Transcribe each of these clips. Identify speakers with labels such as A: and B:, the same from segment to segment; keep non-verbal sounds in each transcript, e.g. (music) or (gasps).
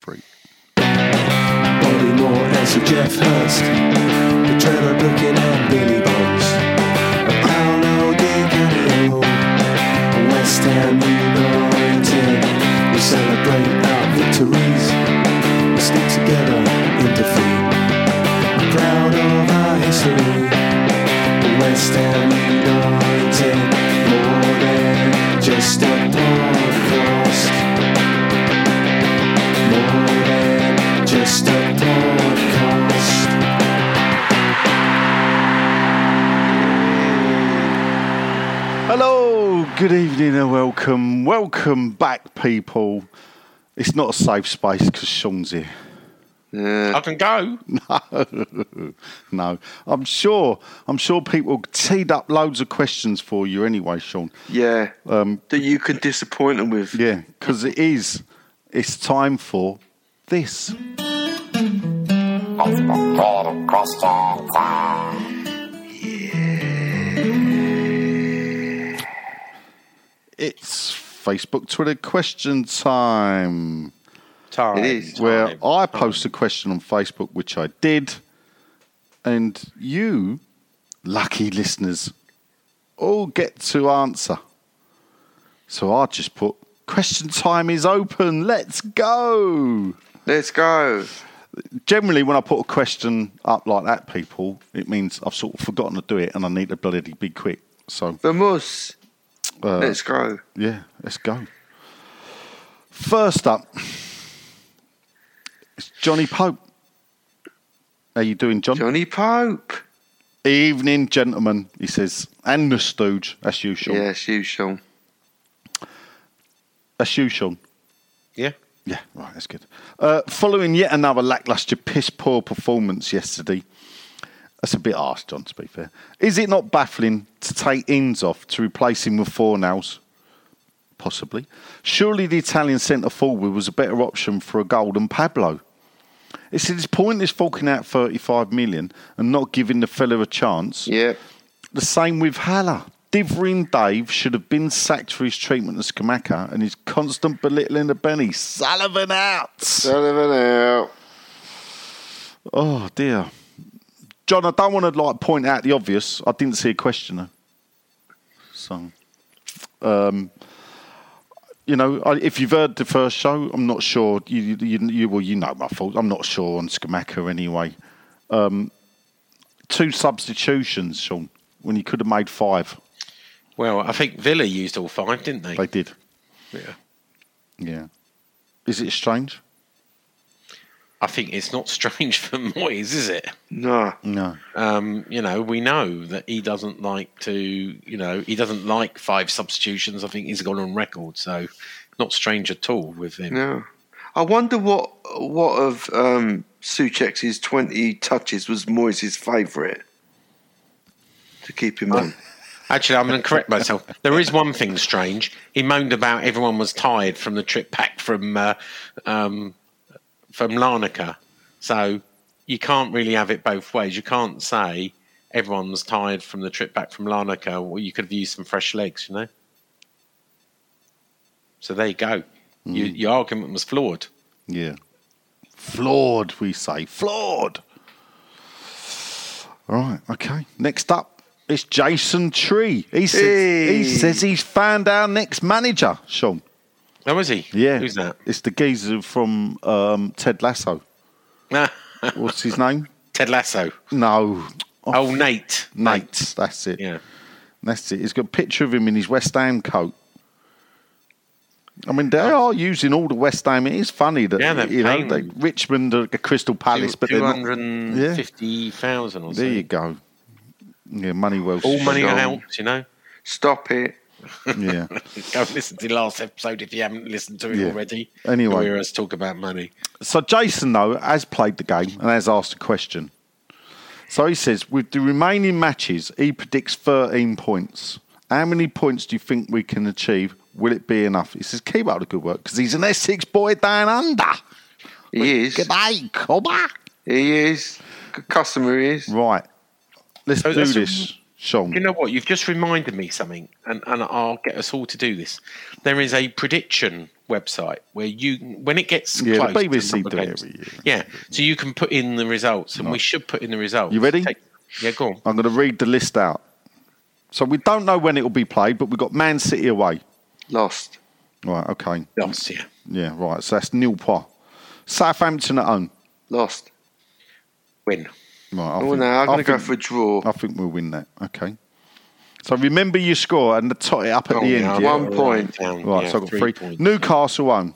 A: break.
B: Bobby Moore as a Jeff Hurst, the Trevor Brookin and Billy Bones, a Paolo Di Canio, a West Ham United. We celebrate our victories, we stick together in defeat. I'm proud of our history, the West Ham United, more than just a podcast. More than just a podcast.
A: Hello, good evening, and welcome, welcome back, people. It's not a safe space because Sean's here. (laughs)
C: I can go.
A: No, I'm sure, I'm sure people teed up loads of questions for you anyway, Sean.
D: Yeah. that you can disappoint them with.
A: Um, Yeah, because it is, it's time for this. It's Facebook, Twitter question time.
C: Time.
D: It is.
A: where
C: Time.
A: I post a question on Facebook, which I did, and you, lucky listeners, all get to answer. So I just put question time is open. Let's go.
D: Let's go.
A: Generally, when I put a question up like that, people, it means I've sort of forgotten to do it, and I need to bloody be quick. So
D: Vamos.
A: uh,
D: Let's go.
A: yeah, let's go. First up, it's Johnny Pope. How you doing, John?
D: Johnny Pope.
A: Evening, gentlemen, he says. And the stooge. That's you, Sean.
D: Yes, you, Sean.
A: That's you, Sean.
C: Yeah.
A: Yeah, right, that's good. Uh, following yet another lacklustre, piss poor performance yesterday. That's a bit harsh, John, to be fair. Is it not baffling to take Inns off to replace him with Fornals? Possibly. Surely the Italian centre forward was a better option for a goal than Pablo. It's his point is forking out 35 million and not giving the fella a chance.
D: Yep.
A: The same with Haller. Divering Dave should have been sacked for his treatment of Skamaka and his constant belittling of Benny. Sullivan out!
D: Sullivan out.
A: Oh dear. John, I don't want to like point out the obvious. I didn't see a questioner. So um you know, I, if you've heard the first show, I'm not sure. You, you, you, you- well, you know my fault. I'm not sure on Skamaka anyway. Um, two substitutions, Sean, when you could have made five.
C: Well, I think Villa used all five, didn't they?
A: They did.
C: yeah.
A: Yeah. Is it strange?
C: I think it's not (laughs) strange for Moyes, is it?
D: No.
A: No.
C: Um, you know, we know that he doesn't like to, you know, he doesn't like five substitutions. I think he's gone on record, so not strange at all with him.
D: No. I wonder what what of um, Suchek's 20 touches was Moyes' favourite to keep
A: Uh,
D: him on.
C: Actually, I'm going to correct myself. There is one thing strange. He moaned about everyone was tired from the trip back from uh, um, from Larnaca, so you can't really have it both ways. You can't say everyone was tired from the trip back from Larnaca. Well, you could have used some fresh legs, you know. So there you go.
A: Hmm.
C: You, your argument was flawed.
A: Yeah. Flawed, we say. Flawed. All right. Okay. Next up, it's Jason Tree. He says, he
D: Hey.
A: says he's found our next manager, Sean.
C: That Oh, was he.
A: Yeah.
C: Who's that? (laughs)
A: It's the geezer from um, Ted Lasso. What's his name?
C: Ted Lasso.
A: No.
C: Oh, Nate.
A: Nate. That's it.
C: Yeah.
A: That's it. He's got a picture of him in his West Ham coat. I mean, they are using all the West Ham. It is funny that
C: Yeah, they're
A: you know
C: paying
A: they, Richmond are a Crystal Palace, but
C: Two
A: they're not.
C: hundred and fifty thousand or
A: There
C: something.
A: you go. Yeah, money well
C: All
A: spent.
C: money
D: Strong.
C: helps, you know.
D: Stop it.
A: Yeah,
C: Go and listen to the last episode if you haven't listened to it
A: Yeah.
C: already.
A: Anyway.
C: You'll hear us talk about money.
A: So Jason though has played the game and has asked a question. So he says, with the remaining matches, he predicts 13 points. How many points do you think we can achieve? Will it be enough? He says, keep up the good work because he's an Essex boy down under.
D: He is.
A: G'day, cobber.
D: He is. Good customer he is.
A: Right, let's
C: So
A: do
C: that's a-
A: this. Sean.
C: You know what? You've just reminded me something, and, and I'll get us all to do this. There is a prediction website where you, when it gets
A: Yeah, the
C: close, to
A: BBC
C: number
A: do it
C: games-
A: every year.
C: Yeah, so you can put in the results, and we should put in the results.
A: You ready?
C: Take- yeah, go on.
A: I'm going to read the list out. So we don't know when it will be played, but we've got Man City away.
D: Lost.
A: Right, okay.
C: Lost, yeah.
A: Yeah, right. So that's nil pois. Southampton at home.
D: Lost.
C: Win.
A: Right. I
D: Oh,
A: think-
D: no, I'm
A: I
D: going to go
A: think-
D: for a draw.
A: I think we'll win that. Okay. So remember your score and the tot it up at
C: Oh,
A: the end.
C: yeah,
A: yeah?
D: One
C: right,
D: point.
C: down,
A: Right,
C: yeah,
A: so I've got three.
C: points.
A: Newcastle home.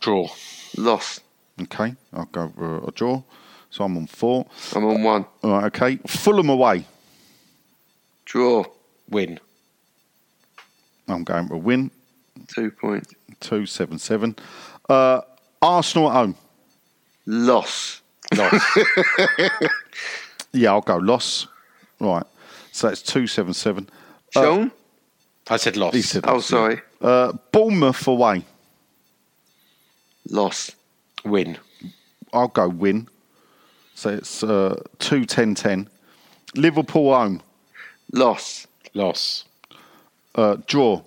C: Draw.
D: Lost.
A: Okay. I'll go for a draw. So I'm on four.
D: I'm on one.
A: All right, okay. Fulham away.
D: Draw.
C: Win.
A: I'm going for a win.
D: Two points.
A: Two seven seven. Uh, Arsenal at home.
D: Loss.
A: (laughs)
C: Lost.
A: Yeah, I'll go loss. Right. So that's two seven seven.
D: Sean?
C: I said lost.
A: He said
D: oh,
A: loss, yeah.
D: sorry.
A: Uh, Bournemouth away.
D: Loss.
C: Win.
A: I'll go win. So it's uh, 2 10 10. Liverpool home.
D: Loss.
C: Loss.
A: Uh, draw.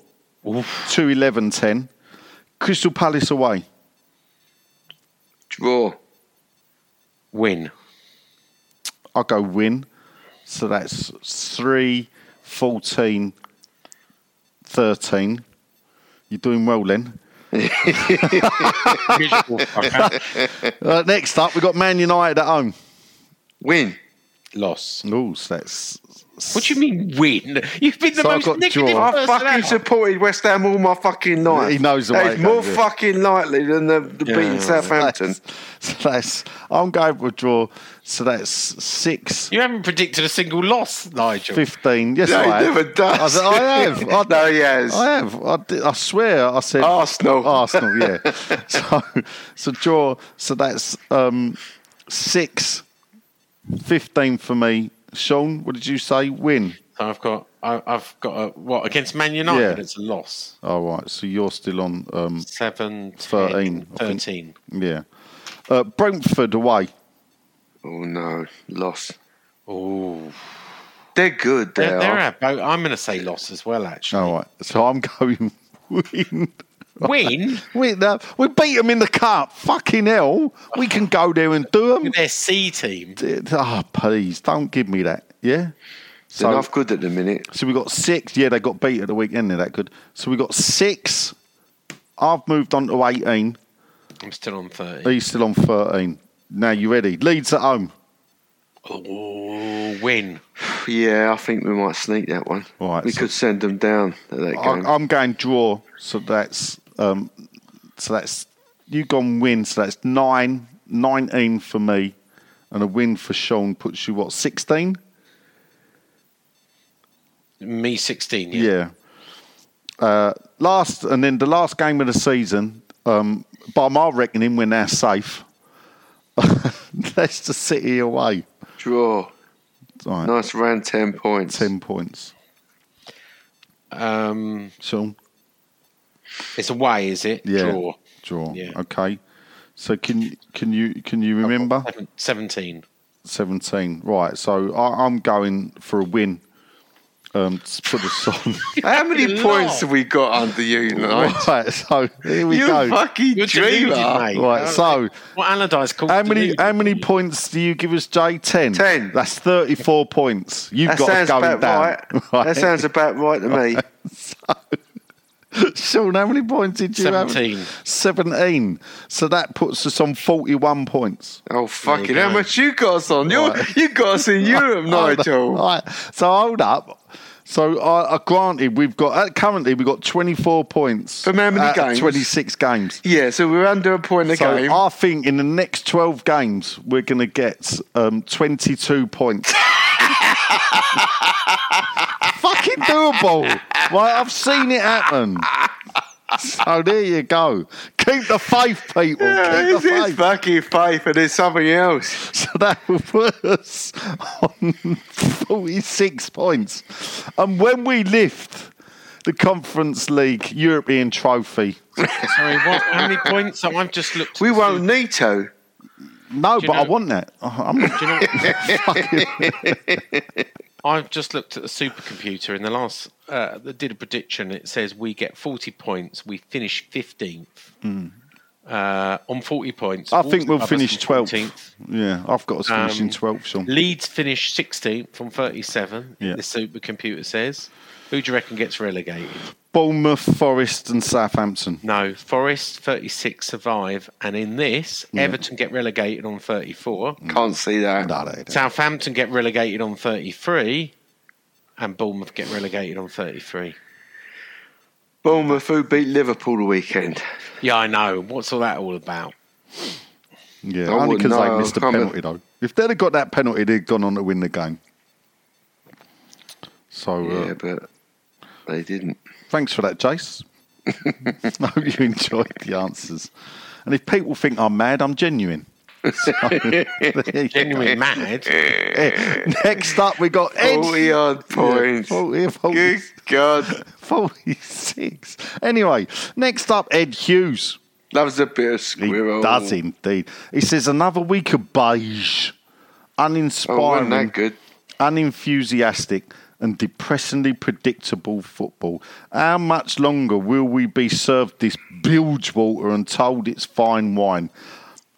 C: Oof.
A: 2 11 10. Crystal Palace away.
D: Draw.
C: Win.
A: I'll go win. So that's 3 14 13. You're doing well, Len.
C: Miserable
A: (laughs)
C: fucker.
A: Uh, next up, we've got Man United at home.
D: Win.
C: Loss.
A: Oh, so that's.
C: What do you mean win? You've been the
A: So I've
C: most
A: got
C: negative
A: draw. (laughs)
D: I
C: person
D: fucking
C: ever.
D: supported West Ham all my fucking life.
A: He knows the way
D: That
A: it
D: is
A: goes,
D: more
A: yeah.
D: fucking likely than the, the
C: Yeah.
D: beating Southampton.
A: That's, so that's. I'm going for a draw. So that's 6
C: You haven't predicted a single loss, Nigel.
A: 15. Yes,
D: No,
A: I
D: he
A: have.
D: never does.
A: I, said, I have.
D: (laughs)
A: I,
D: No, he has.
A: I have. I, did- I swear I said
D: Arsenal.
A: Arsenal,
D: (laughs)
A: yeah. (laughs) so, so draw. So that's um, 6 15 for me. Sean, what did you say? Win.
C: I've got, I, I've got a, what against Man United?
A: Yeah.
C: It's a loss.
A: All right. So you're still on. Um,
C: Seven,
A: 13,
C: 13.
A: I think. yeah. Uh, Brentford away.
D: Oh, no. Loss.
C: Oh,
D: They're good. They
C: they're,
D: are.
C: they're about. I'm going to say loss as well. Actually,
A: All right. So I'm going (laughs) win.
C: win.
A: Wait, no, we beat them in the cup. Fucking hell. We can go there and do them.
C: Their C team.
A: Ah, please don't give me that. Yeah.
D: They're
A: So,
D: not good at the minute.
A: so we got six. Yeah, they got beat at the weekend. They're that good. So we got six. I've moved on to eighteen.
C: I'm still on thirteen.
A: He's still on thirteen. Now you ready? Leeds at home.
C: Oh, win.
D: Yeah, I think we might sneak that one.
A: Right,
D: we
A: so-
D: could send them down at that
A: I,
D: game.
A: I'm going draw. So that's um, so that's you gone win. So that's nine, 19 for me, and a win for Sean puts you what sixteen.
C: Me sixteen. Yeah.
A: Yeah. Uh, last and then the last game of the season, um, by my reckoning, we're now safe. (laughs) Leicester City away.
D: Draw.
A: Right,
D: Nice round, 10 points.
A: ten points.
C: Um,
A: Sean,
C: it's away, is it?
A: yeah,
C: Draw.
A: draw.
C: Yeah.
A: Okay. So can can you can you remember
C: Seven- Seventeen.
A: seventeen? Right. So I, I'm going for a win. Um, to put us
D: (laughs)
A: on.
D: How many
C: Fucking
D: points
C: lot.
D: have we got under you,
A: (laughs)
D: Knight?
A: right. So here we
D: you
A: go.
D: fucking
C: You're deluded,
D: dreamer.
C: mate.
A: Right. So.
C: What Allardyce called?
A: How many
C: deluded,
A: how many
C: didn't you?
A: points do you give us, Jay? Ten.
D: 10.
A: That's thirty four points. You've
D: That
A: got us
D: sounds
A: going
D: about
A: down. (laughs)
D: right. That sounds about right to me.
A: Sean, how many points did you
C: Seventeen.
A: have? Seventeen. So that puts us on forty one
D: (laughs)
A: points.
D: Oh fucking!
C: go.
D: How much you got us on? You you got us in
A: (laughs)
D: Europe, Nigel.
A: Right. So hold up. So I, I granted we've got uh, currently we've got twenty four points
D: From how many games?
A: Twenty six games.
D: Yeah, so we're under a point a
A: So
D: game.
A: I think in the next twelve games we're going to get um, twenty two points. (laughs) Fucking doable. Right, I've seen it happen. So there you go. Keep the faith, people.
D: Yeah,
A: Keep
D: it's
A: the
D: his
A: faith.
D: fucking faith, and it's something else.
A: So that will put us on 46 points. And when we lift the Conference League European Trophy,
C: Sorry, what? How many points? So I've just looked.
D: We won't need to.
A: No,
C: Do you
A: but I
C: know-
A: want that. Oh, I'm
C: Do you know
A: (laughs)
C: I've just looked at the supercomputer in the last uh, that did a prediction. It says we get forty points. We finish fifteenth uh, on forty points.
A: I think we'll
C: Wolves above us
A: finish
C: on
A: 12th.
C: 14th.
A: Yeah, I've got us finishing
C: Um,
A: 12th, Sean.
C: Leeds finish sixteenth from thirty-seven.
A: Yeah.
C: The supercomputer says. Who do you reckon gets relegated?
A: Bournemouth, Forest, and Southampton.
C: No, Forest thirty-six survive, and in this, Everton get relegated on thirty-four.
D: Can't see that.
A: No, they don't.
C: Southampton get relegated on 33, and Bournemouth get relegated on 33.
D: Bournemouth who beat Liverpool the weekend.
C: Yeah, I know. What's all that all about?
A: Yeah,
D: I
A: only
D: wouldn't
A: because they
D: know.
A: missed the
D: Oh, Come on.
A: penalty, though. If they'd have got that penalty, they'd gone on to win the game. So uh,
D: Yeah, but they didn't.
A: thanks for that, Jace. I (laughs) hope you enjoyed the answers. And if people think I'm mad, I'm genuine. (laughs) So, there you go.
C: Genuinely mad.
A: Next up, we got Ed.
D: Forty odd points.
A: Yeah, Oh, 40, 40.
D: Good God,
A: 46. Anyway, next up, Ed Hughes.
D: that was a bit of
A: He
D: squirrel.
A: does indeed. He says another week of beige,
D: Oh, wasn't that
A: uninspiring,
D: good?
A: unenthusiastic, and depressingly predictable football. How much longer will we be served this bilge water and told it's fine wine?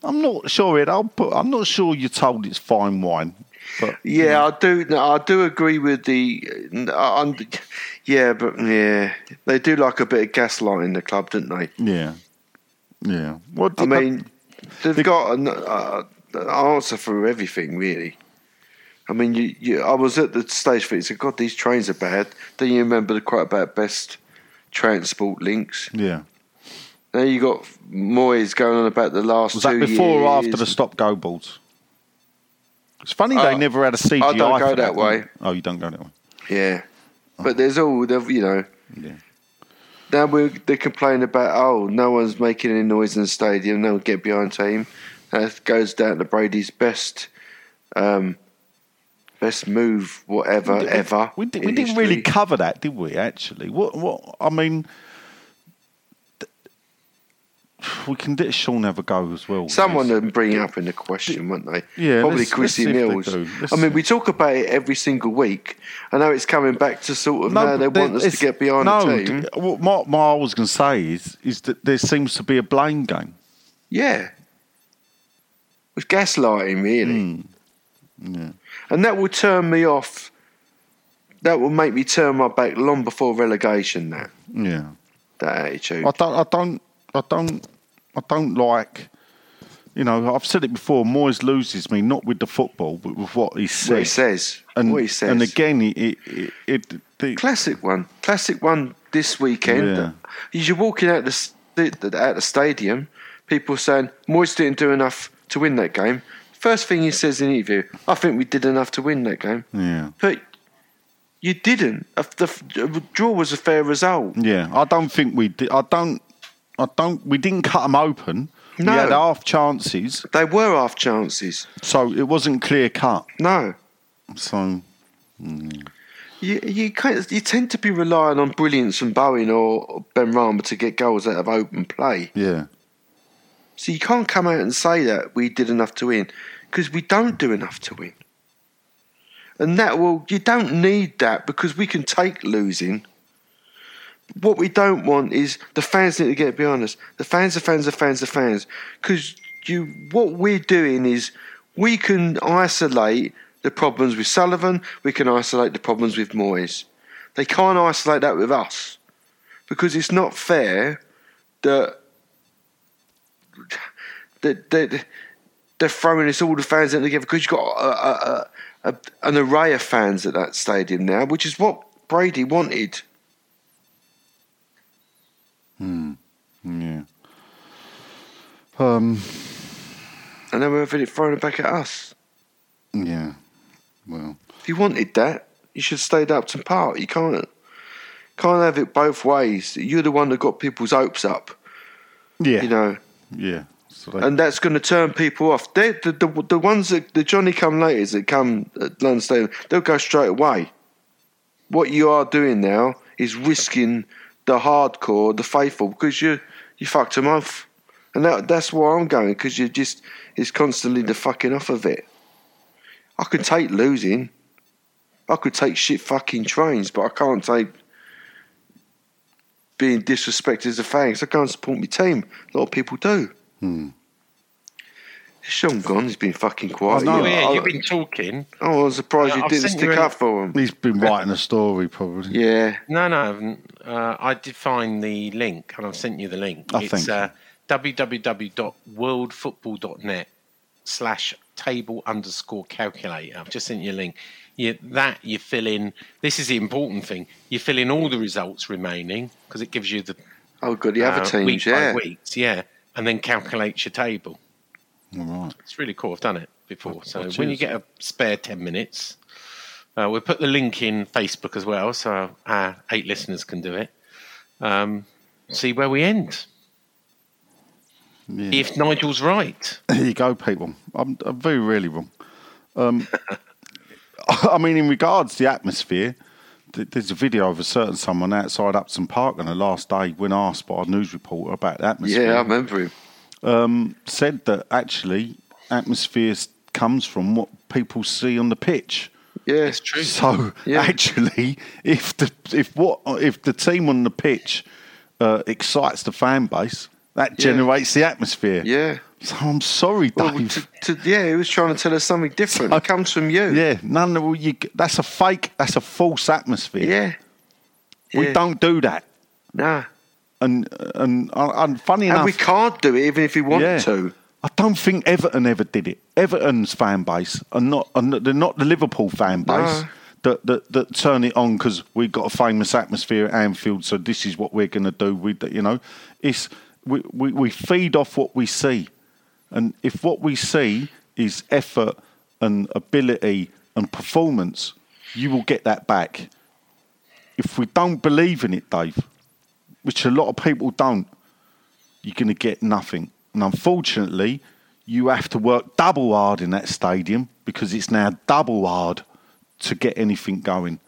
A: I'm not sure, Ed. I'll put, I'm not sure you're told it's fine wine. But
D: Yeah, I do. No, I do agree with the. I- I'm- yeah, but yeah, they do like a bit of gaslighting the club, don't they?
A: yeah, yeah. What
D: I
A: did
D: mean, they've got an, uh, an answer for everything, really. I mean, you, you, I was at the stage for it. Said, "God, these trains are bad." Then you remember the quite about best transport links.
A: yeah.
D: Now you got Moyes going on about the last.
A: Was that
D: two
A: before or after
D: years.
A: the stop go balls? It's funny
D: Uh,
A: they never had a CGI.
D: I don't
A: for
D: go that way.
A: Oh, you don't go that way.
D: Yeah, but there's all the you know.
A: Uh-huh. Yeah.
D: Now we they complain about oh no one's making any noise in the stadium. No one get behind team. That goes down to Brady's best, um, best move, whatever ever.
A: We, did,
D: in
A: we didn't really
D: history.
A: cover that, did we? Actually, what? What? I mean, th- we can let Sean have a go as well.
D: Someone
A: Yes.
D: would bring it up in the question, wouldn't they?
A: Yeah,
D: probably
A: let's-
D: Chrissy
A: let's see if they
D: Mills.
A: do. Let's
D: I mean,
A: see.
D: we talk about it every single week. I know it's coming back to sort of now they
A: but
D: want us to
A: it's-
D: get behind
A: no,
D: the team.
A: d- What, my- my I was going to say is, is that there seems to be a blame game.
D: Yeah. It was gaslighting, really.
A: Hmm.
D: And that will turn me off. That will make me turn my back long before relegation, that,
A: Yeah.
D: that attitude.
A: I don't, I don't, I don't, I don't like. You know, I've said it before. Moyes loses me not with the football, but with what he says.
D: what he says.
A: And,
D: what he says.
A: And again, it, it, it, the-
D: Classic one. Classic one this weekend.
A: Yeah.
D: You're walking out the, st- out the stadium, people saying, Moyes didn't do enough to win that game. First thing he says in the interview, I think we did enough to win that game.
A: yeah,
D: But you didn't. A- The f- a draw was a fair result.
A: yeah. I don't think we did. I don't. I don't. We didn't cut them open.
D: No.
A: We had half chances,
D: They were half chances.
A: so it wasn't clear cut.
D: No,
A: So
D: you you kind of, you tend to be relying on brilliance from Bowen or Ben Rama to get goals out of open play.
A: yeah,
D: So you can't come out and say that we did enough to win because we don't do enough to win. And that will you don't need that because we can take losing. What we don't want is the fans need to get behind us. The fans, the fans, the fans, the fans. Because you, what we're doing is we can isolate the problems with Sullivan. We can isolate the problems with Moyes. They can't isolate that with us because it's not fair that that that they're throwing us all the fans in together because you've got a, a, a, a, an array of fans at that stadium now, which is what Brady wanted.
A: yeah. Um,
D: And then we're having it thrown back at us.
A: Yeah. Well.
D: If you wanted that, you should have stayed at Upton Park. You can't can't have it both ways. You're the one that got people's hopes up,
A: Yeah.
D: you know,
A: Yeah. So they-
D: and that's going to turn people off. They, the, the the ones that the Johnny come laters that come at London Stadium, they'll go straight away. What you are doing now is risking the hardcore, the faithful, because you you fucked them off. and that, that's why I'm going because you just it's constantly the fucking off of it. I could take losing, I could take shit fucking trains, but I can't take being disrespected as a fan. 'cause I can't support my team. A lot of people do. Sean Gone has been fucking quiet.
C: Oh,
A: know,
C: yeah,
D: I,
C: you've been talking.
D: I was surprised
C: Yeah,
D: you
C: I've
D: didn't
C: seen
D: stick
C: you in-
D: up for him.
A: He's been writing a story, probably.
D: Yeah.
C: No, no, I haven't. Uh, I did find the link, and I've sent you the link.
A: Oh, thank
C: it's
A: you.
C: uh, www.worldfootball.net slash table underscore calculator. I've just sent you a link. You, that you fill in. This is the important thing. You fill in all the results remaining because it gives you the
D: Oh, good. The other
C: uh,
D: teams,
C: week
D: yeah.
C: by weeks, yeah, and then calculates your table.
A: All right.
C: It's really cool. I've done it before. So
A: cheers.
C: when you get a spare 10 minutes, uh, we'll put the link in Facebook as well so our eight listeners can do it. Um, see where we end.
A: Yeah.
C: If Nigel's right,
A: (coughs)
D: Uh,
A: Here you go, people. I'm, I'm very rarely wrong. Um, (laughs) I mean, in regards to the atmosphere, th- there's a video of a certain someone outside Upton Park on the last day when asked by a news reporter about the atmosphere.
D: Yeah, I remember him.
A: said that actually atmosphere s- comes from what people see on the pitch.
D: Yeah.
C: it's true.
A: So
D: (laughs) Yeah.
A: actually, if the if what if the team on the pitch uh, excites the fan base, that
D: Yeah.
A: generates the atmosphere.
D: Yeah.
A: So I'm sorry,
D: Well,
A: Dave.
D: to, to, yeah, he was trying to tell us something different. It comes from you.
A: yeah, none of you. That's a fake. That's a false atmosphere.
D: Yeah.
A: we
D: yeah.
A: don't do that.
D: Nah.
A: And and and funny
D: And
A: enough,
D: we can't do it even if we want
A: Yeah.
D: to.
A: I don't think Everton ever did it. Everton's fan base are not, are not they're not the Liverpool fan base
D: No.
A: that, that that turn it on because we've got a famous atmosphere at Anfield, so this is what we're going to do. We you know, it's we, we we feed off what we see, and if what we see is effort and ability and performance, you will get that back. If we don't believe in it, Dave, which a lot of people don't, you're going to get nothing. And unfortunately, you have to work double hard in that stadium because it's now double hard to get anything going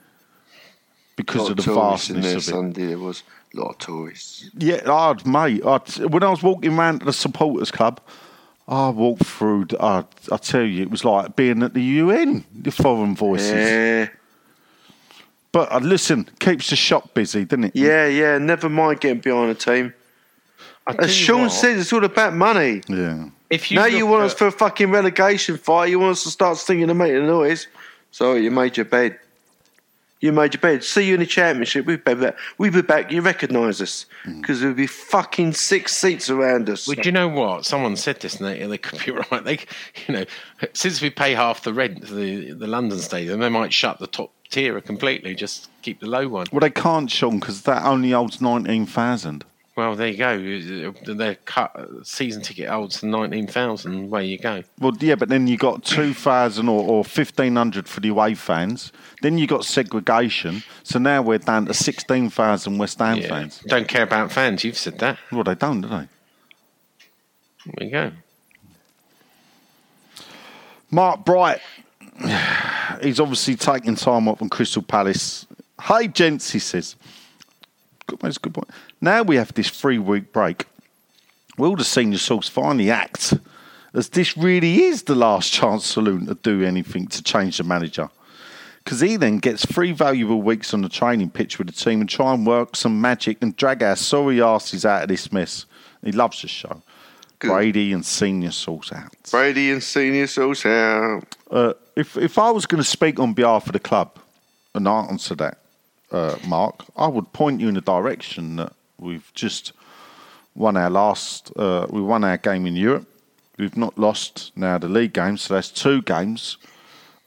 A: because
D: lot
A: of the
D: tourists in um, there
A: vastness of it.
D: Sunday. There was a lot of tourists.
A: Yeah, I'd, mate. I'd, when I was walking round to the supporters club, I walked through. the- I, I tell you, it was like being at the UN, the foreign voices.
D: Yeah.
A: But uh, listen, keeps the shop busy, doesn't it?
D: Yeah, yeah. Never mind getting behind a team.
C: I tell
D: As
C: you
D: Sean
C: what,
D: said, it's all about money.
A: yeah.
C: if you
D: now you
C: look
D: want
C: at-
D: us for a fucking relegation fight. You want us to start singing and making a noise. Sorry, you made your bed. You made your bed. See you in the championship. We'll be back. We'll be back. You recognise us
A: Mm.
D: because there'll be fucking six seats around us.
C: Well, do you know what? Someone said this, and they, they could be (laughs) right. They, you know, since we pay half the rent to the, the London Stadium, they might shut the top tier completely, just keep the low one.
A: Well, they can't, Sean, because that only holds nineteen thousand.
C: Well, there you go. Uh, They're cut season ticket holds to nineteen thousand. Where you go?
A: Well, yeah, but then you got two thousand or, or fifteen hundred for the away fans. Then you got segregation. So now we're down to sixteen thousand West Ham
C: Yeah.
A: fans.
C: Don't care about fans. You've said that.
A: Well, they don't, do they?
C: There you go.
A: Mark Bright, he's obviously taking time off on Crystal Palace. Hey, gents, he says. Good, that's a good point. Now we have this three week break. Will the senior source finally act as this really is the last chance Saloon to do anything to change the manager? Because he then gets three valuable weeks on the training pitch with the team and try and work some magic and drag our sorry asses out of this mess. He loves the show.
D: Good.
A: Brady and senior source out.
D: Brady and Senior Souls out.
A: Uh, if if I was going to speak on behalf of the club and answer that, uh, Mark, I would point you in the direction that we've just won our last. Uh, we won our game in Europe. We've not lost now the league game, so that's two games.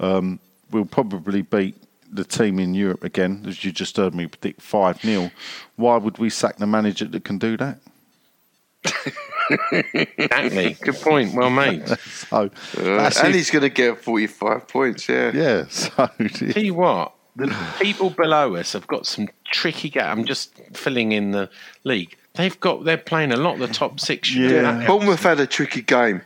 A: Um, we'll probably beat the team in Europe again, as you just heard me predict five 0 Why would we sack the manager that can do that?
C: Exactly. Good point.
A: (laughs)
C: Well made.
A: So
D: Uh,
A: that's
D: and
A: it.
D: he's going to get 45 points, yeah.
A: yeah. (laughs) So
C: Tell you what, the people below us have got some tricky. Ga- I'm just filling in the league. They've got. They're playing a lot of the top six. you know,
A: Yeah.
C: that-
D: Bournemouth had a tricky game.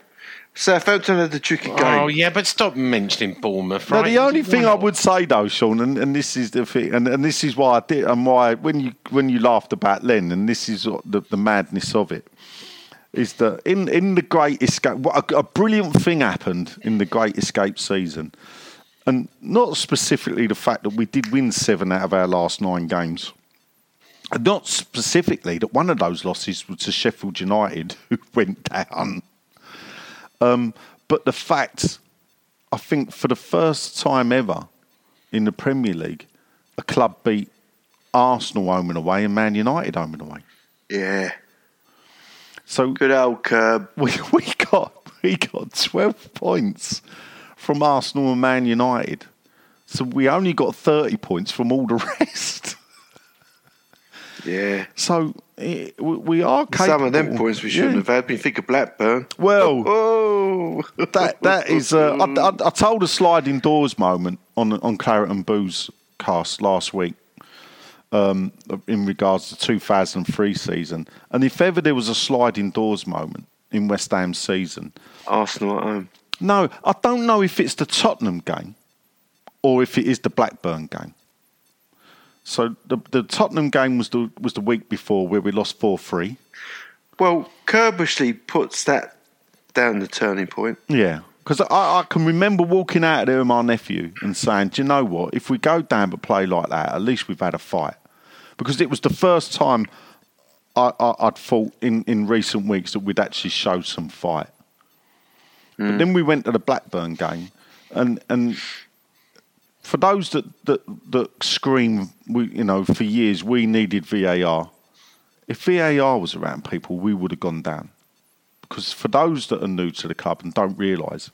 D: Southampton had a tricky
C: Oh
D: game.
C: yeah, but stop mentioning Bournemouth.
A: Now,
C: Right?
A: the only thing I would say though, Sean, and, and this is the thing, and, and this is why I did, and why when you when you laughed about Len, and this is what the, the madness of it, is that in, in the Great Escape, what a, a brilliant thing happened in the Great Escape season, and not specifically the fact that we did win seven out of our last nine games. And not specifically that one of those losses was to Sheffield United, (laughs) who went down. Um, but the fact, I think, for the first time ever in the Premier League, a club beat Arsenal home and away and Man United home and away.
D: Yeah.
A: So (laughs)
D: Good old curb.
A: we, we got we got twelve points from Arsenal and Man United. So we only got thirty points from all the (laughs) rest.
D: Yeah.
A: So eh, we- we are capable.
D: Some of them points we shouldn't
A: Yeah.
D: have had. We think of Blackburn.
A: Well,
D: Oh, (laughs)
A: that that is. Uh, I, I, I told a sliding doors moment on on Claret and Booze cast last week. Um, in regards to 2003 season, and if ever there was a sliding doors moment in West Ham's season,
D: Arsenal at home.
A: no, I don't know if it's the Tottenham game or if it is the Blackburn game. So the the Tottenham game was the was the week before where we lost four three.
D: Well, Kerbishly puts that down the turning point.
A: Yeah. Because I, I can remember walking out there with my nephew and saying, Do you know what? If we go down but play like that, at least we've had a fight. Because it was the first time I, I, I'd thought in, in recent weeks that we'd actually show some fight. But
D: Mm.
A: then we went to the Blackburn game, and, and for those that, that, that scream, we, you know, for years, we needed VAR. If VAR was around people, we would have gone down because for those that are new to the club and don't realise,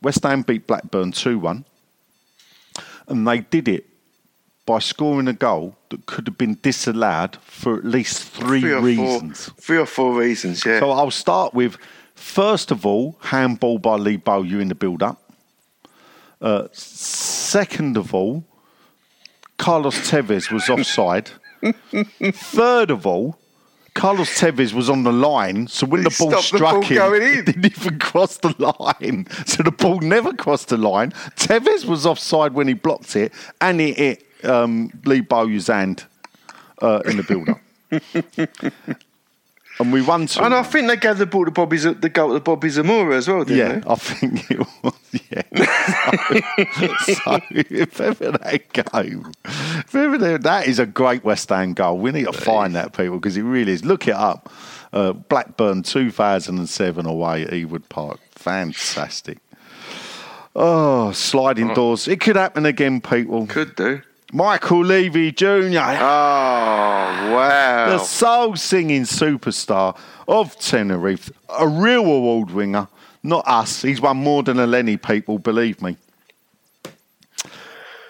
A: West Ham beat Blackburn 2 1, and they did it by scoring a goal that could have been disallowed for at least three, reasons.
D: Four, three or four reasons, yeah.
A: So I'll start with first of all, handball by Lee Bowyer in the build up. Uh, second of all, Carlos Tevez was
D: (laughs)
A: offside. Third of all, Carlos Tevez was on the line, so when
D: He
A: the ball
D: stopped the
A: struck
D: ball
A: him,
D: going
A: it
D: in.
A: didn't even cross the line. (laughs) So the ball never crossed the line. Tevez was offside when he blocked it, and it hit um, Lee Bowyer's hand uh, in the
D: (laughs)
A: build up. and we won 2
D: and I think they gave the ball to Bobby, Z- the goal to Bobby Zamora as well, didn't
A: yeah,
D: they?
A: I think it was. (laughs) Yeah. so, so if ever that game, if ever there, that is a great West Ham goal. We need to find that people because it really is. Look it up. Uh, Blackburn 2007 away at Ewood Park. Fantastic. Oh, sliding doors. It could happen again, people.
D: Could do.
A: Michael Levy Jr.
D: Oh, wow.
A: The soul singing superstar of Tenerife, a real award winner, not us. He's won more than a Lenny, people, believe me.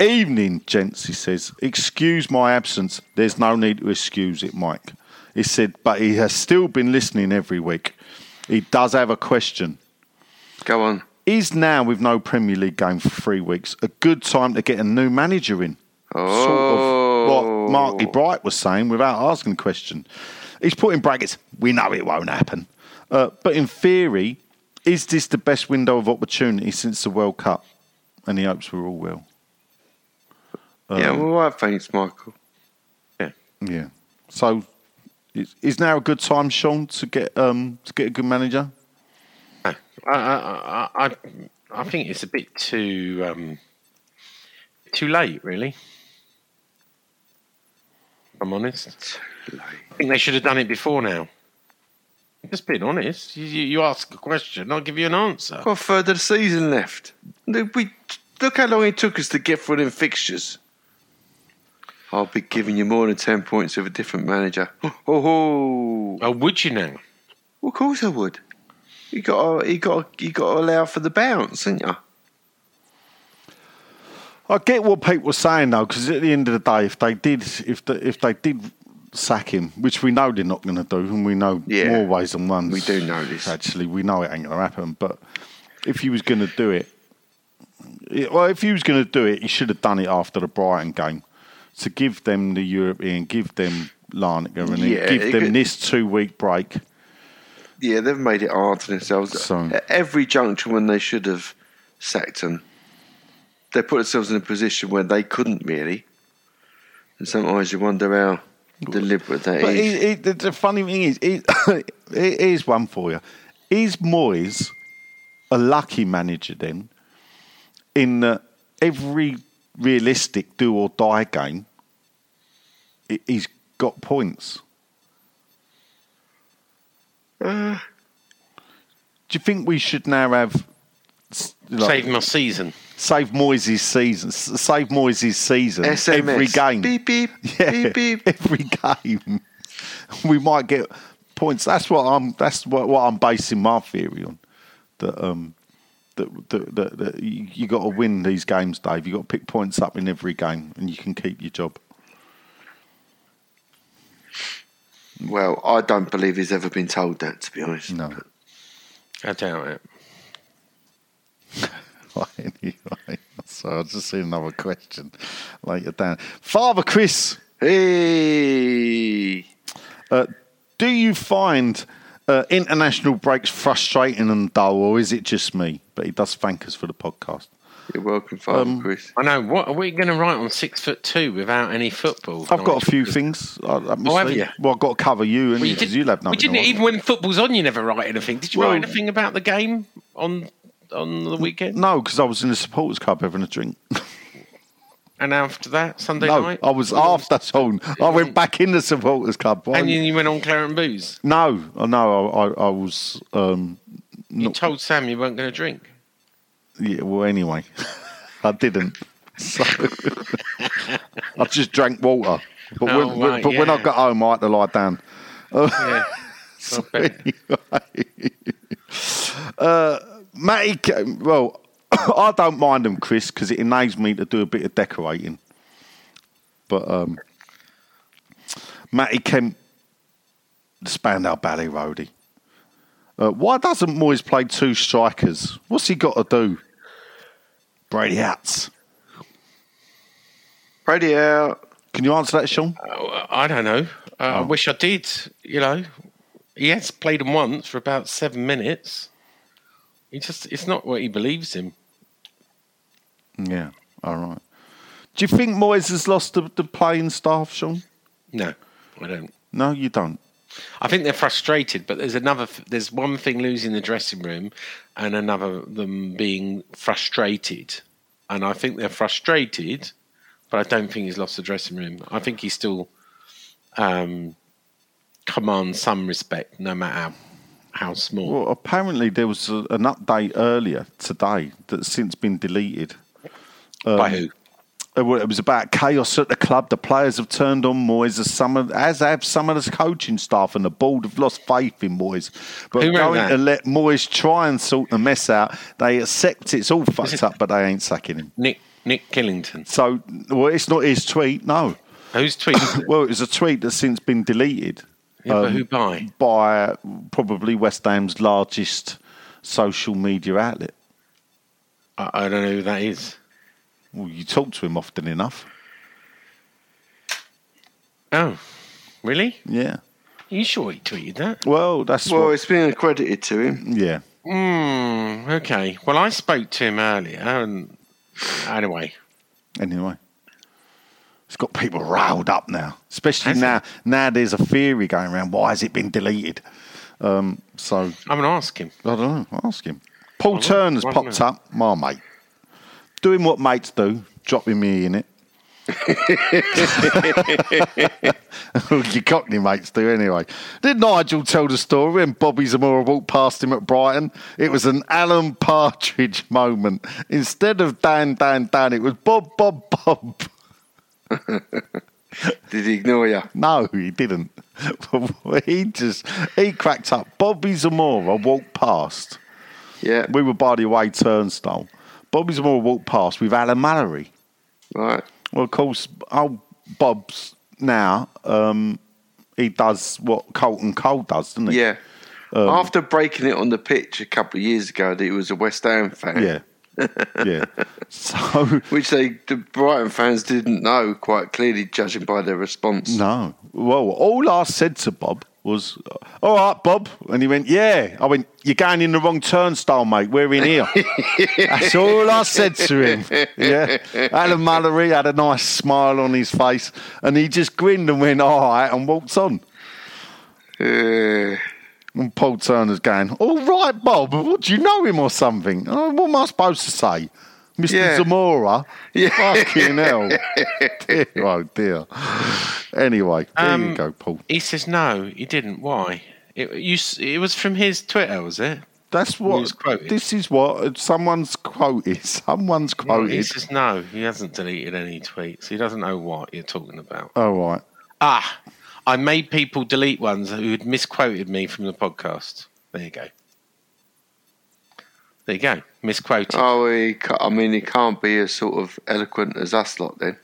A: Evening, gents, he says. Excuse my absence. There's no need to excuse it, Mike. He said, but he has still been listening every week. He does have a question.
D: Go on.
A: Is now, with no Premier League game for three weeks, a good time to get a new manager in? Sort of
D: Oh.
A: what Marky Bright was saying without asking the question. He's put in brackets, we know it won't happen. Uh, but in theory, is this the best window of opportunity since the World Cup? And he hopes we're all well. Uh,
D: yeah, well, all right, thanks, Michael.
A: Yeah. So is, is now a good time, Sean, to get um, to get a good manager?
C: No, I, I, I, I, I think it's a bit too um, too late, really. If I'm honest. I think they should have done it before now. Just being honest, you, you, you ask a question, I'll give you an answer.
D: Got a third of the season left. Look, We, look how long it took us to get through them fixtures. I'll be giving you more than 10 points with a different manager. Oh, ho.
C: Oh, would you now?
D: Well, of course I would. You got you got you got to allow for the bounce, ain't you?
A: I get what people are saying though, because at the end of the day, if they did, if the, if they did sack him, which we know they're not going to do, and we know
D: Yeah.
A: more ways than one,
D: We do know this.
A: Actually, we know it ain't going to happen. But if he was going to do it, it- well, if he was going to do it, he should have done it after the Brighton game to give them the European, give them Larnaca, and then
D: Yeah,
A: give
D: it
A: them
D: could-
A: this two week break.
D: Yeah, they've made it hard for themselves.
A: So-
D: At every junction when they should have sacked them, they put themselves in a position where they couldn't really. And sometimes you wonder how deliberate that
A: But
D: is.
A: it, it, the, the funny thing is, (coughs) it, it is one for you. Is Moyes a lucky manager then? In that every realistic do or die game, i he's got points. Do you think we should now have s- like,
C: Save my season.
A: save Moyes' season? s- Save Moyes' season
D: SMS.
A: every game.
D: Beep beep.
A: (laughs) Yeah,
D: Beep beep.
A: every game we might get points. That's what I'm. That's what, what I'm basing my theory on. That um, that that, that, that you, you got to win these games, Dave. You got to pick points up in every game, and you can keep your job.
D: Well, I don't believe he's ever been told that, to be honest.
A: No, (laughs)
C: I doubt it.
A: Right, anyway. So I'll just see another question later down. Father Chris,
D: Hey,
A: uh, do you find uh, international breaks frustrating and dull, or is it just me? But he does thank us for the podcast.
D: you're welcome, Father
A: Um,
D: Chris.
C: I know. What are we going to write on six foot two without any football?
A: I've got
C: Nigel?
A: a few things. I, I
C: Oh, have you?
A: Well, I've got to cover you, and
C: Well, you
A: because
C: didn't,
A: you have
C: we
A: nothing.
C: didn't
A: on.
C: even when football's on. You never write anything. Did you
A: Well-
C: write anything about the game on on the weekend?
A: No, because I was in the supporters club having a drink.
C: And after that, Sunday
A: no,
C: night,
A: I was after song. I went back in the supporters club. Why-
C: And then you went on Claret and Booze.
A: no, oh, no, I, I, I was. Um,
C: You told Sam you weren't going to
A: (laughs)
C: drink.
A: yeah, well, anyway, (laughs) I didn't. (laughs) So I just drank water. But,
C: Oh,
A: when,
C: right,
A: but when I
C: yeah.
A: got home, I had to lie down.
C: Yeah. I bet.
A: Matty, K- well, (coughs) I don't mind them, Chris, because it enables me to do a bit of decorating. But um, Matty Kemp, the Spandau Ballet roadie. Uh, why doesn't Moyes play two strikers? What's he got to do? Brady outs.
D: Brady out.
A: Can you answer that, Sean?
C: Oh, I don't know. Uh, I
A: Oh.
C: wish I did. You know, he has played him once for about seven minutes. He just—it's not what he believes in.
A: Yeah. All right. Do you think Moyes has lost the, the playing staff, Sean?
C: No, I don't.
A: No, you don't.
C: I think they're frustrated, but there's another. There's one thing losing the dressing room, and another them being frustrated. And I think they're frustrated, but I don't think he's lost the dressing room. I think he still um, commands some respect, no matter how, how small.
A: Well, apparently there was a, an update earlier today that's since been deleted.
C: By who?
A: Uh, well, It was about chaos at the club. The players have turned on Moyes as some of, as have some of his coaching staff, and the board have lost faith in Moyes. But
C: Who wrote
A: going
C: that?
A: to let Moyes try and sort the mess out, they accept it's all fucked
C: it-
A: up, but they ain't sacking him.
C: Nick Nick Killington.
A: So, well, it's not his tweet, no.
C: Who's
A: (coughs)
C: tweeted?
A: Well, it was a tweet that's since been deleted
C: yeah, but who by?
A: by probably West Ham's largest social media outlet.
C: I, I don't know who that is.
A: Well, you talk to him often enough.
C: Oh, really?
A: Yeah.
C: you sure he tweeted that?
A: Well, that's
D: Well,
A: what,
D: it's been accredited to him.
A: yeah.
C: Hmm. Okay. Well, I spoke to him earlier, and anyway,
A: Anyway, it's got people riled up now, especially
C: Has
A: now.
C: it?
A: Now there's a theory going around. Why has it been deleted? Um, so I
C: I'm gonna ask him.
A: don't know. I'll ask him. Paul
C: right,
A: Turner's
C: right
A: popped
C: now.
A: up, my mate, doing what mates do, dropping me (laughs) in it. Your Cockney mates do anyway. Did Nigel tell the story when Bobby Zamora walked past him at Brighton? It was an Alan Partridge (laughs) moment. Instead of Dan, Dan, Dan, it was Bob, Bob, Bob. (laughs)
D: Did he ignore you?
A: No, he didn't. (laughs) he just he cracked up. Bobby Zamora walked past.
D: Yeah.
A: We were by the away turnstile. Bobby Zamora walked past with Alan Mallory.
D: Right.
A: Well, of course, old Bob's now um, he does what Colton Cole does, doesn't he?
D: Yeah.
A: Um,
D: After breaking it on the pitch a couple of years ago, that he was a West Ham fan.
A: yeah, (laughs) yeah. So
D: Which they, the Brighton fans didn't know quite clearly, judging by their response.
A: no. Well, all I said to Bob was, all right, Bob. And he went, yeah. I went, you're going in the wrong turnstile, mate. We're in
D: (laughs)
A: here. That's all I said to him. Yeah. Alan Mallory had a nice smile on his face and he just grinned and went, all right, and walked on.
D: Uh,
A: And Paul Turner's going, all right, Bob, what, do you know him or something? Oh, what am I supposed to say? Mr.
D: Yeah.
A: Zamora?
D: Yeah.
A: Fucking
D: (laughs)
A: hell. (laughs) dear, oh, dear. Anyway, there you
C: Um,
A: go, Paul.
C: He says no, he didn't. Why? It, you, s- it was from his Twitter, was it?
A: That's
C: was
A: what,
C: quoted.
A: this is what someone's quoted. (laughs) Someone's
C: He
A: quoted.
C: says no, he hasn't deleted any tweets. He doesn't know what you're talking about.
A: All right.
C: Ah, I made people delete ones who had misquoted me from the podcast. There you go. There you go. Misquoted.
D: oh, he ca- I mean, he can't be as sort of eloquent as us lot then.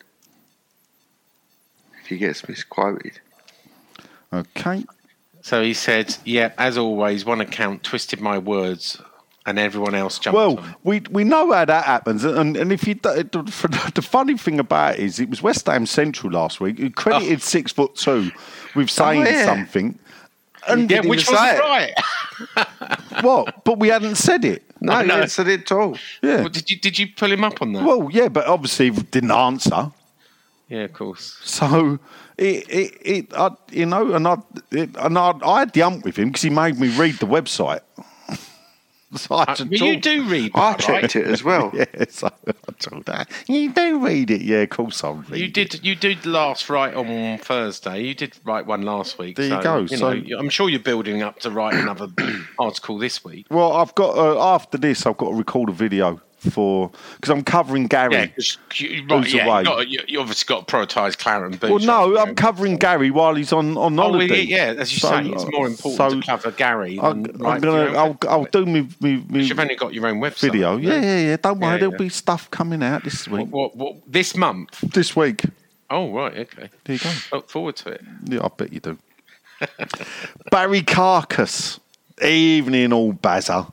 D: If he gets misquoted.
A: Okay.
C: So he said, "Yeah, as always, one account twisted my words, and everyone else jumped."
A: Well,
C: on.
A: we we know how that happens, and and if you do- for the funny thing about it is it was West Ham Central last week who
C: Oh.
A: credited six foot two with saying
D: yeah.
A: something, and
C: yeah,
D: didn't
C: which
D: even
C: was
D: say it.
C: right.
A: what? But we hadn't said it.
D: No,
C: I
D: he
C: know.
D: hasn't said it at (laughs) all.
A: Yeah.
C: Well, did you did you pull him up on that?
A: Well, yeah, but obviously we didn't answer.
C: yeah, of course.
A: So it it, it I, you know, and I it, and I, I had the ump with him because he made me read the website. (laughs) so I had to
C: Well, Uh, you
A: talk.
C: do read.
D: I
C: that,
D: checked it as (laughs) well.
A: (laughs) Yeah, so I told her, you do read it. Yeah, of course I read
C: You
A: it.
C: did. You did last right on Thursday. You did write one last week.
A: There you
C: so,
A: go.
C: You
A: So-
C: know, you- I'm sure you're building up to write another
A: (clears throat)
C: article this week.
A: Well, I've got uh, after this, I've got to record a video for because I'm covering Gary.
C: Yeah, 'cause you, right,
A: Who's
C: yeah,
A: away?
C: you, gotta- you- you obviously got to prioritise Clara and
A: well,
C: Boots.
A: no,
C: right?
A: I'm covering Gary while he's on on
C: Oh,
A: holiday.
C: well, yeah, as you
A: So,
C: say, it's more important
A: so
C: to cover Gary.
A: I'm,
C: than
A: I'm
C: write your
A: gonna,
C: own
A: I'll,
C: website.
A: I'll do me, me, me
C: You've only got your own website.
A: video. Yeah, yeah, yeah. Don't worry,
C: Yeah,
A: there'll
C: yeah.
A: be stuff coming out this week.
C: What, what, this month?
A: This week,
C: Oh, right. Okay.
A: there you go.
C: Look forward to it.
A: Yeah, I bet you do. Barry Carcass, evening all bazza.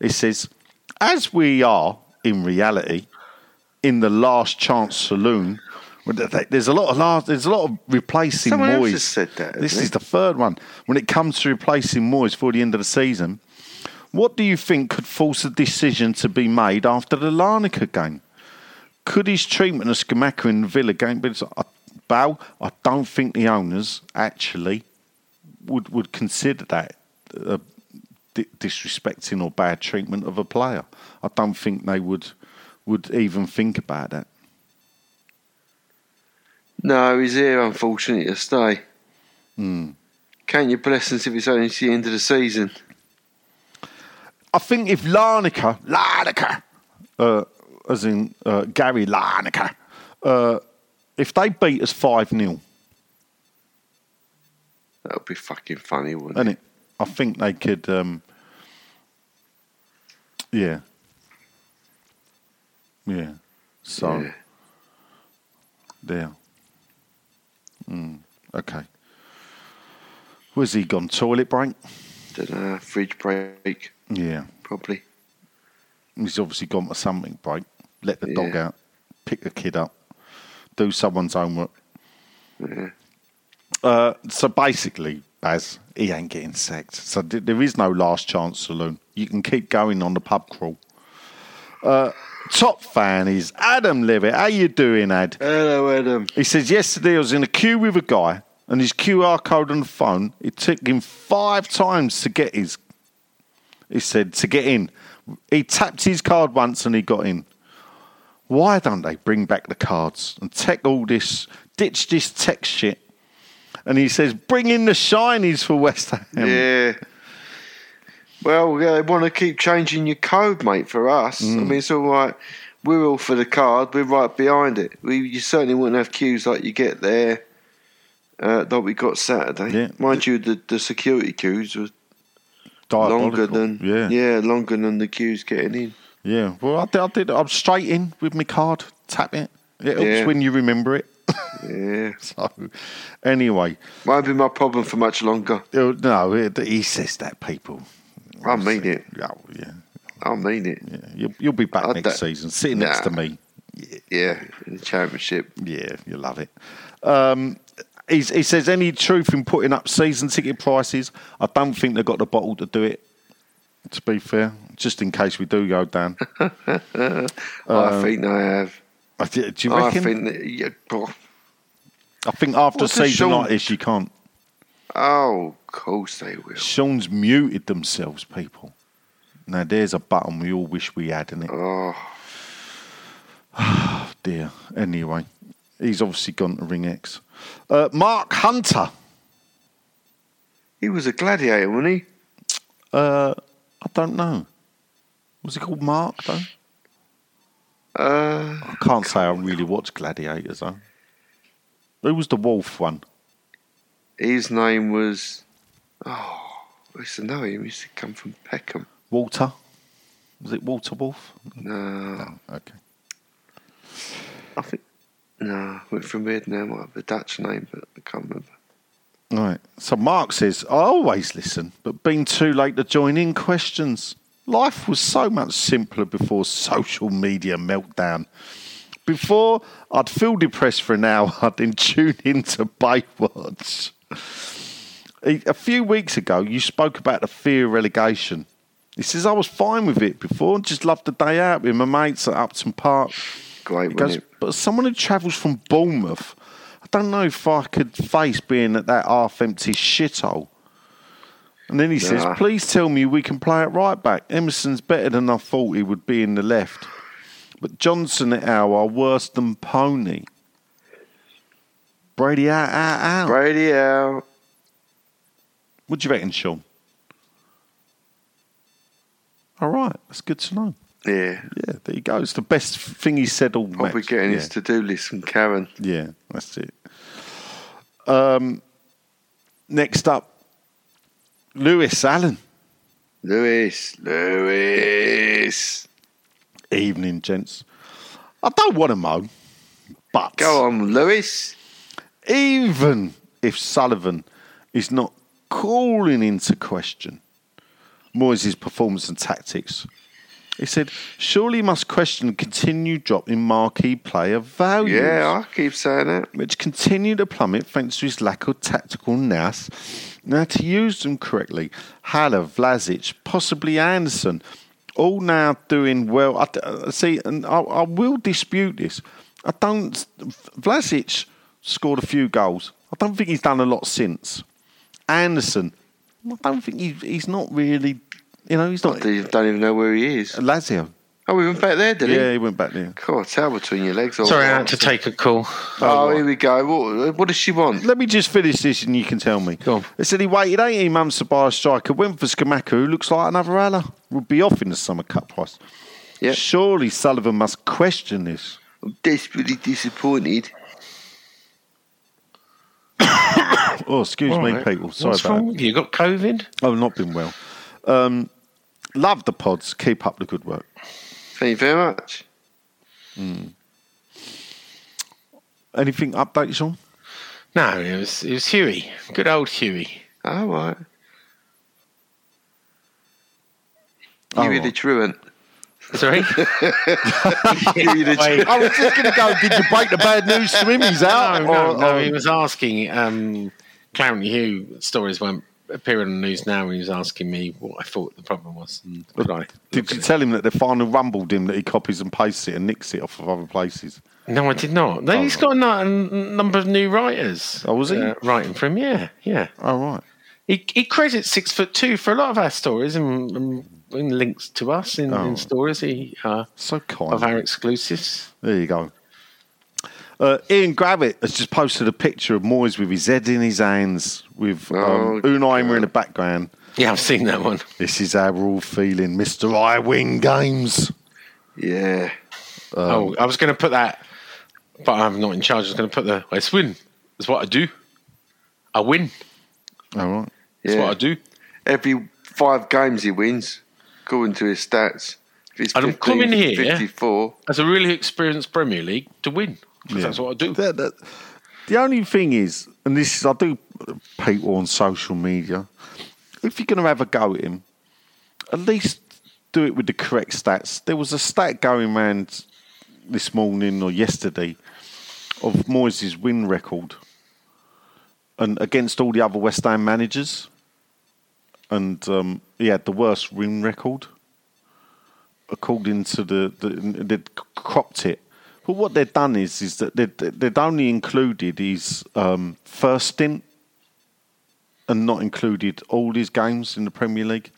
A: It says, as we are in reality in the Last Chance Saloon. well, th- th- There's a lot of last, there's a lot of replacing
D: Someone else
A: Moyes.
D: has said that,
A: This
D: hasn't
A: is the third one. When it comes to replacing Moyes for the end of the season, what do you think could force a decision to be made after the Larnaca game? Could his treatment of Skamaka in the Villa game, but I, Bow, I don't think the owners actually would would consider that uh, di- disrespecting or bad treatment of a player. I don't think they would would even think about that.
D: No, he's here, unfortunately, to stay. Hmm. Can't you bless us if it's only to the end of the season?
A: I think if Larnaca, Larnaca, uh, as in uh, Gary Larnaca, uh, if they beat us 5 0,
D: That would be fucking funny, wouldn't it?
A: it? I think they could, um, yeah. Yeah. So,
D: Yeah.
A: there. Mm, okay. Where's he gone? Toilet break?
D: Dunno, fridge break,
A: Yeah.
D: probably.
A: he's obviously gone for something break. Let the dog
D: Yeah.
A: out, pick the kid up, do someone's homework.
D: Yeah.
A: Uh, so basically, Baz, he ain't getting sacked. So th- there is no last chance saloon. You can keep going on the pub crawl. Uh, top fan is Adam Levitt. How you doing, Ad?
D: Hello, Adam.
A: He says yesterday I was in a queue with a guy, and his QR code on the phone. It took him five times to get his. He said to get in. He tapped his card once and he got in. Why don't they bring back the cards and tech all this, ditch this tech shit? And he says, bring in the shinies for West Ham.
D: yeah. Well, yeah, they want to keep changing your code, mate, for us. I
A: Mm.
D: mean, it's all right. We're all for the card. We're right behind it. We, you certainly wouldn't have queues like you get there uh, that we got Saturday.
A: Yeah.
D: Mind you, the, the security queues were longer
A: Diabolical.
D: than
A: yeah, yeah.
D: yeah, longer than the queues getting in.
A: Well, I did. I did. I'm straight in with my card. Tap it. It helps
D: Yeah.
A: when you remember it. (laughs)
D: Yeah,
A: so, anyway,
D: won't be my problem for much longer.
A: Uh, No, it, he says that people.
D: I mean it.
A: Oh, yeah,
D: I mean it.
A: yeah. You'll, you'll be back
D: I
A: next
D: don't-
A: season, sitting next to
D: Nah.
A: me.
D: Yeah, in the championship.
A: Yeah, you'll love it. Um, He's, he says, any truth in putting up season ticket prices? I don't think they've got the bottle to do it, to be fair, just in case we do go
D: (laughs)
A: down.
D: I think I have.
A: I thi- do Um, you
D: I
A: reckon?
D: think that, yeah, oh,
A: I think after
D: What's a
A: season
D: Sean-
A: like this, you can't.
D: oh, of course they will.
A: Sean's muted themselves, people. Now, there's a button we all wish we had, innit? (sighs) Oh,
D: Oh,
A: dear. Anyway, he's obviously gone to Ring X. Uh, Mark Hunter.
D: he was a gladiator, wasn't he?
A: Uh, I don't know. Was he called Mark, though?
D: Uh,
A: I can't say I really watched Gladiators, though. Who was the wolf one?
D: his name was. Oh, I used to know him. He used to come from Peckham.
A: Walter? Was it Walter Wolf?
D: No,
A: Oh, okay.
D: I think. No, went from Mid now. Might have a Dutch name, but I can't remember.
A: All right. So Mark says, I always listen, but been too late to join in questions. Life was so much simpler before social media meltdown. Before, I'd feel depressed for an hour, (laughs) I'd then tune into Baywatch. A a few weeks ago, you spoke about the fear of relegation. He says, I was fine with it before, just loved the day out with my mates at Upton Park.
D: Great,
A: He
D: wasn't
A: goes, but as someone who travels from Bournemouth, I don't know if I could face being at that half empty shithole. And then he says,
D: Nah.
A: Please tell me we can play at right back. Emerson's better than I thought he would be in the left. But Johnson at our are worse than Pony. Brady out, out, out.
D: it? Brady out.
A: What do you reckon, Sean? All right, that's good to know.
D: Yeah,
A: Yeah, there you go. It's the best thing he said all
D: I'll be
A: match.
D: getting
A: yeah.
D: his to-do list from Karen.
A: Yeah, that's it. Um, next up, Lewis Allen.
D: Lewis, Lewis,
A: Evening, gents. I don't want to moan, but
D: go on, Lewis.
A: even if Sullivan is not calling into question Moyes' performance and tactics, he said, surely you must question the continued drop in marquee player values.
D: Yeah, I keep saying that.
A: which continue to plummet thanks to his lack of tactical nous. Now, to use them correctly, Haller, Vlasic, possibly Anderson, all now doing well. I, uh, see, and I, I will dispute this. I don't. Vlasic scored a few goals. I don't think he's done a lot since. Anderson, I don't think he, he's not really. You know, he's
D: I
A: not.
D: don't even know where he is.
A: Lazio.
D: Oh, we went back there, did
A: Yeah,
D: he?
A: he went back there.
D: God, towel between your legs. all
C: Sorry, I
D: right.
C: had to take a call.
D: Oh, here we go. What, what does she want?
A: Let me just finish this and you can tell me.
C: Go on.
A: They said he waited 18 months to buy a striker, went for Skamaka, who looks like another Alla. Will be off in the summer cup price.
D: Yep.
A: Surely Sullivan must question this.
D: I'm desperately disappointed.
A: Oh, excuse me, people. Sorry
C: What's
A: about
C: wrong
A: that.
C: with you? You got COVID?
A: I've not been well. Um, love the pods. Keep up the good work.
D: Thank you very much.
A: Anything updates on?
C: No, it was it was Huey. Good old Huey.
D: All right.
A: All
C: Oh.
D: You really
A: right.
D: truant.
C: (laughs) Sorry.
D: You really
A: (laughs)
D: truant.
A: I was just going to go, did you break the bad news to him? He's
C: no,
A: out.
C: no,
A: Or-
C: no.
A: or-
C: He was asking. Um, Clarence Hugh stories won't appear on the news now, and he was asking me what I thought the problem was. And could I?
A: Hmm. Did you tell him that the final rumbled him that he copies and pastes it and nicks it off of other places?
C: No, I did not. No, he's got a nu- a number of new writers. Uh,
A: Oh, was he?
C: writing for him? Yeah, yeah.
A: All right.
C: He, he credits six foot two for a lot of our stories and, and, and links to us in,
A: Oh.
C: in stories. He uh,
A: So kind.
C: of our exclusives.
A: There you go. Uh, Ian Gravitt has just posted a picture of Moyes with his head in his hands, with um,
D: Oh,
A: Unai Emery in the background.
C: Yeah, I've seen that one.
A: This is how we're all feeling, Mister. I win games.
D: Yeah.
C: oh, I was going to put that, but I'm not in charge. I was going to put the I win. That's what I do. I win.
A: All right.
C: That's
D: Yeah.
C: what I do.
D: Every five games he wins, according to his stats. If it's
C: And I'm
D: 15,
C: coming here, yeah?
D: 54.
C: As a really experienced Premier League, to win. 'Cause
A: Yeah.
C: That's what I do.
A: The, the- the only thing is, and this is, I do people on social media. If you're going to have a go at him, at least do it with the correct stats. There was a stat going around this morning or yesterday of Moyes' win record. and against all the other West Ham managers, and um, he had the worst win record according to the, the they'd cropped it. But what they'd done is is that they'd, they'd only included his um, first stint and not included all his games in the Premier League.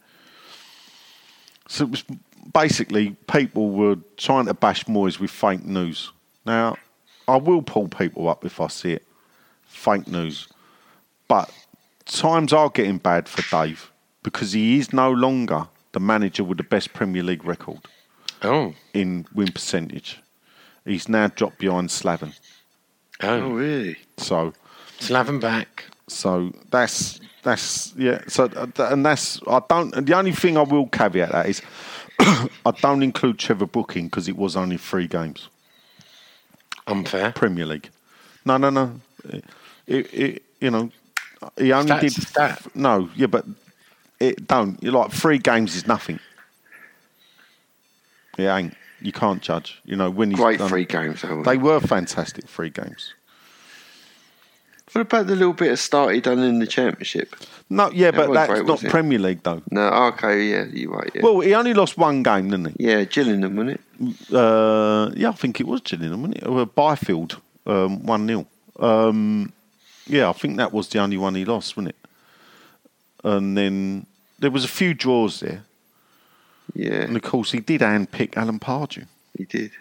A: So it was basically people were trying to bash Moyes with fake news. Now, I will pull people up if I see it, fake news. But times are getting bad for Dave because he is no longer the manager with the best Premier League record
C: Oh,
A: in win percentage. He's now dropped behind Slaven.
D: Oh,
C: oh,
D: really?
A: So,
C: Slaven back.
A: So that's that's yeah. So th- th- and that's I don't. and The only thing I will caveat that is (coughs) I don't include Trevor Booking because it was only three games
C: Unfair.
A: Premier League. No, no, no. It, it you know he only
C: Stats
A: did
C: are stat.
A: no yeah, but it don't. You like three games is nothing. It ain't. You can't judge. You know when he's
D: Great
A: done-
D: free games. though.
A: They were fantastic free games.
D: What about the little bit of start he done in the championship?
A: No, yeah, but
D: was
A: that's
D: great,
A: not
D: wasn't it?
A: Premier League though.
D: No, okay, yeah, you're right. Yeah,
A: Well, he only lost one game, didn't he?
D: yeah Gillingham, wasn't it?
A: uh, yeah, I think it was Gillingham, wasn't it? Or Byfield, um, 1 0. Um, yeah, I think that was the only one he lost, wasn't it? And then there was a few draws there.
D: Yeah,
A: And of course, he did handpick Alan Pardew.
D: he did.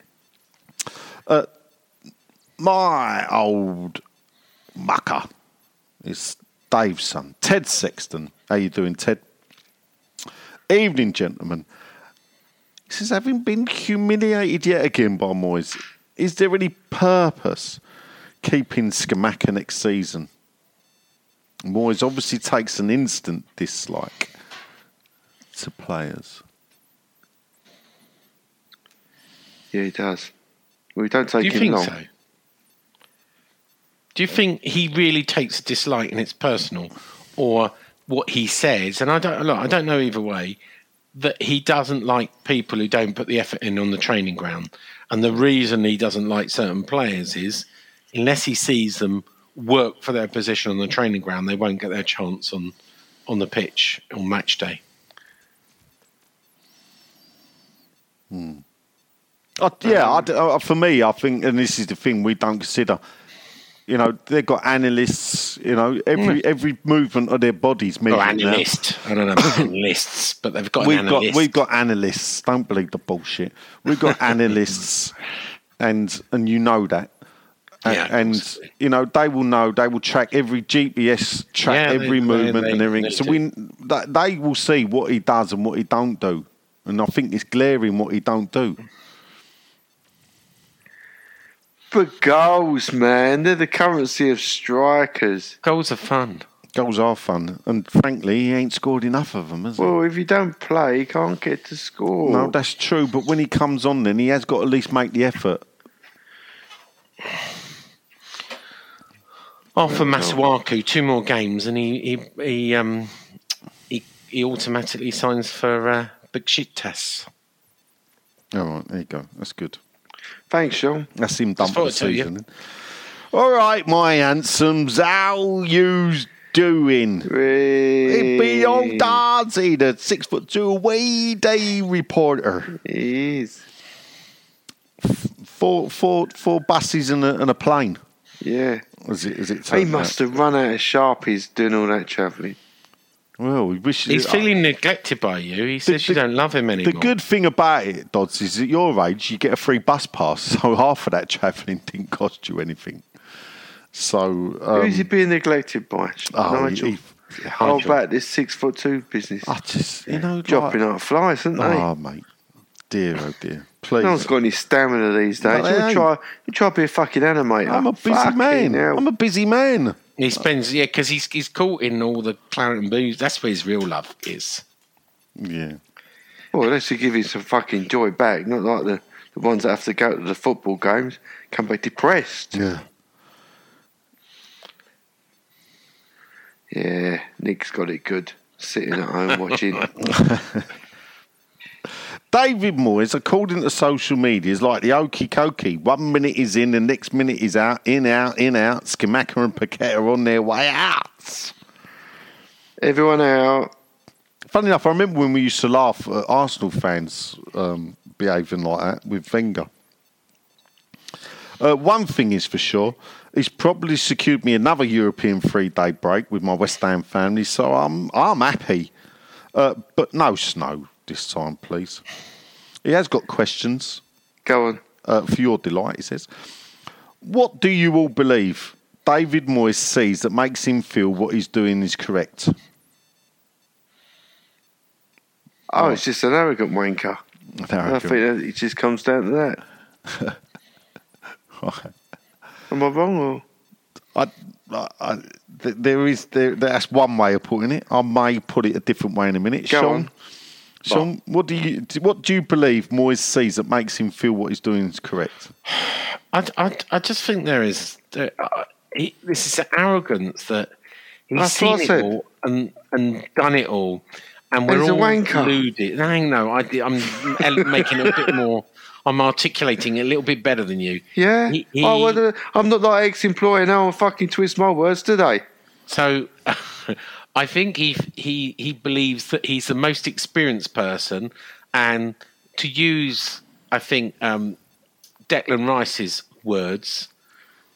A: My old mucker is Dave's son, Ted Sexton. How you doing, Ted? Evening, gentlemen. He says, having been humiliated yet again by Moyes, is there any purpose keeping Skamaka next season? Moyes obviously takes an instant dislike to players.
D: Yeah, he does. We don't take
C: Do you
D: him
C: think
D: long.
C: so? Do you think he really takes a dislike and it's personal, or what he says? And I don't look, I don't know either way. That he doesn't like people who don't put the effort in on the training ground, and the reason he doesn't like certain players is unless he sees them work for their position on the training ground, they won't get their chance on on the pitch on match day.
A: I, yeah, I d uh for me, I think, and this is the thing we don't consider. You know, they've got analysts. You know, every every movement of their bodies.
C: Or
A: measured now.
C: analyst, I don't
A: (coughs)
C: know about analysts, but they've got an
A: We've
C: analyst.
A: got we've got analysts. Don't believe the bullshit. We've
C: (laughs)
A: got analysts, and and you know that. A-
C: Yeah, of
A: and
C: course.
A: you know they will know. They will track every GPS, track
C: Yeah, they-
A: every
C: they-
A: movement
C: they
A: and everything.
C: need
A: So
C: to.
A: we th- they will see what he does and what he don't do. And I think it's glaring what he don't do.
D: But goals, man, they're the currency of strikers.
C: goals are fun.
A: Goals are fun, and frankly, he ain't scored enough of them, has he?
D: Well, if you don't play, you can't get to score.
A: no, that's true. But when he comes on, then he has got to at least make the effort.
C: After Masuaku, two more games, and he he he um he, he automatically signs for uh, Besiktas.
A: All right, there you go. That's good.
D: Thanks, Sean.
A: That's him done
C: Just
A: for the
C: thought I'd tell you.
A: season. All right, my handsomes, how you's doing? It be on Darcy, the six foot two away day reporter.
D: He is.
A: Four, four, four buses and a, and a plane.
D: Yeah.
A: Is it? Is it?
D: He
A: turned
D: must
A: out.
D: have run out of sharpies doing all that travelling.
A: Well, we wish
C: He's feeling neglected by you. He says you
A: the-
C: don't love him
A: The
C: anymore.
A: good thing about it, Dodds, is at your age you get a free bus pass, (laughs) so half of that travelling didn't cost you anything. So um,
D: Who's he being neglected by?
A: oh,
D: Nigel.
A: he- he-
D: How about this six foot two business?
A: I just you know,
D: Dropping
A: like,
D: out flies, aren't they?
A: Oh mate, dear, oh dear, please.
D: No one's got any stamina these days.
A: they
D: you
A: ain't.
D: try, you try to be a fucking animator.
A: I'm a busy
D: Fucking
A: man.
D: hell.
A: I'm a busy man.
C: He spends yeah because he's he's caught in all the claret and booze. That's where his real love is.
A: Yeah.
D: Well, unless you give him some fucking joy back, not like the, the ones that have to go to the football games, come back depressed.
A: Yeah.
D: Yeah, Nick's got it good, sitting at home watching.
A: David Moyes, according to social media, is like the okie cokie. One minute he's in, the next minute he's out, in, out, in, out. Skamaka and Paquette are on their way out.
D: Everyone out.
A: Funny enough, I remember when we used to laugh at Arsenal fans um, behaving like that with Wenger. Uh, one thing is for sure, he's probably secured me another European three-day break with my West Ham family, so I'm I'm happy. Uh, but no snow this time, please. He has got questions
D: Go on.
A: uh, for your delight. He says, "What do you all believe David Moyes sees that makes him feel what he's doing is correct?" (laughs)
D: Oh, it's just an arrogant wanker.
A: Ah,
D: I think that it just comes down to that. Am I wrong or?
A: I, I, I, th- there is there, that's one way of putting it. I may put it a different way in a minute.
D: Go
A: Sean,
D: on.
A: Sean, what? do you do- what do you believe Moyes sees that makes him feel what he's doing is correct?
C: I, I, I just think there is there, uh, he, this is arrogance that he's
D: That's what
C: seen
D: I
C: it
D: said.
C: all and and done it all, and we're
D: He's a
C: all
D: wanker.
C: deluded. Hang no, I, did- I'm ele- making it a bit more. I'm articulating it a little bit better than you.
D: Yeah.
C: He- he-
D: Oh, well, uh, I'm not like ex-employee now. and fucking twist my words, do they?
C: So (laughs) I think he he he believes that he's the most experienced person, and to use I think um, Declan Rice's words,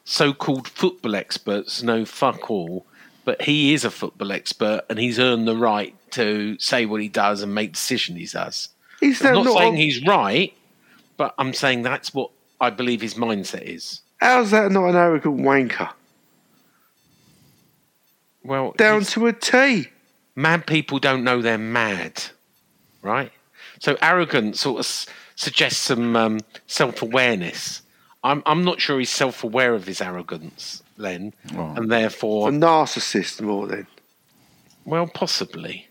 C: so-called football experts know fuck all, but he is a football expert, and he's earned the right to say what he does and make decisions he does.
D: He's
C: I'm
D: not,
C: not
D: not
C: saying
D: a-
C: he's right, but I'm saying that's what I believe his mindset is.
D: How's that not an arrogant wanker?
C: Well,
D: Down
C: he's-
D: to a T.
C: mad people don't know they're mad, right? So arrogance sort of s- suggests some um, self-awareness. I'm I'm not sure he's self-aware of his arrogance, Len, and
D: A
C: therefore,
D: narcissist more then.
C: well, possibly.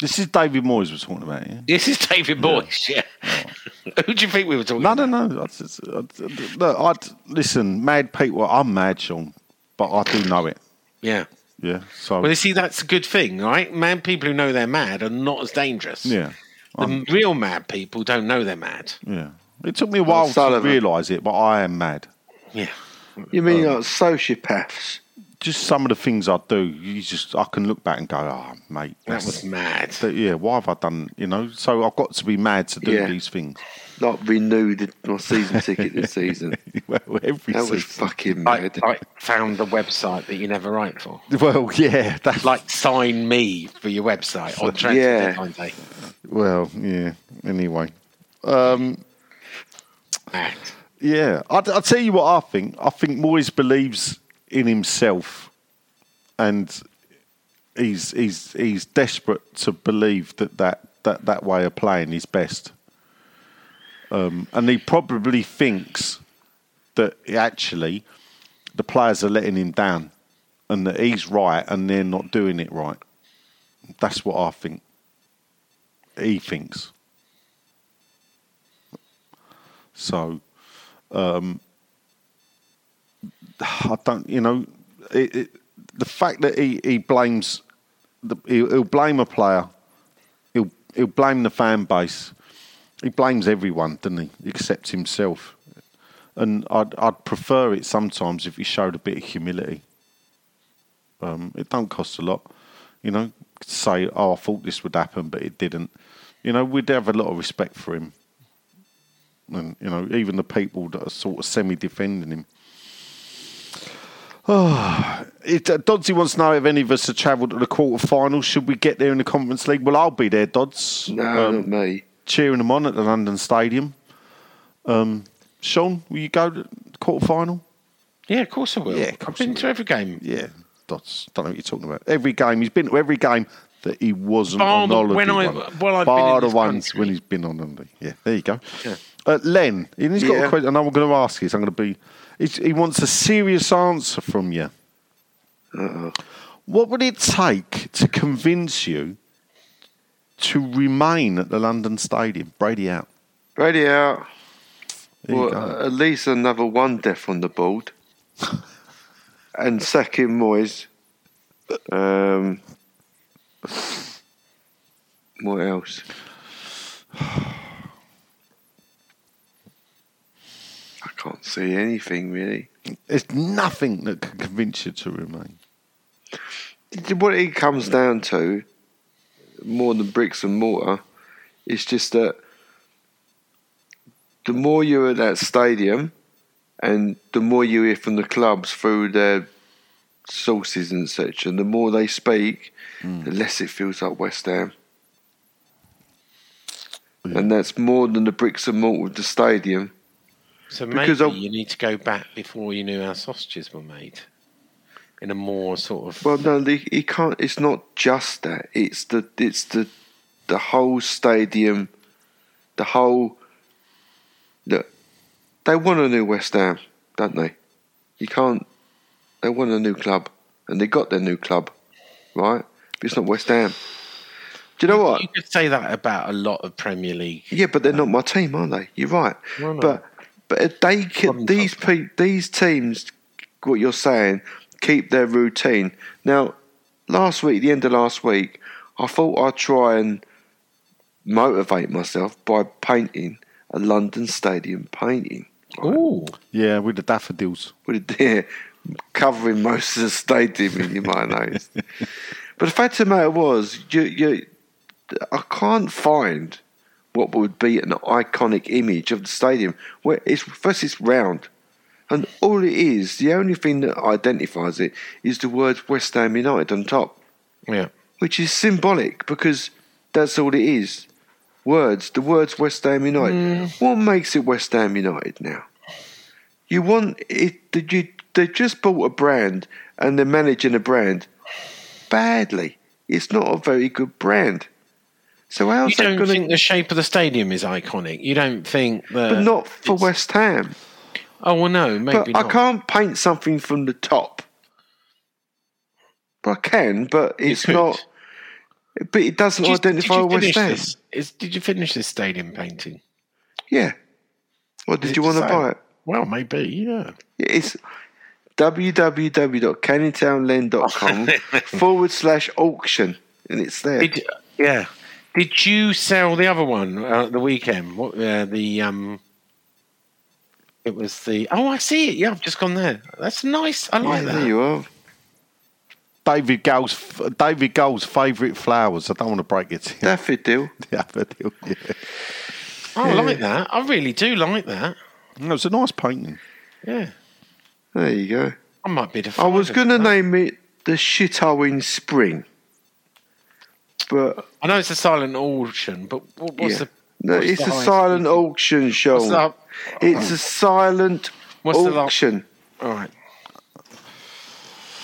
A: This is David Moyes was talking about. Yeah.
C: This is David Boyce. Yeah. (laughs) Who do you think we were talking?
A: No,
C: about?
A: no, no. I just- I- I- Look, I listen. Mad people. I'm mad, Sean, but I do know it.
C: Yeah.
A: Yeah. So
C: Well, you see, that's a good thing, right? Mad people who know they're mad are not as dangerous.
A: yeah,
C: The real mad people don't know they're mad.
A: yeah. It took me a while to
D: Sullivan.
A: realise it, but I am mad.
C: Yeah.
D: You mean
A: Um,
D: like sociopaths?
A: Just some of the things I do, you just I can look back and go, "Ah, mate,
C: That
A: that's-
C: was mad.
A: that, yeah, why have I done, you know? So I've got to be mad to do
D: Yeah.
A: these things. (laughs)
D: Like renewed my season ticket this season.
A: well, every
D: That was
A: season.
D: fucking
C: I,
D: mad.
C: I found the website that you never write for.
A: Well, yeah, that's like,
C: like sign me for your website on transfer
D: Yeah.
C: deadline day.
A: well, yeah, anyway.
C: Mad.
A: Yeah, I, will tell you what I think. I think Moyes believes in himself, and he's he's he's desperate to believe that that that, that way of playing is best. Um, and he probably thinks that actually the players are letting him down, and that he's right, and they're not doing it right. That's what I think. He thinks. So I don't, you know, it, it, the fact that he, he blames, the, he'll, he'll blame a player, he'll, he'll blame the fan base, he blames everyone, doesn't he, except himself. And I'd, I'd prefer it sometimes if he showed a bit of humility. Um, it don't cost a lot, you know, to say, oh, I thought this would happen, but it didn't. You know, we'd have a lot of respect for him. And, you know, even the people that are sort of semi defending him. (sighs) It, uh, Dodsy wants to know if any of us have travelled to the quarterfinals. Should we get there in the Conference League? Well, I'll be there, Dodds.
D: no,
A: Um,
D: not me.
A: cheering them on at the London Stadium. Um, Sean, will you go to the quarter final?
C: Yeah, of course I will.
A: Yeah, of course
C: I've been
A: you
C: to every game.
A: Yeah, Dots. Don't know what you're talking about. Every game he's been to every game that he wasn't
C: Bar
A: on
C: Oh, the-
A: holiday.
C: when I-
A: one.
C: well, I've been
A: bar
C: in
A: the
C: this
A: ones
C: country.
A: when he's been on holiday. Yeah, there you go. Uh, Len, and he's got
D: Yeah.
A: a question, and I'm going to ask this. I'm going to be. It's, he wants a serious answer from you. What would it take to convince you to remain at the London Stadium? Brady out.
D: Ready out.
A: There you
D: Well,
A: go.
D: at least another one death on
A: (laughs)
D: the board. and second Moyes. Um,
A: (sighs)
D: what else? see anything really.
A: There's nothing that can convince you to remain.
D: What it comes down to, more than bricks and mortar, is just that the more you're at that stadium, and the more you hear from the clubs through their sources and such, and the more they speak, the less it feels like West Ham. And that's more than the bricks and mortar of the stadium.
C: So maybe
D: Because I-
C: you need to go back before you knew how sausages were made, in a more sort of
D: Well, no, the, he can't. It's not just that. It's the it's the the whole stadium, the whole. Look, they want a new West Ham, don't they? You can't. They want a new club, and they got their new club, right? But it's not West Ham. Do you know what?
C: You could say that about a lot of Premier League.
D: Yeah, but they're not my team, are they? You're right.
C: Why not?
D: But but if they keep
C: Problem
D: these pe- these teams, what you're saying, keep their routine. Now, last week, the end of last week, I thought I'd try and motivate myself by painting a London Stadium painting
C: Ooh,
A: Yeah, with the daffodils.
D: with a deer (laughs) covering most of the stadium, and you might notice. But the fact of the matter was, you, you, I can't find what would be an iconic image of the stadium. Where it's first, it's round, and all it is, the only thing that identifies it is the words West Ham United on top,
C: yeah.
D: which is symbolic because that's all it is. Words, the words West Ham United.
C: Mm.
D: What makes it West Ham United now? You want it? Did you? They just bought a brand and they're managing a brand badly. It's not a very good brand. So
C: You
D: how's that
C: don't
D: going
C: think
D: to?
C: the shape of the stadium is iconic. You don't think that.
D: But not for
C: it's-
D: West Ham.
C: Oh well, no, maybe
D: But
C: not.
D: I can't paint something from the top. But I can, but
C: You
D: it's
C: could.
D: not. But it doesn't
C: Did you-
D: identify
C: did you
D: West
C: finish
D: Ham.
C: this? Is, did you finish this stadium painting?
D: Yeah. What did
C: Is
D: you
C: it
D: want to
C: the
D: buy it?
C: Well, maybe, yeah.
D: It's
C: (laughs)
D: www.canningtownlend.com forward slash auction, and it's there.
C: Did, yeah. Did you sell the other one uh, the weekend? What uh, the um? It was the oh, I see it. Yeah, I've just gone there. That's nice. I
D: yeah,
C: like
D: there
C: that.
D: you are.
A: David Gold's David Gold's favourite flowers. I don't want to break it (laughs) to you.
D: Daffodil.
A: Daffodil. Yeah.
C: Oh, I like that. I really do like that.
A: (laughs) No, it's a nice painting.
C: Yeah,
D: There you go.
C: I might be. the
D: I was
C: father
D: going to
C: for that.
D: name it the shithole in spring, but
C: I know it's a silent auction, but what, what's
D: yeah.
C: the?
D: no,
C: what's
D: it's
C: the
D: a
C: highest-
D: silent auction show.
C: What's the,
D: It's a silent
C: What's the last-
D: auction.
C: all right.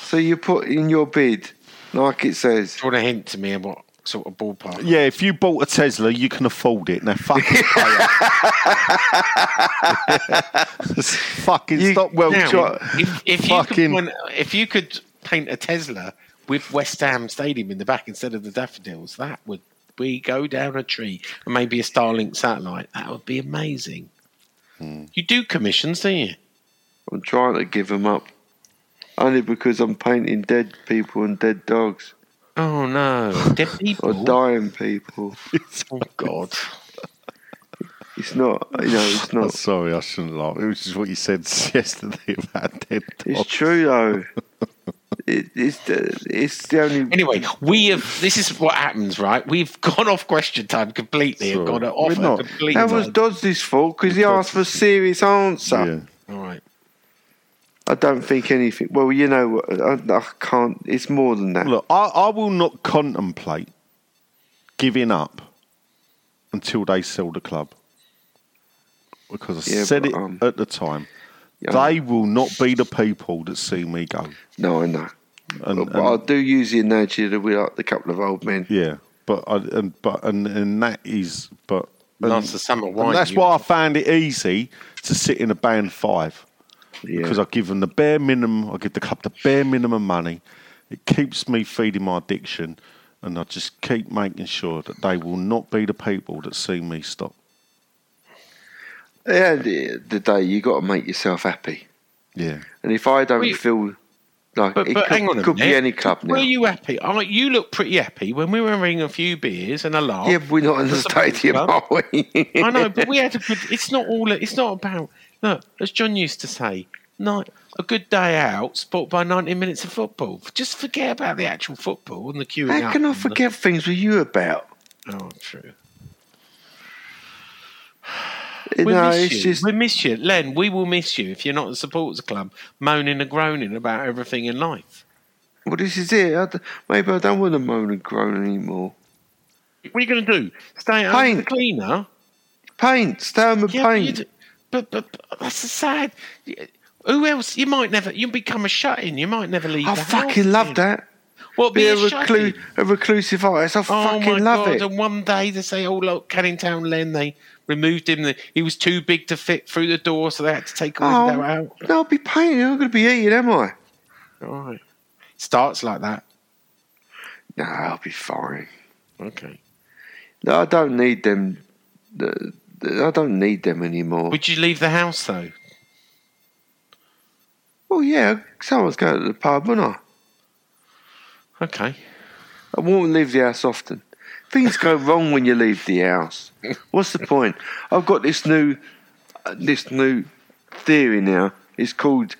D: so you put in your bid, like it says.
C: Do you want a hint to me of what sort of ballpark?
A: Yeah, if you bought a Tesla, you can afford it. Now (laughs) fucking pay (laughs) up. fucking
D: You-
A: stop well
C: Now,
A: try-
C: if, if you
A: fucking-
C: could, win- if you could paint a Tesla with West Ham Stadium in the back instead of the daffodils, that would we go down a tree and maybe a Starlink satellite. That would be amazing.
D: Hmm.
C: You do commissions, don't you?
D: I'm trying to give them up, only because I'm painting dead people and dead dogs
C: Oh no,
D: (laughs)
C: dead
D: or
C: people.
D: dying people.
C: Oh God.
D: It's not, you know, it's
A: I'm
D: not.
A: sorry, I shouldn't laugh. It was just what you said (laughs) yesterday about dead
D: It's
A: dogs.
D: true though. It, it's the, it's the only.
C: Anyway, we have. This is what happens, right? We've (laughs) gone off question time completely and
A: Sorry.
C: gone off
A: We're not.
C: completely.
D: That was Dodds' fault because he asked for a serious answer.
A: Yeah.
C: all right.
D: I don't think anything. Well, you know, what, I, I can't. It's more than that.
A: Look, I, I will not contemplate giving up until they sell the club. Because I
D: Yeah,
A: said
D: but,
A: it
D: um,
A: at the time.
D: Yeah.
A: They will not be the people that see me go.
D: no, I know.
A: And,
D: But
A: and-
D: I do use the analogy that we like the couple of old men.
A: yeah, but I, and but and, and that is but and,
C: Last the summer wine.
A: and that's
C: you-
A: why I found it easy to sit in a band five.
D: Yeah.
A: because I give them the bare minimum. I give the club the bare minimum money. It keeps me feeding my addiction, and I just keep making sure that they will not be the people that see me stop.
D: At the end of the day, you got to make yourself happy.
A: Yeah,
D: And if I don't
C: We-
D: feel No,
C: But,
D: it
C: but
D: could,
C: hang on a
D: could be
C: minute.
D: any club now.
C: Were you happy? I, you look pretty happy when we were having a few beers and a laugh.
D: yeah, but we're not in the
C: It's a football
D: stadium,
C: club.
D: are we? (laughs)
C: I know, but we had a good. It's not all. It's not about. Look, as John used to say, night a good day out, sport by ninety minutes of football. Just forget about the actual football and the queuing.
D: How
C: up
D: can I
C: and the-
D: forget things with you about?
C: Oh, true.
D: You
C: We
D: know,
C: miss
D: it's
C: you.
D: just
C: We miss you, Len. We will miss you if you're not at the supporters club, moaning and groaning about everything in life.
D: well, this is it. I d maybe I don't want to moan and groan anymore.
C: What are you going to do? Stay at home with the
D: Paint.
C: cleaner?
D: Paint, stay on the
C: Yeah, but, you
D: paint.
C: d- but, but but that's a sad. Who else? You might never. You'll become a shut-in. You might never leave.
D: I
C: the
D: fucking
C: house,
D: love
C: you know.
D: that.
C: What
D: Be
C: be
D: a,
C: a
D: recluse,
C: shut-in?
D: a reclusive artist. I
C: Oh my
D: fucking love
C: god!
D: it.
C: And one day they say, "Oh look, Canningtown Len, they removed him. He was too big to fit through the door, so they had to take a window
D: Oh,
C: out."
D: no, I'll be painting. I'm going to be eating, am I?
C: All right. Starts like that.
D: No, I'll be fine.
C: Okay.
D: No, I don't need them. the- the- I don't need them anymore.
C: Would you leave the house though?
D: well, yeah, someone's going to the pub, wouldn't I?
C: Okay.
D: I won't leave the house often. Things go wrong when you leave the house. What's the point? I've got this new, uh, this new theory now. It's called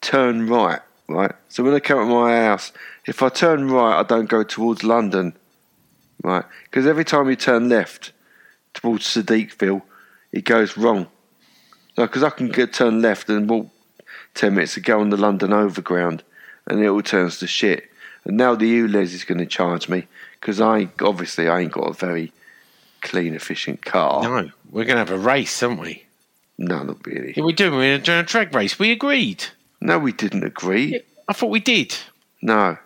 D: turn right. Right. So when I come to my house, if I turn right, I don't go towards London. Right. Because every time you turn left towards Sadiqville, it goes wrong. Because I can get turn left and walk ten minutes to go on the London Overground, and it all turns to shit. And now the ULEZ is going to charge me because I obviously I ain't got a very clean, efficient car. No,
C: No, we're gonna have a race, aren't we?
D: not really.
C: Yeah, we're doing. We're doing a drag race. We agreed.
D: No, we didn't agree.
C: I thought we did.
D: No,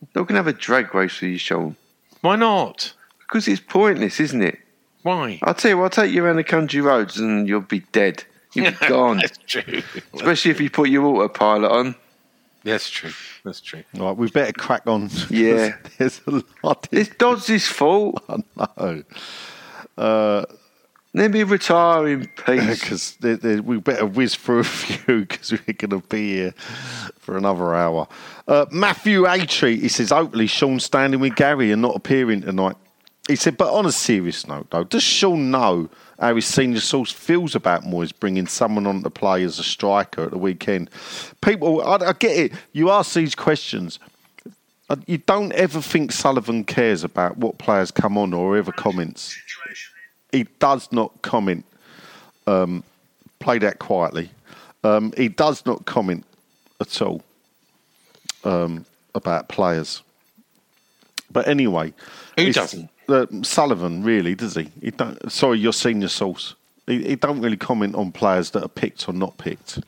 D: not going to have a drag race with you, Sean,
C: Why not?
D: because it's pointless, isn't it? (laughs)
C: Why?
D: I'll tell you, what, I'll take you around the country roads, and you'll be dead. You'll
A: (laughs)
D: be gone.
C: That's true.
D: Especially if you put your autopilot on.
C: That's true. That's true.
A: Right, we better crack on. (laughs)
D: Yeah.
A: there's a lot.
D: It's Dodds' fault.
A: I know. Uh,
D: Let me retire in
A: (laughs)
D: peace.
A: because we better whiz through a few because we're going to be here for another hour. Uh, Matthew Atry, he says, hopefully Sean's standing with Gary and not appearing tonight. He said, but on a serious note, though, does Sean know how his senior source feels about Moyes bringing someone on to play as a striker at the weekend? People, I, I get it. You ask these questions. Uh, You don't ever think Sullivan cares about what players come on or ever comments. He does not comment play that quietly. Um, he does not comment at all um, about players. But anyway,
C: Who
A: it's-
C: doesn't?
A: Uh, Sullivan really does he? He don't. Sorry, your senior source. He, he don't really comment on players that are picked or not picked,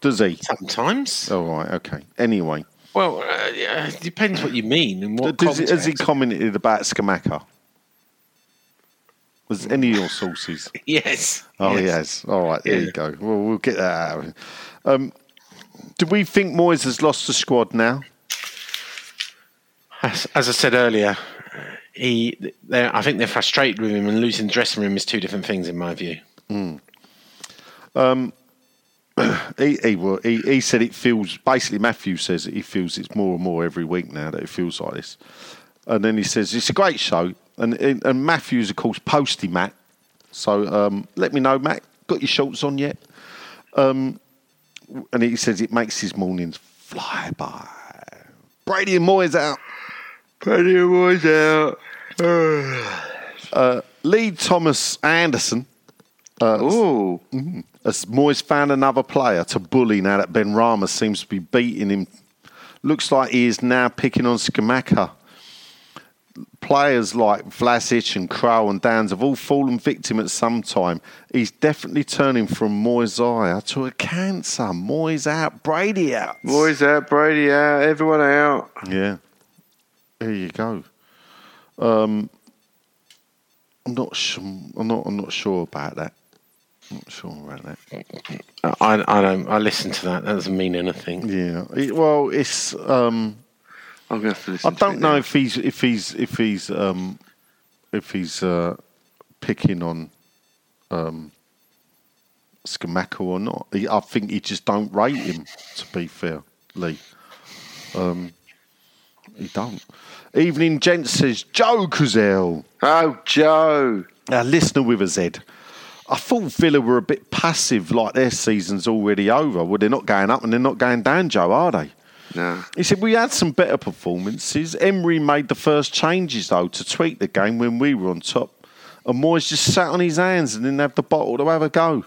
A: does he?
C: Mm. Sometimes.
A: All right, okay. Anyway,
C: Well, uh, yeah, it depends what you mean and what
A: does he, has he
C: context. (laughs)
A: commented about Skamaka? Was any of your sources?
C: Yes.
A: Oh,
C: yes.
A: he has. All right, there you
C: Yeah.
A: go. Well, we'll get that out. of him. Um, do we think Moyes has lost the squad now?
C: As, as I said earlier, he, they're, I think they're frustrated with him, and losing the dressing room is two different things, in my view.
A: He, he, well, he, he said it feels, basically, Matthew says that he feels it's more and more every week now that it feels like this. And then he says, it's a great show. And, and, and Matthew's, of course, posty Matt. So um, let me know, Matt. Got your shorts on yet? Um, and he says it makes his mornings fly by. Brady and Moyes out.
D: Put your voice out.
A: Lee Thomas Anderson
D: Oh,
A: As Moyes found another player to bully now that Ben Rama seems to be beating him. Looks like he is now picking on Skamaka. Players like Vlasic and Crow and Downs have all fallen victim at some time. He's definitely turning from Moyes' ire to a cancer. Moyes out, Brady out.
D: voice out, Brady out, everyone out.
A: Yeah. There you go. Um, I'm not sure. I'm not. I'm not sure about that. I'm not sure about that.
C: I, I don't. I listen to that. That doesn't mean anything.
A: Yeah. It- well, it's. Um,
D: I'm going to have to listen
A: I
D: to
A: don't
D: it
A: know
D: now.
A: if he's if he's if he's um, if he's uh, picking on um, Skamaka or not. He, I think you just don't rate him. To be fair, Lee, um, he don't. Evening Gent says Joe Cozell,
D: Oh, Joe.
A: our listener with a Z. I thought Villa were a bit passive, like their season's already over. Well, they're not going up and they're not going down, Joe, are they?
D: No.
A: He said, We had some better performances. Emery made the first changes, though, to tweak the game when we were on top. And Moyes just sat on his hands and didn't have the bottle to have a go.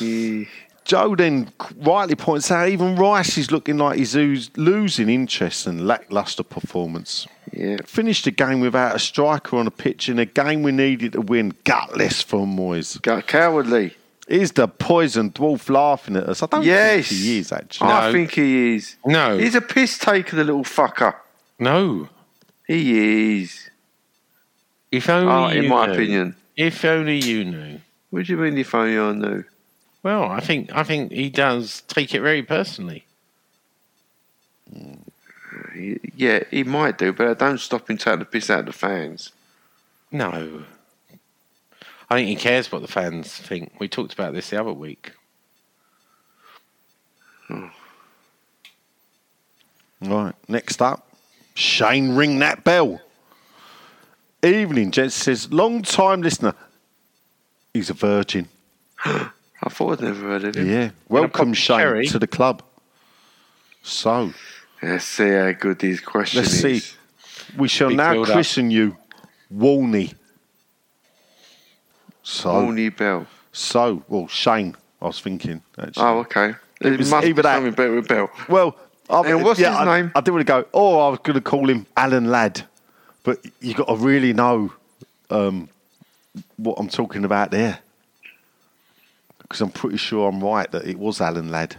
D: Yeah.
A: Joe then rightly points out even Rice is looking like he's ooze- losing interest and lacklustre performance.
D: Yeah.
A: Finished the game without a striker on the pitch in a game we needed to win, gutless from Moyes.
D: Got cowardly.
A: Is the poison dwarf laughing at us? I don't
D: Yes.
A: think he is, actually.
D: I
C: No.
D: think he is.
C: No.
D: He's a piss taker, the little fucker.
C: No.
D: He is.
C: If only
D: Oh, in
C: you
D: my
C: knew.
D: opinion.
C: If only you knew.
D: What do you mean if only I knew?
C: Well, I think I think he does take it very personally.
D: He- Yeah, he might do, but I don't stop him taking the piss out of the fans.
C: No. I think he cares what the fans think. We talked about this the other week.
A: Right. Next up, Shane ring that bell. Evening, gents says long time listener. He's a virgin.
D: I thought I'd never heard of him.
A: Yeah. Welcome,
C: pop
A: Shane,
C: cherry.
A: to the club. So
D: Let's see how good these questions
A: let's
D: is.
A: see. We shall
C: Big
A: now
C: build up.
A: christen you, Walney. So,
D: Only Bell.
A: so well, Shane. I was thinking. Actually.
D: Oh, okay. It,
A: was
D: must be
A: either that-
D: something better with Bell.
A: Well, I,
D: And what's
A: yeah,
D: his
A: I,
D: name?
A: I did want to go. Oh, I was going to call him Alan Ladd, but you got to really know um, what I'm talking about there, because I'm pretty sure I'm right that it was Alan Ladd.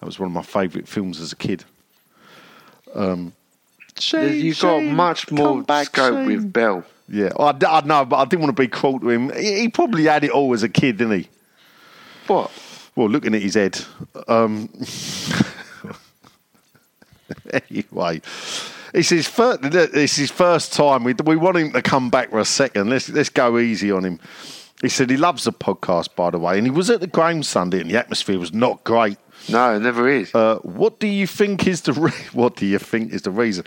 A: That was one of my favourite films as a kid. Um, Shane,
D: You've got
A: Shane,
D: much more
A: come back,
D: scope
A: Shane.
D: with Bell.
A: Yeah, I, d- I know, but I didn't want to be cruel to him. He, he probably had it all as a kid, didn't he?
D: What?
A: Well, looking at his head. Um, (laughs) anyway, it's his first. It's his first time. We we want him to come back for a second. Let's let's go easy on him. He said he loves the podcast, by the way, and he was at the game Sunday, and the atmosphere was not great.
D: No, it never is.
A: Uh, what do you think is the re- (laughs) what do you think is the reason?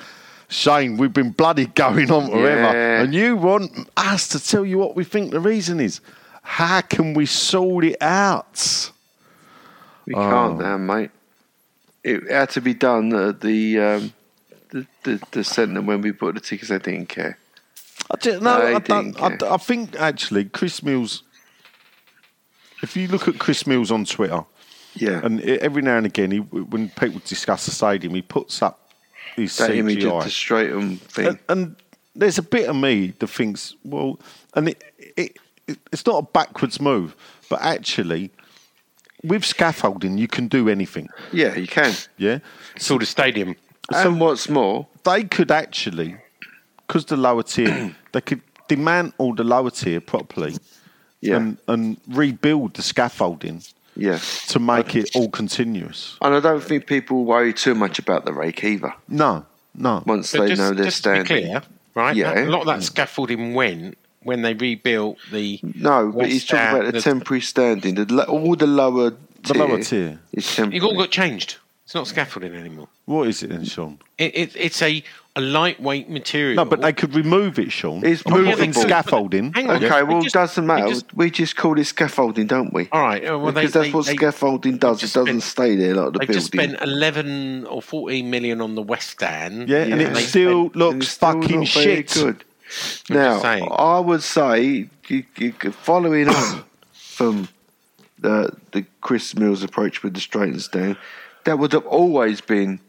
A: Shane, we've been bloody going on forever,
D: Yeah.
A: and you want us to tell you what we think the reason is. How can we sort it out?
D: we can't
A: oh.
D: now, mate. It had to be done at the um, the, the, the centre when we bought the tickets. They didn't care.
A: I ju- no,
D: No,
A: I,
D: he
A: don't.
D: didn't
A: I,
D: care.
A: d- I think actually, Chris Mills. If you look at Chris Mills on Twitter,
D: Yeah.
A: and e- every now and again, he, when people discuss the stadium, he puts up his
D: that image of
A: CGI.
D: the Stratum thing.
C: Uh,
A: and, and there's a bit of me that thinks, well, and it, it, it it's not a backwards move, but actually, with scaffolding, you can do anything.
D: yeah, you can.
A: Yeah,
C: It's all the stadium.
D: And what's more,
A: they could actually, because the lower tier, (clears throat) they could dismantle the lower tier properly
D: yeah,
C: um,
A: and, and rebuild the scaffolding
D: yeah.
A: to make it all continuous.
D: And I don't think people worry too much about the rake either.
A: No, no.
D: Once
C: But
D: they
C: just,
D: know they're
C: just to be
D: standing.
C: clear, right?
D: Yeah.
C: A lot of that scaffolding went when they rebuilt the.
D: No, but he's
C: West
D: talking
C: Ham,
D: about the temporary standing. The, lo- all the lower
A: The
D: tier
A: lower tier.
D: is
C: It
D: temporary.
C: all got changed. It's not scaffolding anymore.
A: What is it then, Sean?
C: It, it, it's a, a lightweight material.
A: No, but they could remove it, Sean.
D: It's
A: and put in
D: movable.
A: scaffolding.
C: Hang on.
D: okay,
C: They
D: well,
C: just-
D: doesn't matter.
C: they just-
D: we just call it scaffolding, don't we?
C: all right. uh, Well, they,
D: because that's
C: they-
D: what
C: they-
D: scaffolding does. It
C: just
D: doesn't stay there like the
C: They've
D: building.
C: just spent 11 or 14 million on the West Stand.
A: Yeah, and
D: Yeah.
A: it
D: They
A: still
D: And
A: looks
D: it's still
A: fucking
D: not very
A: shit.
D: Good.
C: just saying.
D: Now, I would say, you, you, could- following
C: (coughs)
D: on from the the Chris Mills approach with the straight and stand, that would have always been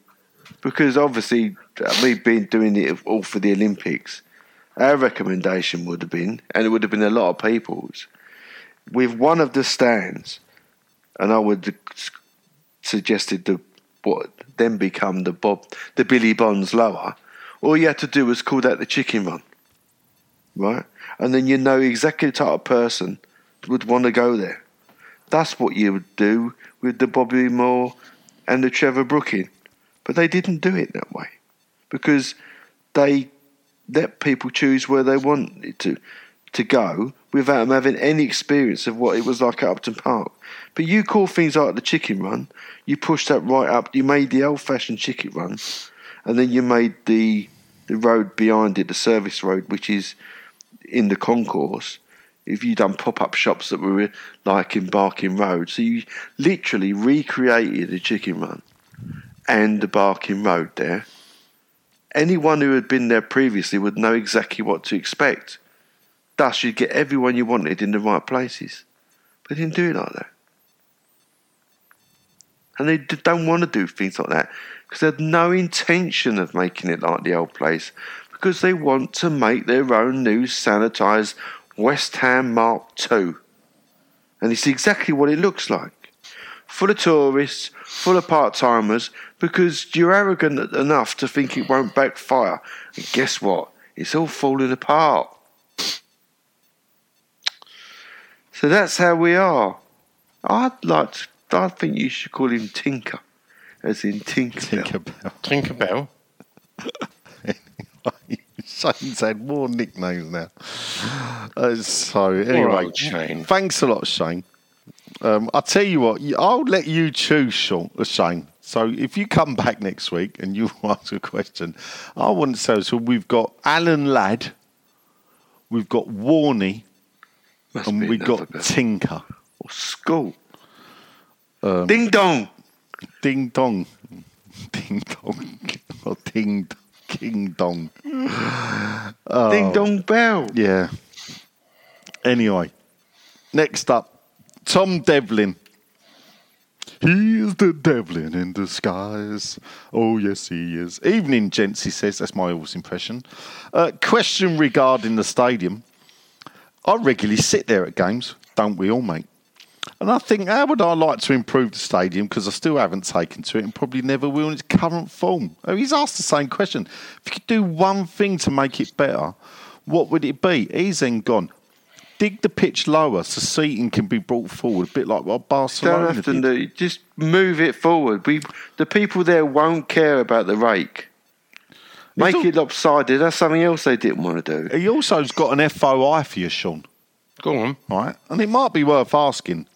D: because obviously we've been doing it all for the Olympics. Our recommendation would have been, and it would have been a lot of people's, with one of the stands, and I would have s- suggested the what then become the Bob the Billy Bonds lower. All you had to do was call that the chicken run right? And then you know exactly the type of person would want to go there. That's what you would do with the Bobby Moore and the Trevor Brooking. But they didn't do it that way because they let people choose where they wanted to. to go without them having any experience of what it was like at Upton Park. But you call things like the chicken run, you pushed that right up, you made the old fashioned chicken run, and then you made the the road behind it, the service road, which is in the concourse. If you done pop up shops that were like embarking road, so you literally recreated the chicken run and the Barking Road there, anyone who had been there previously would know exactly what to expect. Thus, you'd get everyone you wanted in the right places. But they didn't do it like that. And they d- don't want to do things like that because they had no intention of making it like the old place because they want to make their own new sanitised West Ham Mark II. And it's exactly what it looks like full of tourists, full of part timers, because you're arrogant enough to think it won't backfire. And guess what? It's all falling apart. So that's how we are. I'd like to, I think you should call him Tinker, as in Tinkerbell.
A: Think about
C: Tinkerbell.
A: it. Shane's had more nicknames now. Uh, so anyway,
C: old Shane.
A: thanks a lot, Shane. Um, I'll tell you what, you- I'll let you choose, Sean, uh, Shane. So if you come back next week and you (laughs) ask a question, I want to say so we've got Alan Ladd, we've got Warney,
D: Must
A: and
D: be
A: we
D: another
A: got
D: bit.
A: Tinker.
D: Or Skull. Um, Ding dong.
A: Ding dong. (laughs) Ding dong. or ding king dong. Oh.
D: Ding dong bell.
A: Yeah. Anyway, next up, Tom Devlin. He is the Devlin in disguise. Oh, yes, he is. Evening, gents, he says. That's my always impression. Uh, question regarding the stadium. I regularly sit there at games, don't we all, mate? And I think, how would I like to improve the stadium? Because I still haven't taken to it and probably never will in its current form. Oh, He's asked the same question. If you could do one thing to make it better, what would it be? He's then gone. Dig the pitch lower so seating can be brought forward, a bit like what Barcelona
D: Don't have to
A: did.
D: do. Just move it forward. We the people there won't care about the rake. Make
A: all-
D: it lopsided. That's something else they didn't want to do.
A: He also's got an FOI for you, Sean.
C: Go on.
A: right? And it might be worth asking.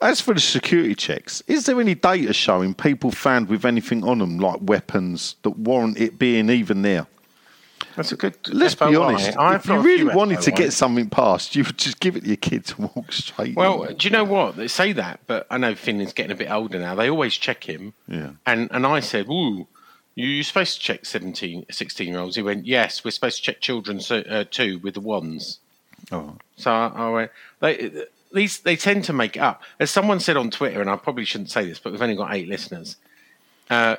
A: As for the security checks, is there any data showing people found with anything on them, like weapons, that warrant it being even there?
C: That's a good.
A: Let's be
C: FOI.
A: honest.
C: I've
A: if you
C: got a
A: really
C: few
A: wanted to
C: FOIs.
A: get something passed, you would just give it to your kid to walk straight.
C: Well,
A: in.
C: do you know what? They say that, but I know Finn is getting a bit older now. They always check him.
A: Yeah.
C: And and I said, ooh, you- you're supposed to check 17, 16 year olds. He went, yes, we're supposed to check children so, uh, too with the wands. uh,
A: Oh.
C: So I, I went, they, these, they tend to make it up. As someone said on Twitter, and I probably shouldn't say this, but we've only got eight listeners. Uh,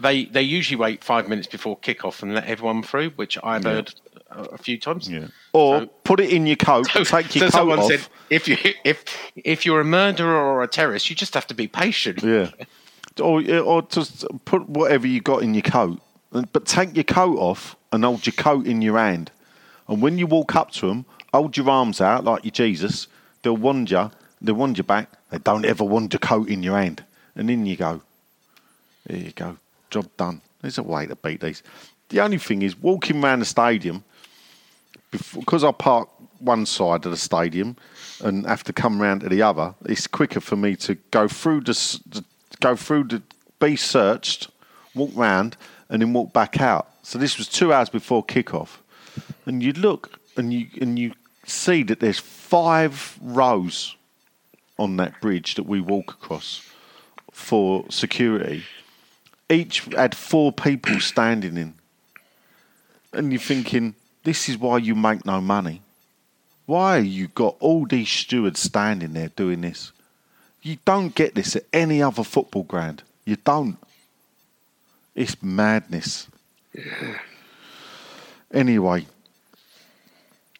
C: they they usually wait five minutes before kickoff and let everyone through, which I've heard a, a few times.
A: yeah. Or put it in your
C: (laughs)
A: coat, (laughs) take your coat
C: someone
A: off.
C: said if you if if you're a murderer or a terrorist, you just have to be patient.
A: Yeah. Or, or just put whatever you got in your coat, And- but take your coat off and hold your coat in your hand. And when you walk up to them, hold your arms out like you're Jesus. They'll wand you. They'll wand you back. They don't ever wand your coat in your hand. And in you go. There you go. Job done. There's a way to beat these. The only thing is walking around the stadium, because I park one side of the stadium and have to come round to the other, it's quicker for me to go through the, s- the go through the be searched, walk round, and then walk back out. So this was two hours before kickoff, and you look and you and you see that there's five rows on that bridge that we walk across for security. Each had four people standing in and you're thinking, this is why you make no money. Why you got all these stewards standing there doing this? You don't get this at any other football ground. You don't. It's madness. (sighs) Anyway, (sighs)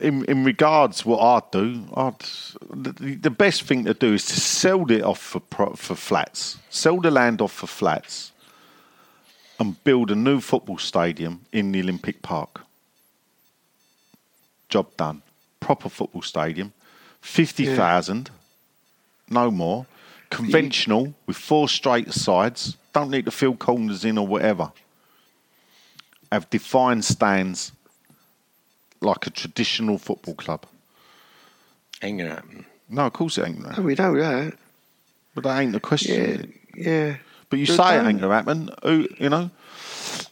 A: in in regards what I'd do, I'd the, the best thing to do is to sell it off for pro, for flats, sell the land off for flats, and build a new football stadium in the Olympic Park. Job done. Proper football stadium. 50,000, no more. Conventional with four straight sides. Don't need to fill corners in or whatever. Have defined stands. like a traditional football club.
C: Ain't gonna happen.
A: No, of course it ain't going to
D: Oh, we know that.
A: But that ain't the question.
D: Yeah,
A: is it?
D: yeah.
A: But you
D: But
A: say it
D: don't-
A: ain't going to happen. Who, you know?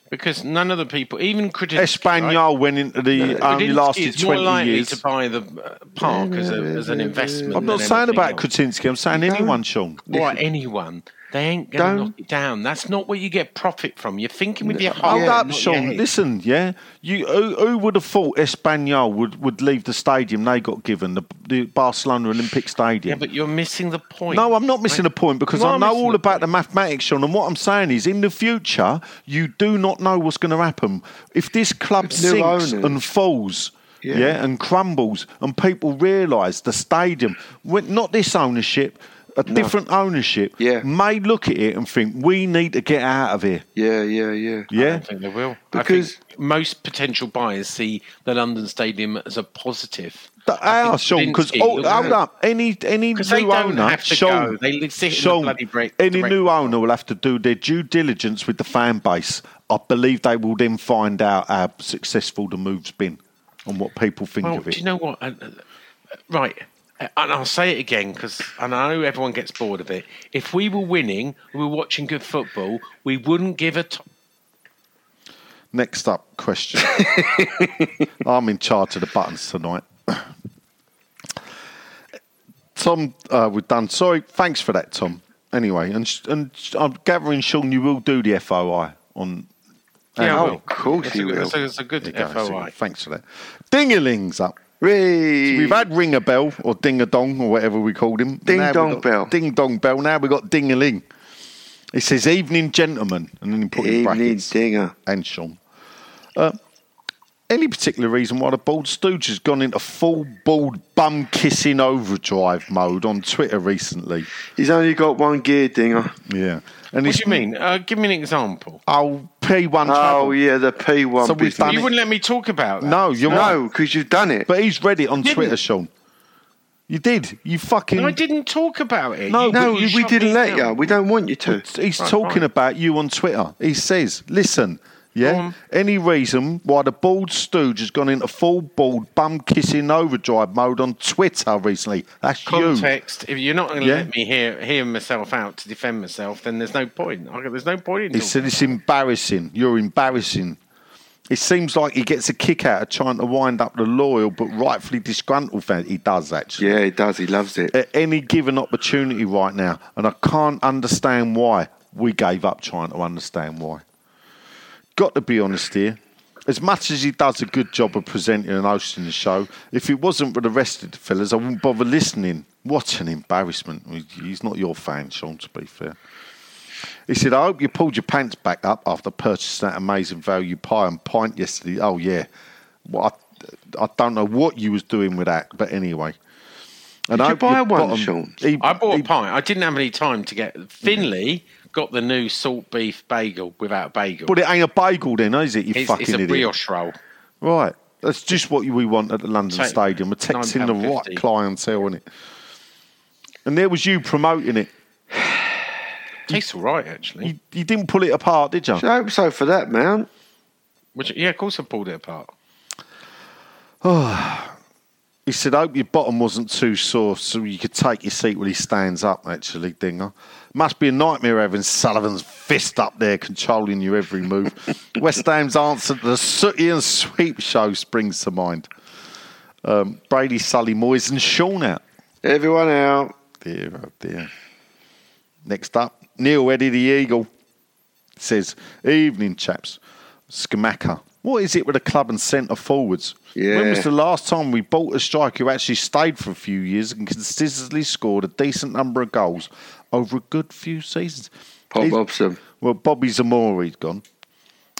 C: Because none of the people, even critics,
A: Espanyol went into the only um, lasted
C: it's more
A: 20
C: likely
A: years.
C: to buy the uh, park as, a, as an investment.
A: I'm not
C: than
A: saying
C: anything
A: about
C: else.
A: Kuczynski, I'm saying anyone, Sean.
C: Why anyone? They ain't going to
D: Don't-
C: knock it down. That's not what you get profit from. You're thinking with your heart.
A: Hold
C: not
A: up,
C: your
A: Sean.
C: head.
A: Listen, yeah. You who, who would have thought Espanyol would, would leave the stadium they got given, the, the Barcelona Olympic
C: Yeah,
A: Stadium?
C: but you're missing the point.
A: no, I'm not missing
C: Right?
A: a point because
C: You
A: I
C: are
A: know
C: missing
A: all
C: the
A: about
C: point.
A: the mathematics, Sean. And what I'm saying is, in the future, you do not know what's going to happen. If this club
D: With new
A: sinks
D: owners.
A: and falls, yeah.
D: Yeah.
A: and crumbles, and people realise the stadium, when, not this ownership, a different ownership,
D: Yeah.
A: may look at it and think, we need to get out of here.
D: Yeah, yeah, yeah.
A: Yeah.
C: I don't think they will.
D: Because-
C: I think most potential buyers see the London Stadium as a positive.
A: The
C: I think
A: hour, ah, Sean, because
C: Kudinsky-
A: hold up, any any
C: 'Cause they
A: new
C: don't
A: owner,
C: have to
A: Sean,
C: go. They li- sit in the
A: Sean,
C: bloody break-
A: any
C: direct
A: new
C: result.
A: owner will have to do their due diligence with the fan base. I believe they will then find out how successful the move's been and what people think
C: Well,
A: of it.
C: do you know what? Uh, uh, Right, Uh, and I'll say it again because I know everyone gets bored of it. If we were winning, we were watching good football, we wouldn't give a. T-
A: Next up,
C: (laughs)
A: question. I'm in charge of the buttons tonight. Tom, uh, we're done. Sorry, thanks for that, Tom. Anyway, and sh- and sh- I'm gathering, Sean, you will do the FOI on.
C: Yeah, I will.
D: Of course
C: That's
D: you
C: a-
D: will.
C: that's a- that's a good
A: There you go.
C: FOI.
A: Thanks for that. Dingalings up.
D: Whee!
A: We've had ring a bell or ding a dong or whatever we called him.
D: Ding
A: Now we've
D: dong
A: got
D: bell.
A: Ding dong bell. Now we've got ding a ling. It says evening, gentlemen, and then he put in
D: evening
A: brackets
D: dinger.
A: and Sean. Uh, any particular reason why the bald stooge has gone into full bald bum kissing overdrive mode on Twitter recently?
D: He's only got one gear dinger.
A: Yeah, and
C: What
A: it's
C: do you mean? Uh, give me an example.
A: Oh, P one.
D: Oh yeah, the P one.
A: So we've done
C: You
A: it.
C: wouldn't let me talk about that.
A: no, you're
D: No,
A: right.
D: because you've done it.
A: But he's read it on
C: Didn't.
A: Twitter, Sean. You did. You fucking.
C: No, I didn't talk about it.
A: No,
C: You-
D: no,
C: you
D: we
C: shut
D: didn't
C: me
D: let
C: down.
D: you. We don't want you to.
A: He's talking
C: right.
A: about you on Twitter. He says, "Listen,
C: Go
A: yeah,
C: on.
A: any reason why the bald stooge has gone into full bald bum kissing overdrive mode on Twitter recently? That's you."
C: Context. If you're not going to
A: Yeah.
C: let me hear hear myself out to defend myself, then there's no point. I, there's no point in
A: He
C: talking.
A: said, "It's embarrassing. You're embarrassing." It seems like he gets a kick out of trying to wind up the loyal but rightfully disgruntled fan. He does actually.
D: Yeah, he does. He loves it.
A: At any given opportunity right now, and I can't understand why we gave up trying to understand why. got to be honest here. As much as he does a good job of presenting and hosting the show, if it wasn't for the rest of the fellas, I wouldn't bother listening. What an embarrassment. He's not your fan, Sean, to be fair. He said, I hope you pulled your pants back up after purchasing that amazing value pie and pint yesterday. Oh, yeah. Well, I, I don't know what you was doing with that, but anyway. And
D: Did
A: I
D: you
A: hope your
D: buy one, Sean?
A: he-
C: I bought
A: he-
C: a pint. I didn't have any time to
A: Mm.
C: get. Finley got the new salt beef bagel without bagel.
A: But it ain't a bagel then, is it, you
C: it's,
A: fucking
C: it's a
A: idiot?
C: brioche roll.
A: Right. That's just what we want at the London
C: So,
A: Stadium. We're texting the right
C: £9.50.
A: clientele, is it? And there was you promoting it.
C: Tastes all right, actually.
A: You, you didn't pull it apart, did you?
D: I hope so for that, man.
C: Which, yeah, of course I pulled it apart.
A: He said, "Hope your bottom wasn't too sore, so you could take your seat when he stands up." Actually, Dinger, must be a nightmare having Sullivan's fist up there controlling your every move. West Ham's answer to the Sooty and Sweep show springs to mind. Um, Brady, Sully, Moyes, and Sean out.
D: Everyone out.
A: Dear, oh dear. Next up, Neil Eddie the Eagle says, Evening, chaps. Skamaka. What is it with the club and centre forwards? When
D: Yeah.
A: was the last time we bought a striker who actually stayed for a few years and consistently scored a decent number of goals over a good few seasons?
D: Pop
A: He's-
D: Robson.
A: Well, Bobby Zamori's gone.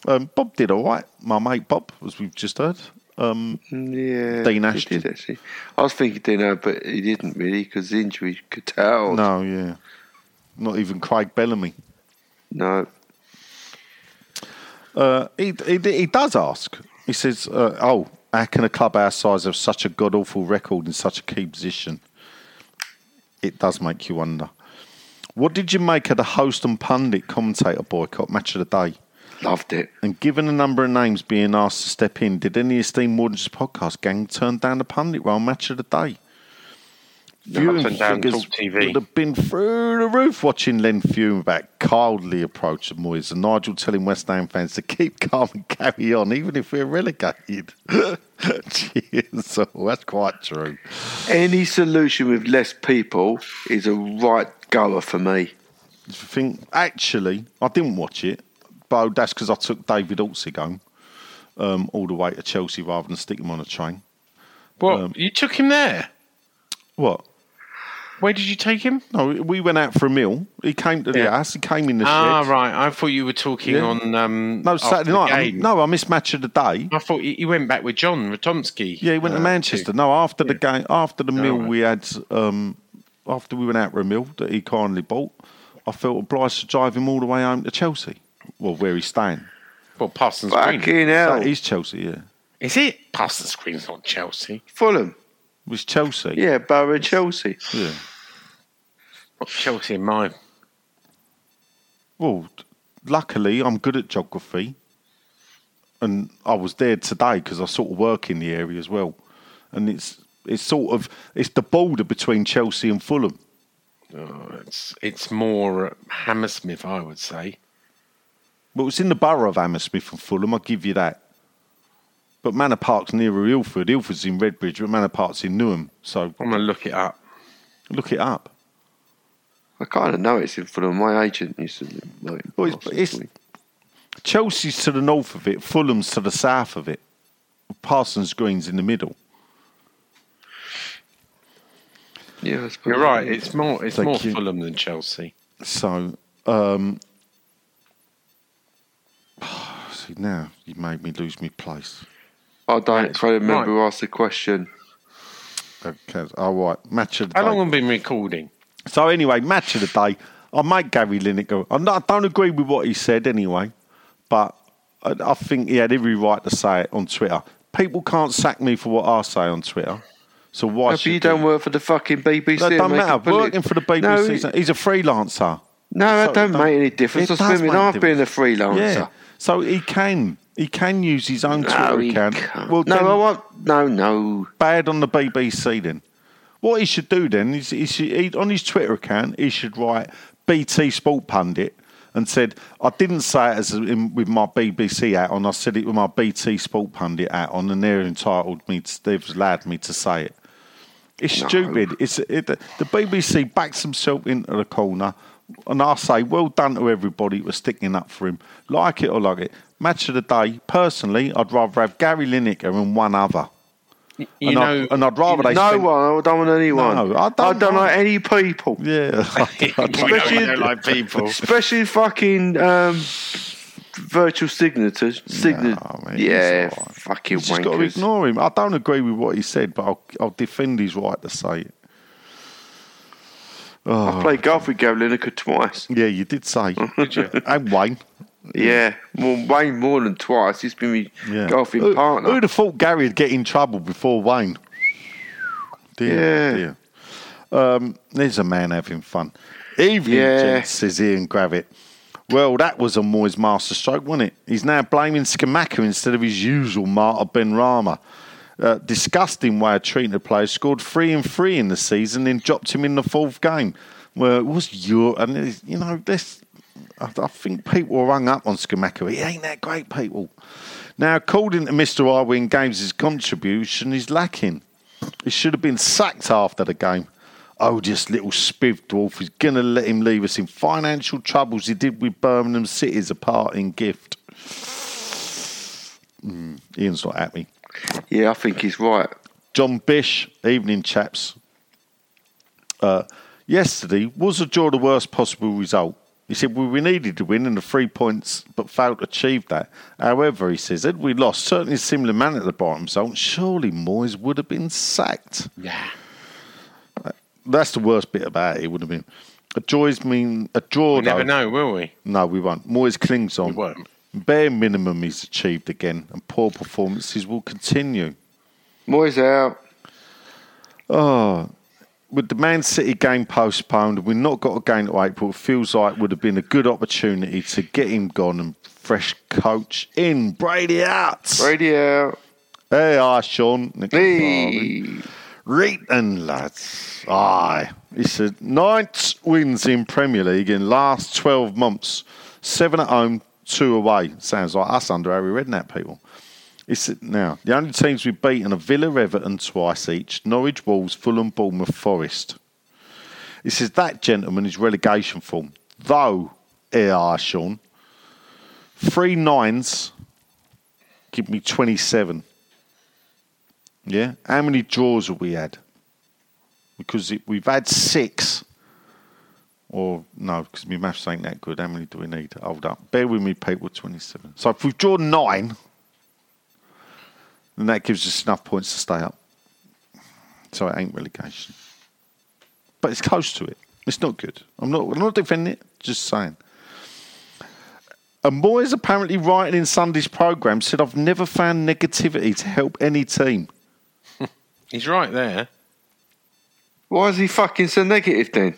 A: Um, Bob did all right. My mate Bob, as we've just heard. Um,
D: Mm, Yeah.
A: Dean
D: he
A: Ashton.
D: did, actually. I was thinking Dean, Ashton, but he didn't really because the injury could tell.
A: no, yeah. Not even Craig Bellamy.
D: No.
A: Uh, he, he he does ask. He says, uh, "Oh, how can a club our size have such a god awful record in such a key position?" It does make you wonder. What did you make of the host and pundit commentator boycott match of the day?
D: Loved it.
A: And given the number of names being asked to step in, did any esteemed Warden's podcast gang turn down the pundit role match of the day?
C: No, I
A: Viewing
C: turned down
A: figures
C: Talk TV.
A: would have been through the roof watching Len Fume back coldly approach the Moyes and Nigel telling West Ham fans to keep (laughs) calm and carry on, even if we're relegated. (laughs) Cheers. (laughs) all. that's quite true.
D: Any solution with less people is a right goer for me.
A: I think actually I didn't watch it, but that's because I took David Altsig home um, all the way to Chelsea rather than stick him on a train.
C: What?
A: Um,
C: you took him there?
A: What?
C: Where did you take him?
A: No, we went out for a meal. He came to the
C: Yeah.
A: house. He came in the
C: Ah,
A: shed.
C: right. I thought you were talking
A: Yeah.
C: on. Um,
A: No,
C: after
A: Saturday
C: the
A: night. I-
C: game.
A: no, I missed match of the day.
C: I thought he he went back with John Ratomski.
A: Yeah, he went to
C: Uh,
A: Manchester. No, after the game, after the meal
C: Ah, right.
A: we had, um, after we went out for a meal that he kindly bought, I felt obliged to drive him all the way home to Chelsea. Well, where he's staying.
C: Well, Parsons Green.
D: Fucking
A: That
D: hell.
A: is Chelsea. Yeah,
C: Is it? Parsons Green's not Chelsea.
D: Fulham.
A: it was Chelsea.
D: Yeah, Borough, Chelsea.
A: yeah.
C: Not Chelsea in my.
A: Well, luckily, I'm good at geography, and I was there today because I sort of work in the area as well, and it's it's sort of it's the border between Chelsea and Fulham.
C: Oh, it's it's more uh, Hammersmith, I would say.
A: Well, it's in the borough of Hammersmith and Fulham. I'll give you that. But Manor Park's nearer Ilford. Ilford's in Redbridge, but Manor Park's in Newham. So
C: I'm gonna look it up.
A: look it up.
D: I kind of know it's in Fulham. My agent used to live- know it.
A: Well, it's- it's- Chelsea's to the north of it. Fulham's to the south of it. Parsons Green's in the middle.
D: yeah, I suppose
C: You're right. It's more it's
A: Thank
C: more
A: you.
C: Fulham than Chelsea.
A: So, um, (sighs) see now you made me lose my place.
D: I don't quite remember
C: right.
D: who asked the question.
A: Okay, all right, match of the
C: How long
A: day.
C: have we been recording?
A: So anyway, match of the day. I make Gary Lineker. I'm not, I don't agree with what he said anyway, but I, I think he had every right to say it on Twitter. People can't sack me for what I say on Twitter, so why
D: No, but
A: should
D: you don't work for the fucking BBC.
A: That
D: and
A: don't
D: they can
A: matter.
D: pull it-
A: Working for the BBC,
D: No,
A: is- he's a freelancer.
D: no,
A: So
D: that
A: it
D: don't make any difference.
A: it
D: I've
A: does
D: been
A: make
D: I've been a
A: difference. Yeah.
D: freelancer.
A: So he can he can use his own
D: No,
A: Twitter
D: he
A: account.
D: can't.
A: Well,
D: no,
A: then
D: I want, no, no.
A: bad on the BBC then. What he should do then is he should, he, on his Twitter account he should write BT Sport Pundit and said I didn't say it as in, with my BBC hat on. I said it with my BT Sport Pundit hat on, and they're entitled me. To, they've allowed me to say it. It's stupid. It's it, the BBC backs himself into the corner, and I say, well done to everybody for sticking up for him, like it or like it. Match of the day, personally, I'd rather have Gary Lineker and one other.
C: You
A: and,
C: know,
A: I, and I'd rather they
D: no
A: spent-
D: one. I don't want anyone.
A: No, I
D: I
A: don't
D: don't,
A: know.
D: like any people.
A: (laughs) Yeah, (laughs) I don't-
C: we don't- we
D: Especially-
C: don't like people.
D: Especially fucking um, virtual signators. Signa-
A: No, mate,
D: yeah,
A: it's all right.
D: fucking
A: you just got to
D: wankers.
A: ignore him. I don't agree with what he said, but I'll, I'll defend his right to say it.
D: I played golf with Gary Lineker twice.
A: Yeah, you did say. (laughs) did
C: you?
A: And Wayne.
D: Yeah, more, way more than twice. He's been my
A: Yeah.
D: golfing
A: Who-
D: partner.
A: Who'd have thought Gary'd get in trouble before Wayne? Dear,
D: Yeah.
A: dear. Um, there's a man having fun. Evening,
D: Yeah.
A: gents, says Ian Gravitt. Well, that was a Moyes masterstroke, wasn't it? He's now blaming Skamaka instead of his usual martyr Ben Rama. Uh, disgusting way of treating the player. Scored three and three in the season, then dropped him in the fourth game. Well, it was your and it's- you know this. I, I think people are hung up on Skamaka. He ain't that great, people. Now, according to Mr. Irwin, Games' contribution is lacking. He should have been sacked after the game. Oh, this little spiv dwarf is going to let him leave us in financial troubles he did with Birmingham City as a parting gift. Mm, Ian's not at me.
D: Yeah, I think he's right.
A: John Bish, evening chaps. Uh, yesterday was a draw the worst possible result. He said well, we needed to win and the three points, but failed to achieve that. However, he says had we lost, certainly a similar manner to the Brighton result, surely Moyes would have been sacked.
C: Yeah.
A: That's the worst bit about it. It would have been a draw's mean a draw.
C: We'll never
A: though-
C: know, will we?
A: no, we won't. Moyes clings on.
C: won't.
A: Bare minimum is achieved again, and poor performances will continue.
D: Moyes out.
A: with the Man City game postponed, we've not got a game to April. It feels like would have been a good opportunity to get him gone and fresh coach in. Brady out.
D: Radio.
A: Hey, aye, Sean. Nick
D: Hey.
A: Reeton, lads. Aye. It's the ninth wins in Premier League in last 12 months. Seven at home, two away. Sounds like us under Harry Redknapp, people. It's now the only teams we've beaten are Villa, Everton twice each, Norwich, Wolves, Fulham, Bournemouth, Forest. It says that gentleman is relegation form, though. Er, Sean, three nines give me twenty-seven. Yeah. How many draws have we had? Because it, we've had six. Or no, because my maths ain't that good. How many do we need? Hold up. Bear with me, people. Twenty-seven. So if we've drawn nine, then that gives us enough points to stay up. So it ain't relegation, but it's close to it. It's not good. I'm not. I'm not defending it. Just saying. And Moyes apparently writing in Sunday's programme said, I've never found negativity to help any team.
C: He's right there.
D: Why is he fucking so negative then?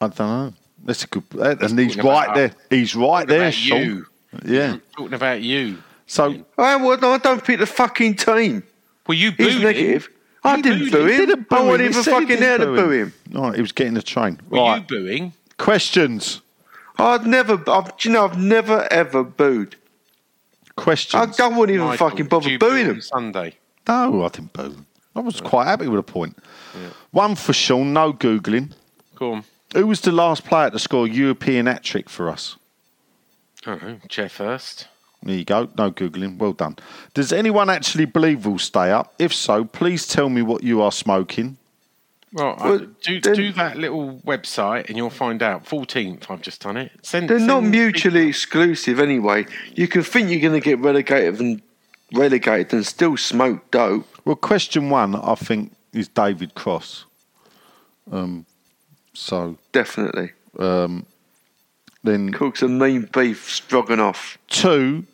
A: I don't know. That's a good. and he's
C: talking
A: right
C: about
A: there. He's right there,
C: about
A: Sean.
C: you.
A: Yeah.
C: Talking about you.
A: So
D: I, well, no, I don't pick the fucking team.
C: Well, you
D: He's
C: booed him.
D: negative. I
C: You
D: didn't
C: booed
D: boo
C: him.
D: him. I
A: Oh,
D: wasn't even fucking there to boo him.
A: No, he was getting the train.
C: Were
A: right.
C: you booing?
A: Questions.
D: I'd never, I've, do you know, I've never ever booed. I,
A: Questions.
D: I wouldn't even
C: Michael,
D: fucking
C: did
D: bother
C: you boo
D: booing
C: him
D: him.
C: Sunday.
A: No, I didn't boo. I was quite happy with a point. One for Sean. No googling.
C: Go on.
A: Who was the last player to score a European hat trick for us?
C: I don't know. Chair first.
A: There you go. No googling. Well done. Does anyone actually believe we'll stay up? If so, please tell me what you are smoking.
C: Well, I-
D: Well,
C: do
D: then-
C: do that little website and you'll find out. Fourteenth, I've just done it. Send.
D: They're not
C: send-
D: mutually exclusive anyway. You can think you're going to get relegated and relegated and still smoke dope.
A: Well, question one, I think, is David Cross. Um, so
D: Definitely.
A: then
D: Cook some mean beef stroganoff.
A: two,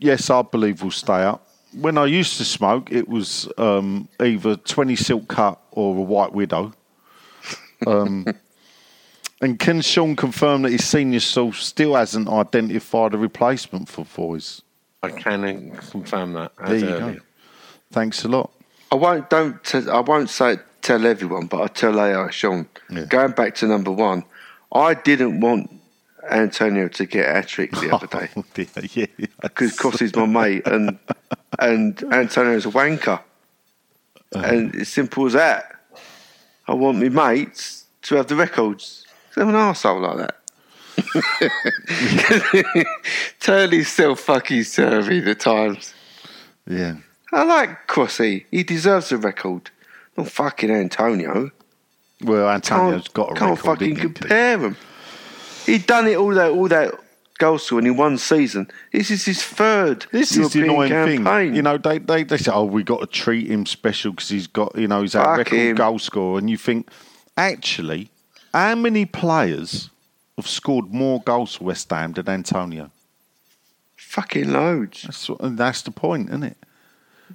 A: yes, I believe we'll stay up. When I used to smoke, it was um, either 20 Silk Cut or a White Widow. Um,
D: (laughs)
A: and can Sean confirm that his senior source still hasn't identified a replacement for Voice?
C: I can uh, confirm that. As
A: There you
C: earlier.
A: go. Thanks a lot.
D: I won't don't t- I won't say tell everyone, but I tell AI Sean.
A: Yeah.
D: Going back to number one, I didn't want Antonio to get a trick the other
A: (laughs)
D: day
A: Oh, dear, yeah.
D: because Costa's my mate and and Antonio's a wanker, and it's simple as that. I want my mates to have the records. 'Cause I'm an arsehole like that. (laughs) Tony's still fucking serving the times.
A: Yeah.
D: I like Crossy. He deserves a record. Not fucking Antonio.
A: Well,
D: Can't,
A: Antonio's got a
D: can't
A: record,
D: fucking
A: didn't he?
D: compare him. He done it all that all that goals to in one season. This is his third.
A: This
D: European
A: is the annoying
D: campaign.
A: thing. You know, they, they, they say, oh, we got to treat him special because he's got, you know, he's our
D: Fuck
A: record
D: him.
A: goal scorer. And you think, actually, how many players have scored more goals for West Ham than Antonio?
D: fucking loads.
A: That's, what- and that's the point, isn't it?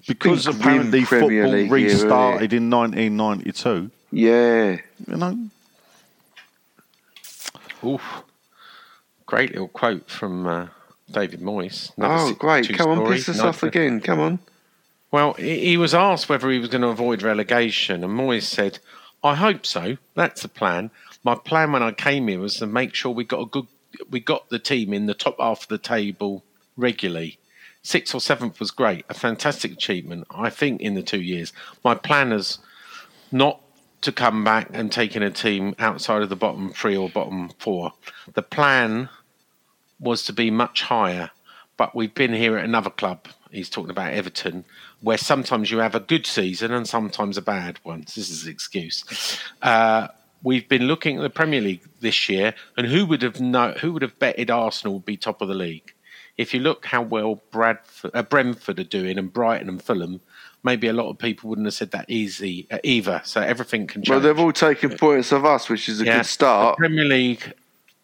A: Because
D: been grim
A: apparently football
D: Premier League year, hasn't
A: restarted in 1992.
D: Yeah,
A: You know,
C: Oof. Great little quote from uh, David Moyes. Another
D: Oh,
C: si-
D: great.
C: two
D: Come on,
C: story,
D: piss us
C: nice
D: off
C: to-
D: again. Come on.
C: Well, he he was asked whether he was going to avoid relegation, and Moyes said, "I hope so. That's the plan. My plan when I came here was to make sure we got a good, we got the team in the top half of the table regularly. Sixth or seventh was great, a fantastic achievement. I think in the two years, my plan is not to come back and taking a team outside of the bottom three or bottom four. The plan was to be much higher, but we've been here at another club. He's talking about Everton, where sometimes you have a good season and sometimes a bad one. This is his excuse. Uh, we've been looking at the Premier League this year, and who would have know, who would have betted Arsenal would be top of the league? If you look how well Bradford, uh, Brentford are doing, and Brighton and Fulham, maybe a lot of people wouldn't have said that easy uh, either. So everything can change.
D: Well, they've all taken points of us, which is a good start.
C: The Premier League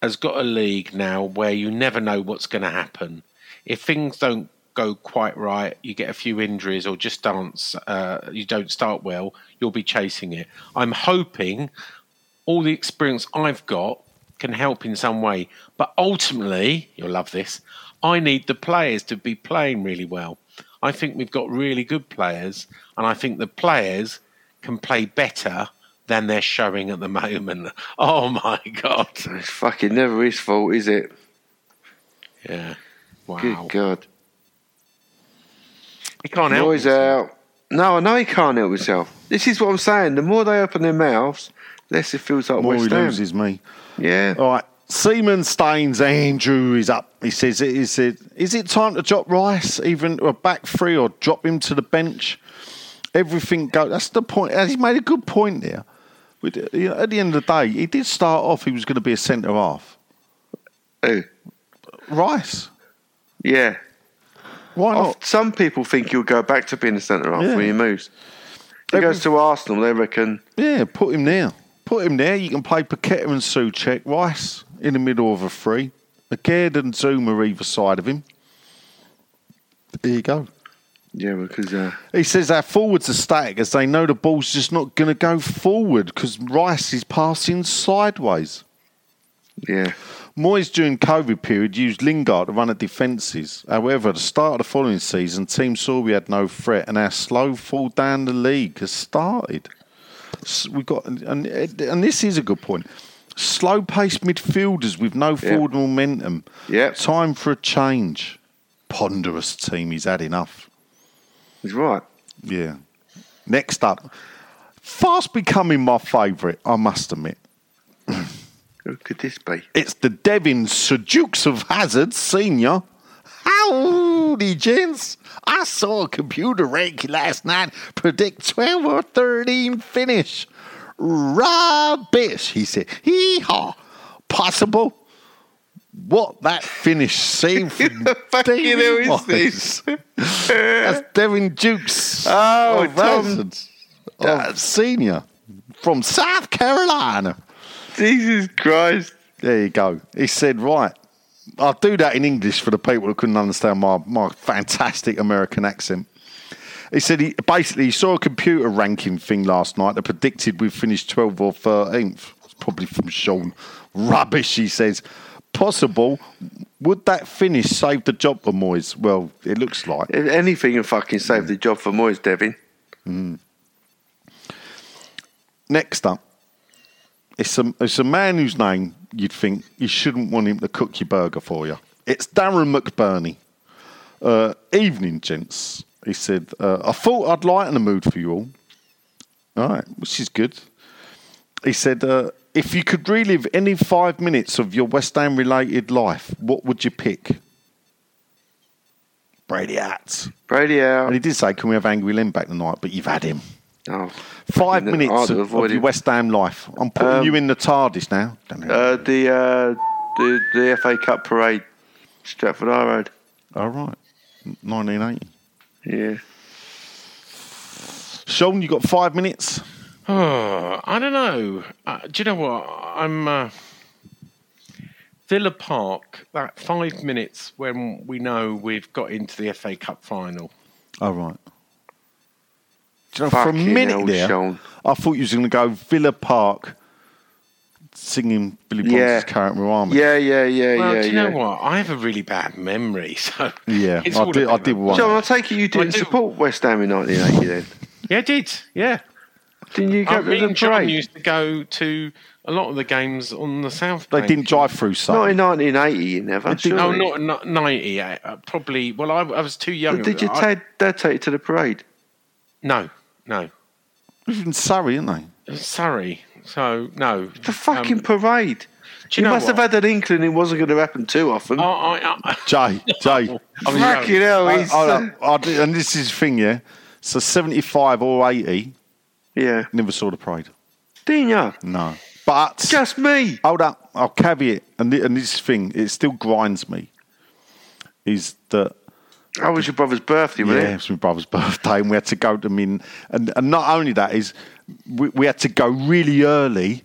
C: has got a league now where you never know what's going to happen. If things don't go quite right, you get a few injuries or just dance, uh, you don't start well, you'll be chasing it. I'm hoping all the experience I've got can help in some way. But ultimately, you'll love this, I need the players to be playing really well. I think we've got really good players, and I think the players can play better than they're showing at the moment. (laughs) Oh my God.
D: It's fucking never his fault, is it?
C: Yeah. Wow.
D: Good God.
C: He can't help
D: Noise
C: himself.
D: out. No, I know he can't help himself. This is what I'm saying. The more they open their mouths, less it feels like
A: More he
D: West Ham.
A: loses me.
D: Yeah.
A: All right. Seaman Staines Andrew is up. He says, "Is it is it time to drop Rice even to a back three or drop him to the bench? Everything go. That's the point. And He made a good point there. With, you know, at the end of the day, he did start off. He was going to be a centre half.
D: Oh,
A: Rice.
D: Yeah.
A: Why
D: Off-
A: not?
D: Some people think he'll go back to being a centre half
A: Yeah.
D: when he moves. He
A: Every-
D: goes to Arsenal, they reckon.
A: Yeah, put him there. Put him there. You can play Paqueta and Suchek. Rice in the middle of a three. McGaird and Zuma either side of him. There you go.
D: Yeah, because uh,
A: He says our forwards are static as they know the ball's just not going to go forward because Rice is passing sideways.
D: yeah,
A: Moyes during COVID period used Lingard to run at defences. However, at the start of the following season, teams saw we had no threat and our slow fall down the league has started. S- We've got, and, and this is a good point. Slow paced midfielders with no forward momentum.
D: Yep.
A: Time for a change. Ponderous team, he's had enough.
D: he's right.
A: Yeah. Next up, fast becoming my favourite, I must admit.
D: Who could this be?
A: It's the Devin Sejukes of Hazard Senior. Howdy, gents. I saw a computer rank last night predict 12 or 13 finish. Rubbish, he said. Hee haw. Possible. What that finish saved from
D: (laughs) Fucking
A: Davey
D: hell is
A: Moyes.
D: this?
A: That's Devin Jukes.
D: Oh,
A: of
D: Tom.
A: Hazard, of senior from South Carolina.
D: Jesus Christ.
A: There you go. He said, right, I'll do that in English for the people who couldn't understand my, my fantastic American accent. He said he basically he saw a computer ranking thing last night that predicted we'd finish 12th or 13th. It's probably from Sean. Rubbish, he says. Possible. Would that finish save the job for Moyes? Well, it looks like.
D: If anything can fucking save the job for Moyes, Devin.
A: Next up, it's a, it's a man whose name you'd think you shouldn't want him to cook your burger for you. It's Darren McBurney. Uh, Evening, gents. He said, uh, I thought I'd lighten the mood for you all. All right, which is good. He said, uh, If you could relive any five minutes of your West Ham related life, what would you pick? Brady Hats.
D: Brady
A: And
D: out.
A: he did say, Can we have Angry Lynn back tonight? But you've had him.
D: Oh.
A: Five
D: Hard to
A: minutes of,
D: avoid
A: of your
D: it.
A: West Ham life. I'm putting
D: Um,
A: you in the TARDIS now. Don't know.
D: Uh, the, uh, the the FA Cup parade, Stratford High Road.
A: All right. 1980.
D: Yeah.
A: Sean, you got five minutes?
C: Oh, (sighs) I don't know. Uh, do you know what? I'm uh, Villa Park. That five minutes when we know we've got into the FA Cup final.
A: All right. Do you know, for a
D: Fucking
A: minute
D: hell,
A: there,
D: Sean.
A: I thought you was going to go Villa Park singing Billy Bond's
D: Yeah.
A: current Army.
D: Yeah, yeah, yeah,
C: Well,
D: yeah,
C: do you
D: yeah.
C: know what? I have a really bad memory, (laughs) so
A: Yeah,
C: it's
A: I
C: all
A: did, I
C: about-
A: did one.
D: John, I take it you didn't
C: do.
D: support West Ham in 1980 then.
C: Yeah, I did. Yeah,
D: Didn't you
C: I
D: go
C: mean,
D: to the
C: John
D: parade?
C: used to go to a lot of the games on the south.
A: they
C: bank.
A: didn't drive through, so.
D: Not in 1980, you never.
C: No,
D: surely.
C: Oh, not, not ninety. uh, Uh, probably. Well, I, I was too young.
D: Did you
C: I-
D: take dad take you to the parade?
C: No, no.
A: in Surrey, aren't they?
C: Sorry. So no.
D: The fucking parade.
C: Um,
D: You,
C: do you know
D: must
C: what? Oh.
D: have had an inkling it wasn't going to happen too often.
C: I, I,
D: (laughs)
C: I,
A: Jay, Jay.
C: I'm
D: Oh, fucking
C: young.
D: hell,
A: I,
D: he's, uh,
A: I, I, did- and this is the thing, yeah? So 75 or 80,
D: yeah.
A: never saw the parade.
D: Didn't
C: (laughs)
D: you?
A: No. But.
D: Just me.
A: hold up, I'll caveat, and, thi- and this thing, it still grinds me, is that
D: How was your brother's birthday,
A: yeah,
D: wasn't
A: it was my brother's (laughs) birthday, and we had to go to him in, and, and not only that is, we, we had to go really early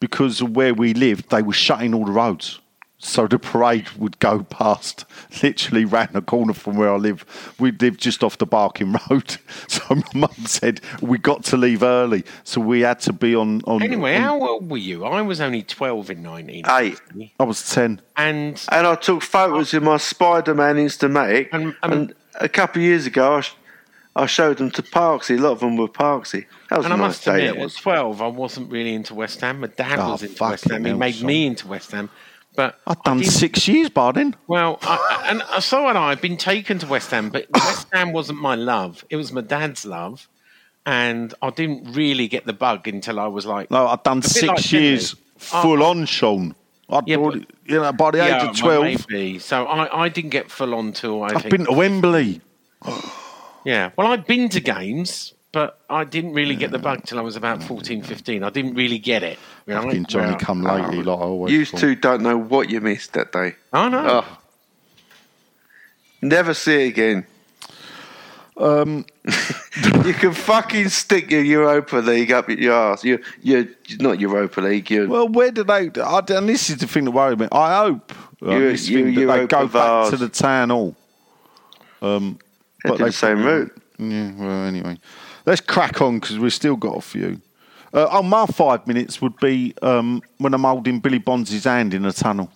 A: because of where we lived, they were shutting all the roads. So the parade would go past, (laughs) literally round the corner from where I live. We lived just off the Barking (laughs) Road. So my mum said we got to leave early, so we had to be on. on
C: Anyway,
A: on-
C: how old were you? I was only 12 in 1980.
A: I was ten.
C: And
D: And I took photos in my Spider Man Instamatic.
C: And-
D: And,
C: and-
D: a couple of years ago, I, sh- I showed them to Parksy. A lot of them were Parksy. That was
C: And
D: a
C: I
D: nice
C: must
D: day.
C: admit,
D: That was. Ah,
C: at 12, I wasn't really into West Ham. My dad
A: Oh,
C: was into
A: fucking
C: West Ham. He
A: hell,
C: made
A: son.
C: me into West Ham. But
A: I'd done
C: didn't-
A: six years by then.
C: Well, I, I- and I- so had I. I'd been taken to West Ham, but West
D: (coughs)
C: Ham wasn't my love. It was my dad's love. And I didn't really get the bug until I was like,
A: No, I'd done
C: bit
A: six
C: like Henry.
A: years full on, Sean. I'd
C: Yeah,
A: already-
C: but-
A: you know, by the age
C: well,
A: of twelve,
C: maybe. So I, I didn't get full on till I
A: I've
C: think.
A: been to Wembley.
C: Yeah. Well, I'd been to games, but I didn't really get the bug till I was about 14, 15. I didn't really get it. Right?
A: Fucking Johnny
C: Well,
A: come lately, like I always.
D: You
A: thought.
D: two don't know what you missed that day.
C: I know.
D: Oh. Never see it again. Um, (laughs) you can fucking stick your Europa League up your ass. You, you, not Europa League. You,
A: Well, where do they? I, and this is the thing that worried me. I hope uh,
D: You-
A: this
D: you-
A: thing that
D: you
A: they
D: hope
A: go
D: of
A: back
D: ours.
A: to the town hall.
D: they're the same
A: probably
D: route.
A: won't. Yeah. Well, anyway, let's crack on because we've still got a few. Uh, oh, my five minutes would be um, when I'm holding Billy Bonds' hand in a tunnel.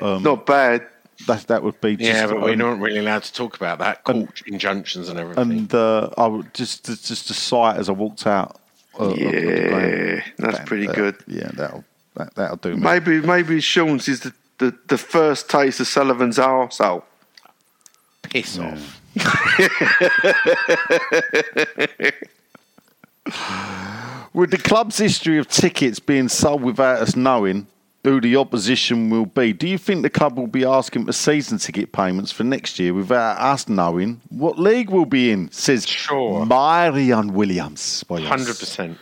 A: um,
D: not bad.
A: That that would be just,
C: yeah, but we're
A: um,
C: not really allowed to talk about that. Court injunctions and everything.
A: and uh, I would just just just the sight as I walked out. Uh, of the ground.
D: Yeah, that's
A: Bang,
D: pretty
A: that-
D: good.
A: Yeah, that'll that, that'll do me.
D: Maybe maybe Sean's is the, the, the first taste of Sullivan's arsehole.
C: Piss off.
A: With the club's history of tickets being sold without us knowing who the opposition will be, do you think the club will be asking for season ticket payments for next year without us knowing what league we'll be in? Says
C: Sure.
A: Marion Williams. By us.
C: 100%.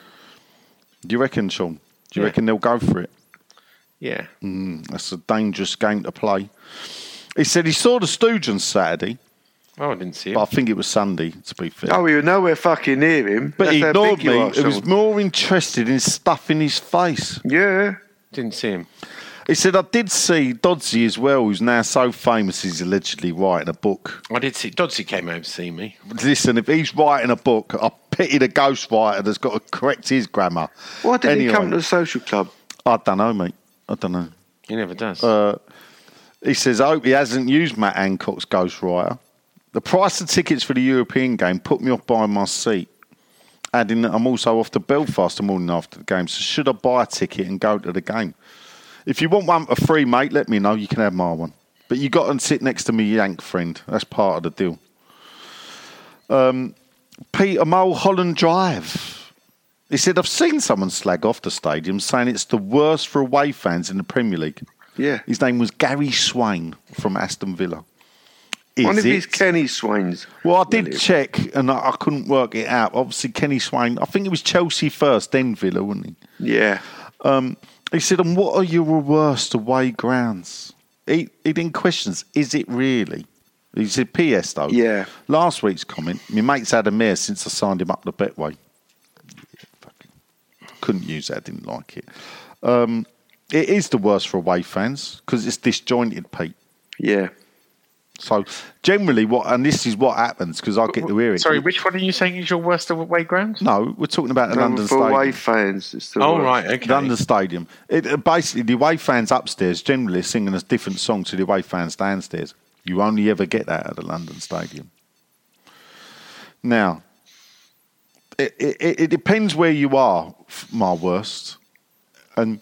A: Do you reckon, Sean? Do you
C: Yeah.
A: reckon they'll go for it?
C: Yeah.
A: Mm. That's a dangerous game to play. He said he saw the Stooge on Saturday,
C: Oh, I didn't see it.
A: but I think it was Sunday, to be fair.
D: Oh, you're nowhere fucking near him.
A: but
D: That's
A: he
D: how
A: ignored
D: big you
A: me.
D: are,
A: He was
D: Sean.
A: more interested in stuffing his face.
D: yeah.
C: Didn't see him.
A: He said, I did see Dodsey as well, who's now so famous he's allegedly writing a book.
C: I did see Dodsey came over to see me.
A: Listen, if he's writing a book, I pity the ghostwriter that's got to correct his grammar.
D: Why did he
A: Anyway,
D: come to the social club?
A: I don't know, mate. I don't know.
C: He never does.
A: Uh, He says, I hope he hasn't used Matt Hancock's ghostwriter. The price of tickets for the European game put me off buying my seat, adding that I'm also off to Belfast the morning after the game, so should I buy a ticket and go to the game? If you want one for free, mate, let me know. You can have my one. But you got to sit next to me, Yank friend. That's part of the deal. Um, Peter Mole Holland Drive. He said, I've seen someone slag off the stadium saying it's the worst for away fans in the Premier League.
D: Yeah.
A: His name was Gary Swain from Aston Villa. Is
D: One of
A: it?
D: his Kenny Swains.
A: well, I did
D: Really?
A: check and I, I couldn't work it out. Obviously, Kenny Swain, I think it was Chelsea first, then Villa, wasn't he? Um,
D: Yeah.
A: He said, and what are your worst away grounds? He, he didn't questions, is it really? He said, P.S. though.
D: Yeah.
A: Last week's comment, my mate's had a mare since I signed him up the Betway. Fucking- Couldn't use that, didn't like it. Um, it is the worst for away fans because it's disjointed, Pete.
D: Yeah.
A: So generally, what and this is what happens because I get to hear it.
C: Sorry, which one are you saying is your worst away ground?
A: no, we're talking about the London
D: And for
A: Stadium.
D: away fans, it's the
C: Oh,
D: worst.
C: right, okay.
A: London Stadium. It, uh, basically, the away fans upstairs generally are singing a different song to the away fans downstairs. You only ever get that at the London Stadium. Now, it, it, it depends where you are. f- My worst, and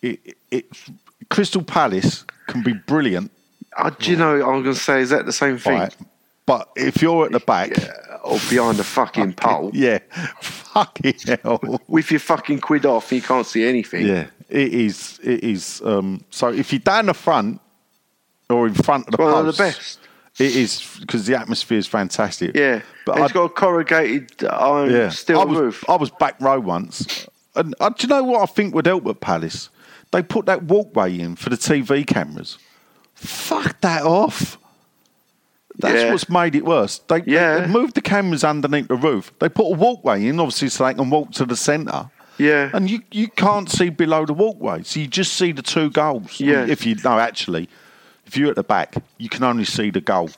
A: it, it, it's- Crystal Palace can be brilliant,
D: Uh, do you know? I'm gonna say, is that the same thing?
A: right? But if you're at the back,
D: Or behind the fucking pole
A: Yeah. (laughs) Fucking hell.
D: with your fucking quid off, you can't see anything.
A: yeah. It is. It is. Um, so if you're down the front or in front of the
D: It's one of the
A: post,
D: best.
A: It is because the atmosphere is fantastic.
D: Yeah.
A: But
D: But it's
A: I,
D: got a corrugated uh, iron
A: yeah.
D: steel
A: I was,
D: roof.
A: I was back row once. And uh, do you know what I think would help at Palace? They put that walkway in for the TV cameras. Fuck that off. That's
D: Yeah.
A: what's made it worse. They, they-
D: Yeah.
A: they moved the cameras underneath the roof. They put a walkway in, obviously, so they can walk to the centre.
D: Yeah.
A: And you, you can't see below the walkway. So you just see the two goals.
D: Yeah.
A: If you, no, actually, if you're at the back, you can only see the goal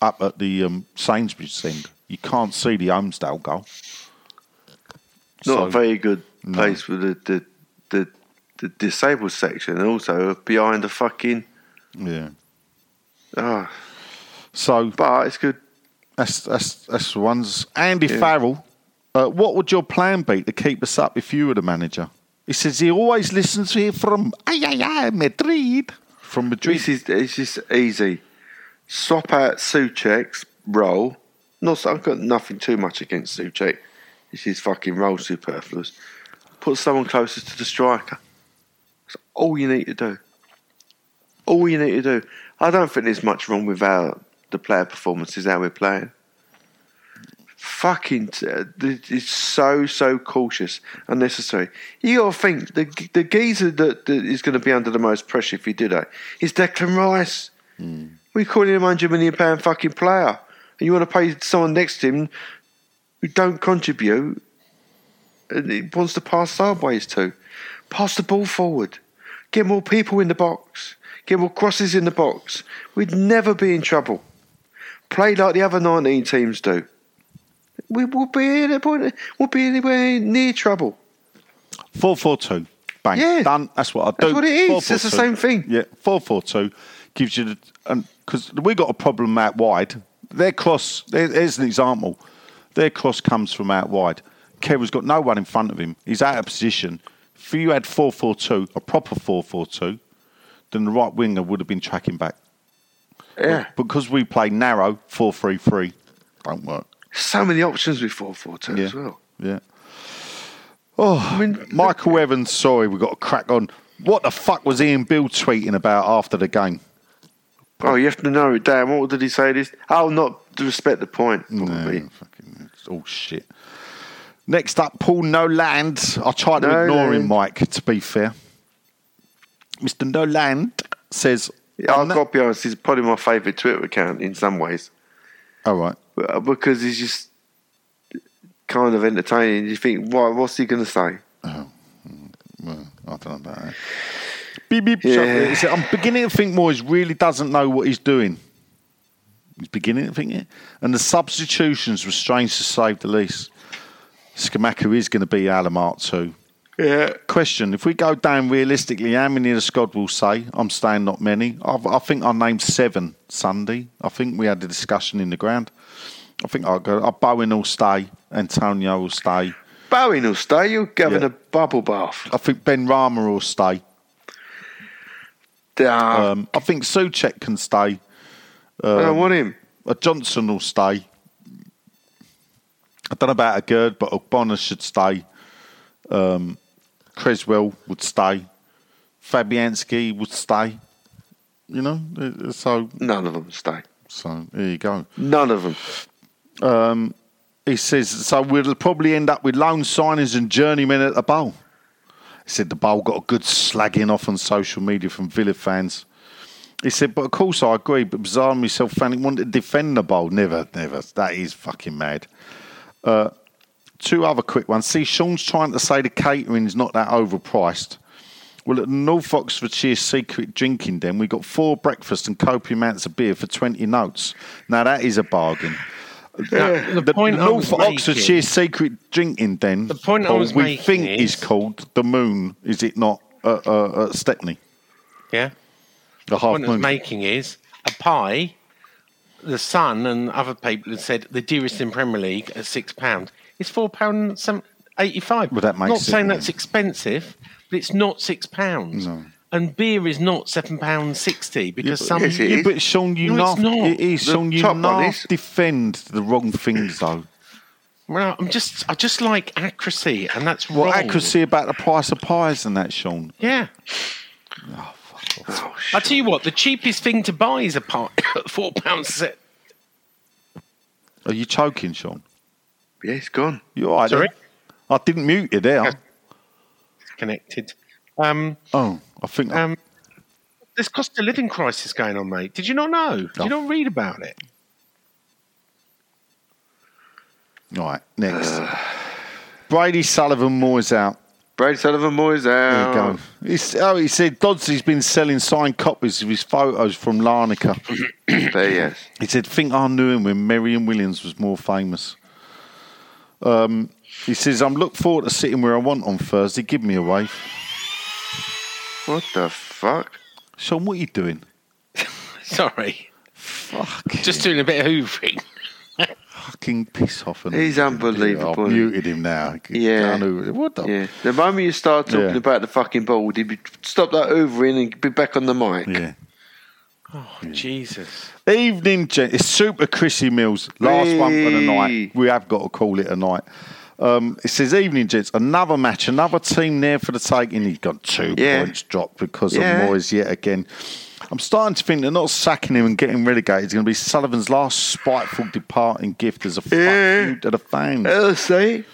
A: up at the um, Sainsbury's end. You can't see the Homesdale goal.
D: Not
A: So-
D: a very good place for the, the the the disabled section, and also behind the fucking.
A: Yeah.
D: ah.
A: So
D: but it's good.
A: That's that's that's the ones. Andy Farrell, uh, what would your plan be to keep us up if you were the manager? He says he always listens here from ay ay ay Madrid from Madrid.
D: This is it's just easy. Swap out Suchek's role. Not I've got nothing too much against Suchek. It's his fucking role superfluous. Put someone closest to the striker. That's all you need to do. All you need to do. I don't think there's much wrong with our the player performances how we're playing. Fucking, t- uh, th- it's so so cautious, unnecessary. You gotta think the g- the geezer that, that is going to be under the most pressure if you do that is Declan Rice. We're calling him a hundred million pound fucking player, and you want to pay someone next to him who don't contribute and he wants to pass sideways to. Pass the ball forward. Get more people in the box. Get more crosses in the box. We'd never be in trouble. Play like the other 19 teams do. We will be in a point. We'll be anywhere near trouble.
A: Four four two, bang
D: Yeah.
A: done. That's what I do.
D: That's what it is.
A: Four, four,
D: It's the
A: two.
D: same thing.
A: Yeah, four four two gives you the because we got a problem out wide. Their cross there, there's an example. Their cross comes from out wide. Kerry's got no one in front of him. He's out of position. If you had four four two, a proper four four two, then the right winger would have been tracking back.
D: Yeah.
A: Because we play narrow four three three, don't work.
D: So many options with 4 4 2 as well.
A: Yeah. Oh,
D: mean,
A: Michael Evans, sorry, we've got a crack on. What the fuck was Ian Bill tweeting about after the game?
D: Oh, you have to know it down. What did he say this? Oh, not to respect the point. Probably.
A: No, fucking, it's all shit. Next up, Paul Noland. I tried to
D: No
A: ignore him,
D: Land.
A: Mike, to be fair. Mr. Noland says.
D: I've got to be honest, he's probably my favourite Twitter account in some ways.
A: All right.
D: But- because he's just kind of entertaining. You think, what, what's he going to say?
A: Well, I don't know about that. Beep, beep,
D: Yeah.
A: shut it. He said, I'm beginning to think Moyes really doesn't know what he's doing. He's beginning to think it. And the substitutions were strange to say the least. Skamaka is going to be Alamark too.
D: Yeah.
A: Question If we go down realistically, how many of the squad will say, I'm staying not many? I've, I think I named seven Sunday. I think we had a discussion in the ground. I think I'll go. uh, Bowen will stay. Antonio will stay.
D: Bowen will stay. You're having
A: Yeah.
D: a bubble bath.
A: I think Ben Rama will stay.
D: Damn.
A: Um, I think Suchek can stay.
D: I don't want him.
A: Uh, Johnson will stay. I don't know about a Gerd, but Ogbonna should stay. Um, Creswell would stay. Fabianski would stay. You know, uh, so
D: None of them stay.
A: so there you go.
D: None of them.
A: He says so we'll probably end up with loan signings and journeymen at the bowl. He said the bowl got a good slagging off on social media from Villa fans. He said, but of course I agree, but bizarre myself fan he wanted to defend the bowl. Never, never. That is fucking mad. Uh, two other quick ones. See, Sean's trying to say the catering is not that overpriced. Well, at the North Oxfordshire Secret Drinking Den, we got four breakfasts and copious amounts of beer for 20 notes. Now, that is a bargain.
C: Now, the, point I
A: North
C: was
A: Oxfordshire
C: making,
A: secret drinking den.
C: The point I
A: or
C: was
A: we
C: making
A: think
C: is-
A: is, called the Moon. Is it not uh, uh, uh, Stepney?
C: yeah.
A: The half
C: point I was
A: moon.
C: making is a pie. The Sun and other people had said the dearest in Premier League at six pound. It's four pound eighty five.
A: Well, that makes
C: not
A: it-
C: saying that's expensive, but it's not six pounds. And beer is not seven pound sixty because some
D: yes, it
A: yeah,
D: is.
A: but Sean, you not.
C: No, it's not.
A: It is
D: The
A: Sean. You
D: top one
A: not
D: is-
A: defend the wrong things though.
C: Well, I'm just I just like accuracy, and that's
A: Well,
C: wrong.
A: accuracy about the price of pies and that, Sean.
C: Yeah.
D: Oh,
C: I
D: shit.
C: tell you what, the cheapest thing to buy is a pie (coughs) at four pounds. se-
A: Are you choking, Sean?
D: Yeah, he's gone.
A: You all right?
C: Sorry?
A: there? I didn't mute you there.
C: Connected. Um,
A: Oh, I think. I-
C: um, there's cost of living crisis going on, mate. Did you not know? Did you
A: No.
C: not read about it?
A: all right, next. Brady Sullivan Moore's out.
D: Brady Sullivan Moyes
A: There you
D: out.
A: go. He's, oh, he said Dodsley's been selling signed copies of his photos from Larnaca. (clears throat)
D: There he is.
A: He said, "Think I knew him when Marion Williams was more famous." Um, he says, "I'm look forward to sitting where I want on Thursday. Give me a wave,
D: What the fuck?
A: Sean. What are you doing?
C: (laughs) Sorry.
A: Fucking,
C: Just doing a bit of hoovering.
A: fucking piss off!" And
D: He's unbelievable.
A: I've muted him now.
D: Yeah.
A: I know- What the?
D: Yeah. The moment you start talking
A: Yeah.
D: about the fucking ball, he'd be stop that overing and be back on the mic.
A: Yeah.
C: Oh, Jesus.
A: Evening, gent. It's Super Chrissy Mills. Last one for the night.
D: Hey.
A: We have got to call it a night. Um, it says, Evening, gents. Another match, another team there for the taking. He's got two
D: Yeah.
A: points dropped because
D: Yeah.
A: of Moyes yet again. I'm starting to think they're not sacking him and getting relegated. It's going to be Sullivan's last spiteful departing gift as a fuck
D: Yeah. Uh,
A: you to the fans.
D: I'll say.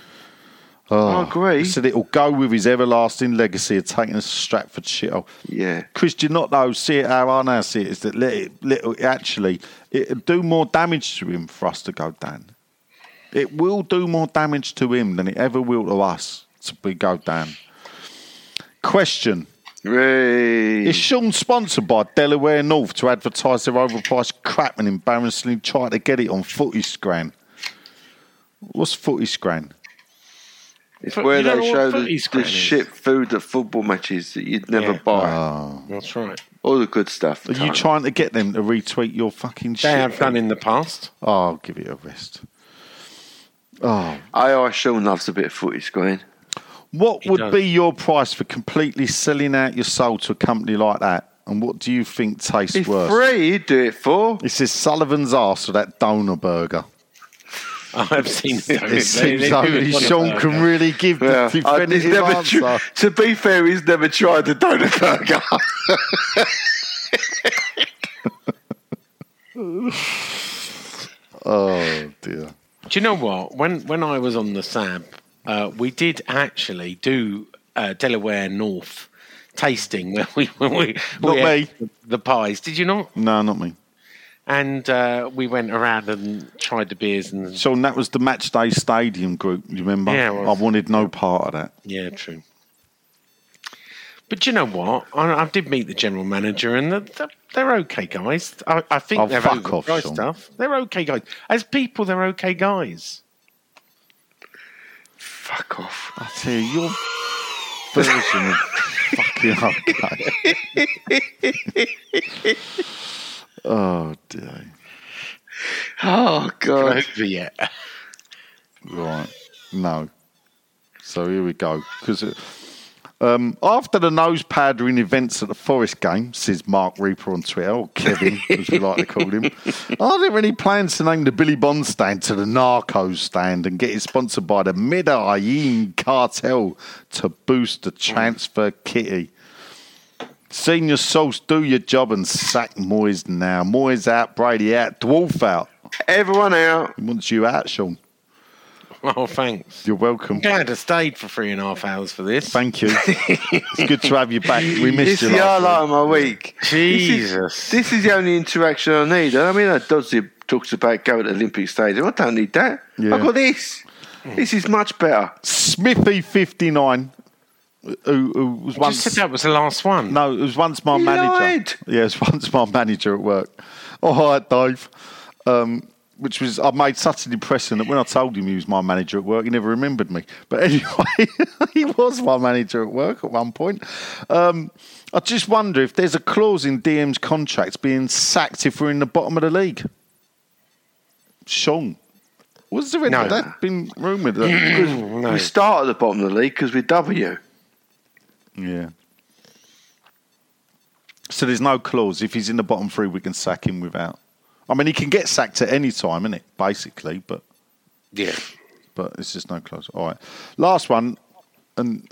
A: Oh,
D: Oh, I agree.
A: He said it'll go with his everlasting legacy of taking us to Stratford shithole.
D: Yeah.
A: Chris, do you not know, see it how I now see it, is that let it, let it actually it'll do more damage to him for us to go down. It will do more damage to him than it ever will to us to be go down. Question.
D: Ray.
A: Is Sean sponsored by Delaware North to advertise their overpriced crap and embarrassingly try to get it on footy scran? What's footy scran?
D: It's
C: But
D: where
C: you don't
D: they
C: know
D: show
C: what
D: the,
C: footy's
D: the
C: great is.
D: shit food at football matches that you'd never
C: Yeah.
D: buy.
C: That's right.
D: All the good stuff.
A: Oh. Are you trying to get them to retweet your fucking
C: They
A: shit?
C: have done in the past.
A: Oh, I'll give it a rest. Oh,
D: I, I sure loves a bit of footy screen.
A: what
C: It
A: would
C: does.
A: be your price for completely selling out your soul to a company like that? And what do you think tastes
D: It's
A: worse?
D: free, you do
A: (laughs)
D: it for.
A: This is Sullivan's arse or that donor burger.
C: (laughs) I've seen it.
A: It seems only Sean can really give the
D: Yeah. I- he's
A: definitive
D: never
A: answer.
D: tr- (laughs) to be fair, he's never tried the donut burger. (laughs)
A: oh dear.
C: Do you know what? When when I was on the SAB, uh, we did actually do uh, Delaware North tasting where we where we,
A: Not
C: we ate
A: me.
C: the pies. Did you not?
A: No, not me.
C: And uh, we went around and tried the beers and
A: Sean, that was the match day stadium group. You remember?
C: Yeah, it was.
A: I wanted no part of that.
C: yeah, true. But do you know what? I, I did meet the general manager, and the, the, they're okay guys. I, I think
A: Oh,
C: they're
A: fuck off,
C: overpriced
A: Sean.
C: stuff. They're okay guys. As people, they're okay guys.
D: Fuck off.
A: I tell you, your version of fucking okay. oh dear.
D: Oh, God.
C: Over yet?
A: Right. No. So here we go. Because um, after the nose powdering events at the Forest game, says Mark Reaper on Twitter, or Kevin, as we like to call him, are there any plans to name the Billy Bond stand to the Narcos stand and get it sponsored by the Medellin cartel to boost the transfer kitty? Senior Souls, do your job and sack Moyes now. Moyes out, Brady out, Dwarf out.
D: Everyone out.
A: He wants you out, Sean.
C: (laughs) Oh, thanks.
A: You're welcome.
C: Glad I stayed for three and a half hours for this.
A: Thank you. it's good to have you back. We
D: This
A: missed
D: is
A: you.
D: the
A: last
D: highlight of my week.
C: Jesus.
D: This is the only interaction I need. I mean, I Dodsley talks about going to the Olympic Stadium. I don't need that.
A: Yeah.
D: I've got this. This is much better.
A: week. Smithy fifty nine, who, who was
C: Just said
A: once
C: that was the last one.
A: no, it was once my
D: He
A: manager.
D: lied.
A: Yeah, it was (laughs) once my manager at work. All right, Dave. Um, which was I made such an impression that when I told him he was my manager at work, he never remembered me. But (laughs) anyway, he was my manager at work at one point. Um, I just wonder if there's a clause in DM's contract being sacked if we're in the bottom of the league. Sean, was there any
C: No.
A: that been rumoured? that-
D: We start at the bottom of the league because we're W.
A: yeah. So there's no clause. If he's in the bottom three, we can sack him without. I mean, he can get sacked at any time, innit? Basically, but
C: Yeah.
A: but it's just no clause. All right, last one, and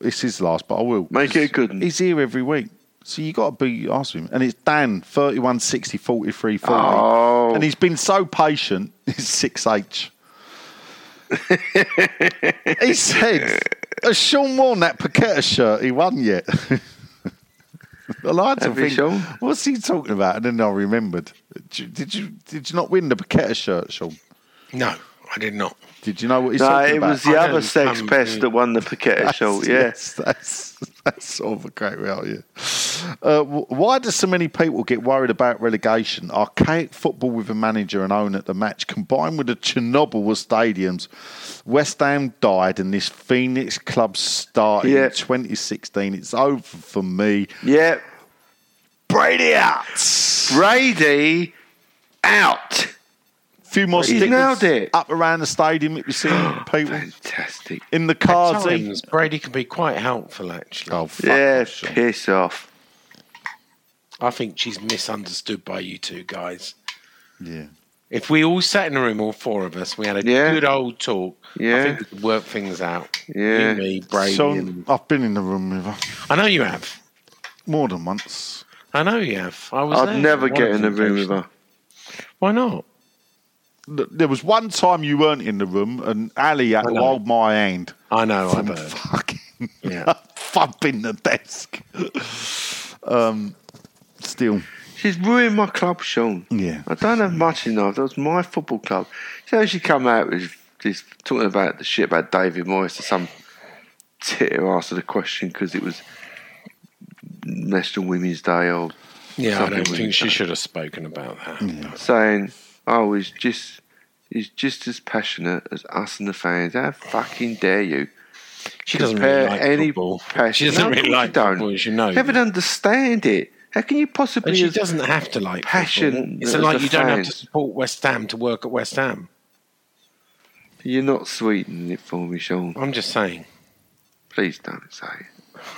A: it's his last, but I will
D: Make it a good one.
A: He's here every week, so you got to be asking him. And it's Dan thirty one sixty forty three forty,
D: Oh.
A: and he's been so patient. (laughs) It's six H. he said, "Has Sean worn that Paqueta shirt he won yet?" (laughs) I like to
D: Have you,
A: think,
D: Sean?
A: what's he talking about? And then I remembered. Did you did you, did you not win the Paqueta shirt, Sean?
C: No. I did not.
A: Did you know what he's
D: No,
A: talking
D: it
A: about?
D: was the
C: I
D: other
C: don't-
D: sex
C: um,
D: pest
A: (laughs)
D: that won the Paquette Show. Yeah.
A: Yes, that's that's sort of a great reality. Uh, wh- why do so many people get worried about relegation? Archaic football with a manager and owner at the match, combined with the Chernobyl of stadiums. West Ham died, and this Phoenix club started
D: Yeah.
A: in 2016. It's over for me.
D: Yeah.
A: Brady out.
D: Brady out.
A: few more
D: He's nailed
A: stickers
D: it.
A: up around the stadium. It was
D: (gasps)
A: seeing people
D: Fantastic.
A: in the
C: At
A: cars. eh?
C: times, Brady can be quite helpful, actually.
A: Oh, fuck
D: Yeah,
A: off, Sean.
D: piss off.
C: I think she's misunderstood by you two guys.
A: yeah.
C: If we all sat in a room, all four of us, we had a
D: Yeah.
C: good old talk, I
D: Yeah.
C: think we could work things out.
D: Yeah.
C: You, me, Brady.
A: Sean,
C: and-
A: I've been in the room with her
C: I know you have.
A: more than once.
C: I know you have. I was there
D: I'd never
C: at one
D: get in a room with
C: occasion.
D: her.
C: Why not?
A: Th- There was one time you weren't in the room, and Ali had
C: I
A: to
C: know.
A: hold my hand.
C: I know. I've
A: from
C: heard.
A: fucking (laughs)
C: Yeah.
A: thumping the desk. (laughs) um, still,
D: She's ruined my club, Sean.
A: Yeah.
D: I don't have much enough. That was my football club. So she come out with this talking about the shit about David Moyes to some titter answered the question because it was National Women's Day or
C: Yeah,
D: Something
C: I don't
D: we
C: think she
D: don't.
C: should have spoken about that.
A: Mm.
D: saying, "Oh, he's just he's just as passionate as us and the fans." How fucking dare you?
C: She doesn't really like
D: any
C: football. She
D: passion-
C: doesn't
D: No, of
C: really
D: course you
C: like
D: don't.
C: football, as you know.
D: Haven't understand it. How can you possibly?
C: and she
D: have-
C: doesn't have to like
D: passion
C: football. It's
D: as
C: like
D: the
C: you don't have to
D: fans.
C: support West Ham to work at West Ham.
D: You're not sweetening it for me, Sean.
C: I'm just saying.
D: Please don't say it.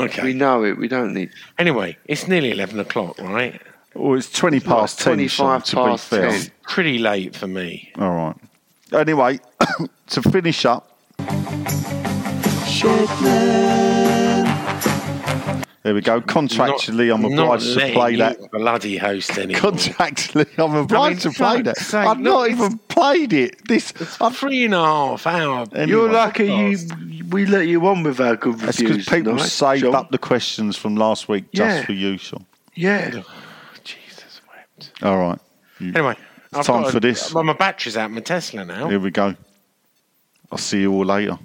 C: Okay.
D: We know it. We don't need.
C: Anyway, it's nearly eleven o'clock, right?
A: or it's twenty past ten. Sean,
D: 25
A: to
D: past
A: be fair.
D: 10.
C: Pretty late for me.
A: All right. Anyway, (coughs) to finish up. There we go. Contractually,
C: Not-
A: I'm
C: not
A: obliged to
C: letting
A: play
C: you (laughs)
A: that.
C: bloody
A: (laughs)
C: host anymore.
A: Contractually, I'm obliged
C: I mean,
A: to play that.
C: fuck's sake,
A: I've
C: look,
A: not even played it. This I've
C: Three and a half hour.
A: Anyway,
D: You're lucky you we let you on with our good
A: That's
D: reviews.
A: because people
D: tonight,
A: saved
D: Sean.
A: up the questions from last week just
D: Yeah.
A: for you, Sean.
D: Yeah,
C: Oh, Jesus wept.
A: All right. You-
C: Anyway, I've
A: time
C: got
A: for
C: a-
A: this.
C: Well, my battery's out. in My Tesla
D: Oh.
C: now.
A: Here we go. I'll see you all later.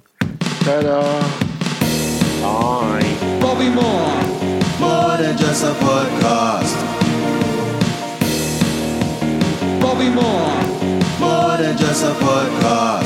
B: Bobby Moore. More than just a podcast. Bobby Moore. More than just a podcast.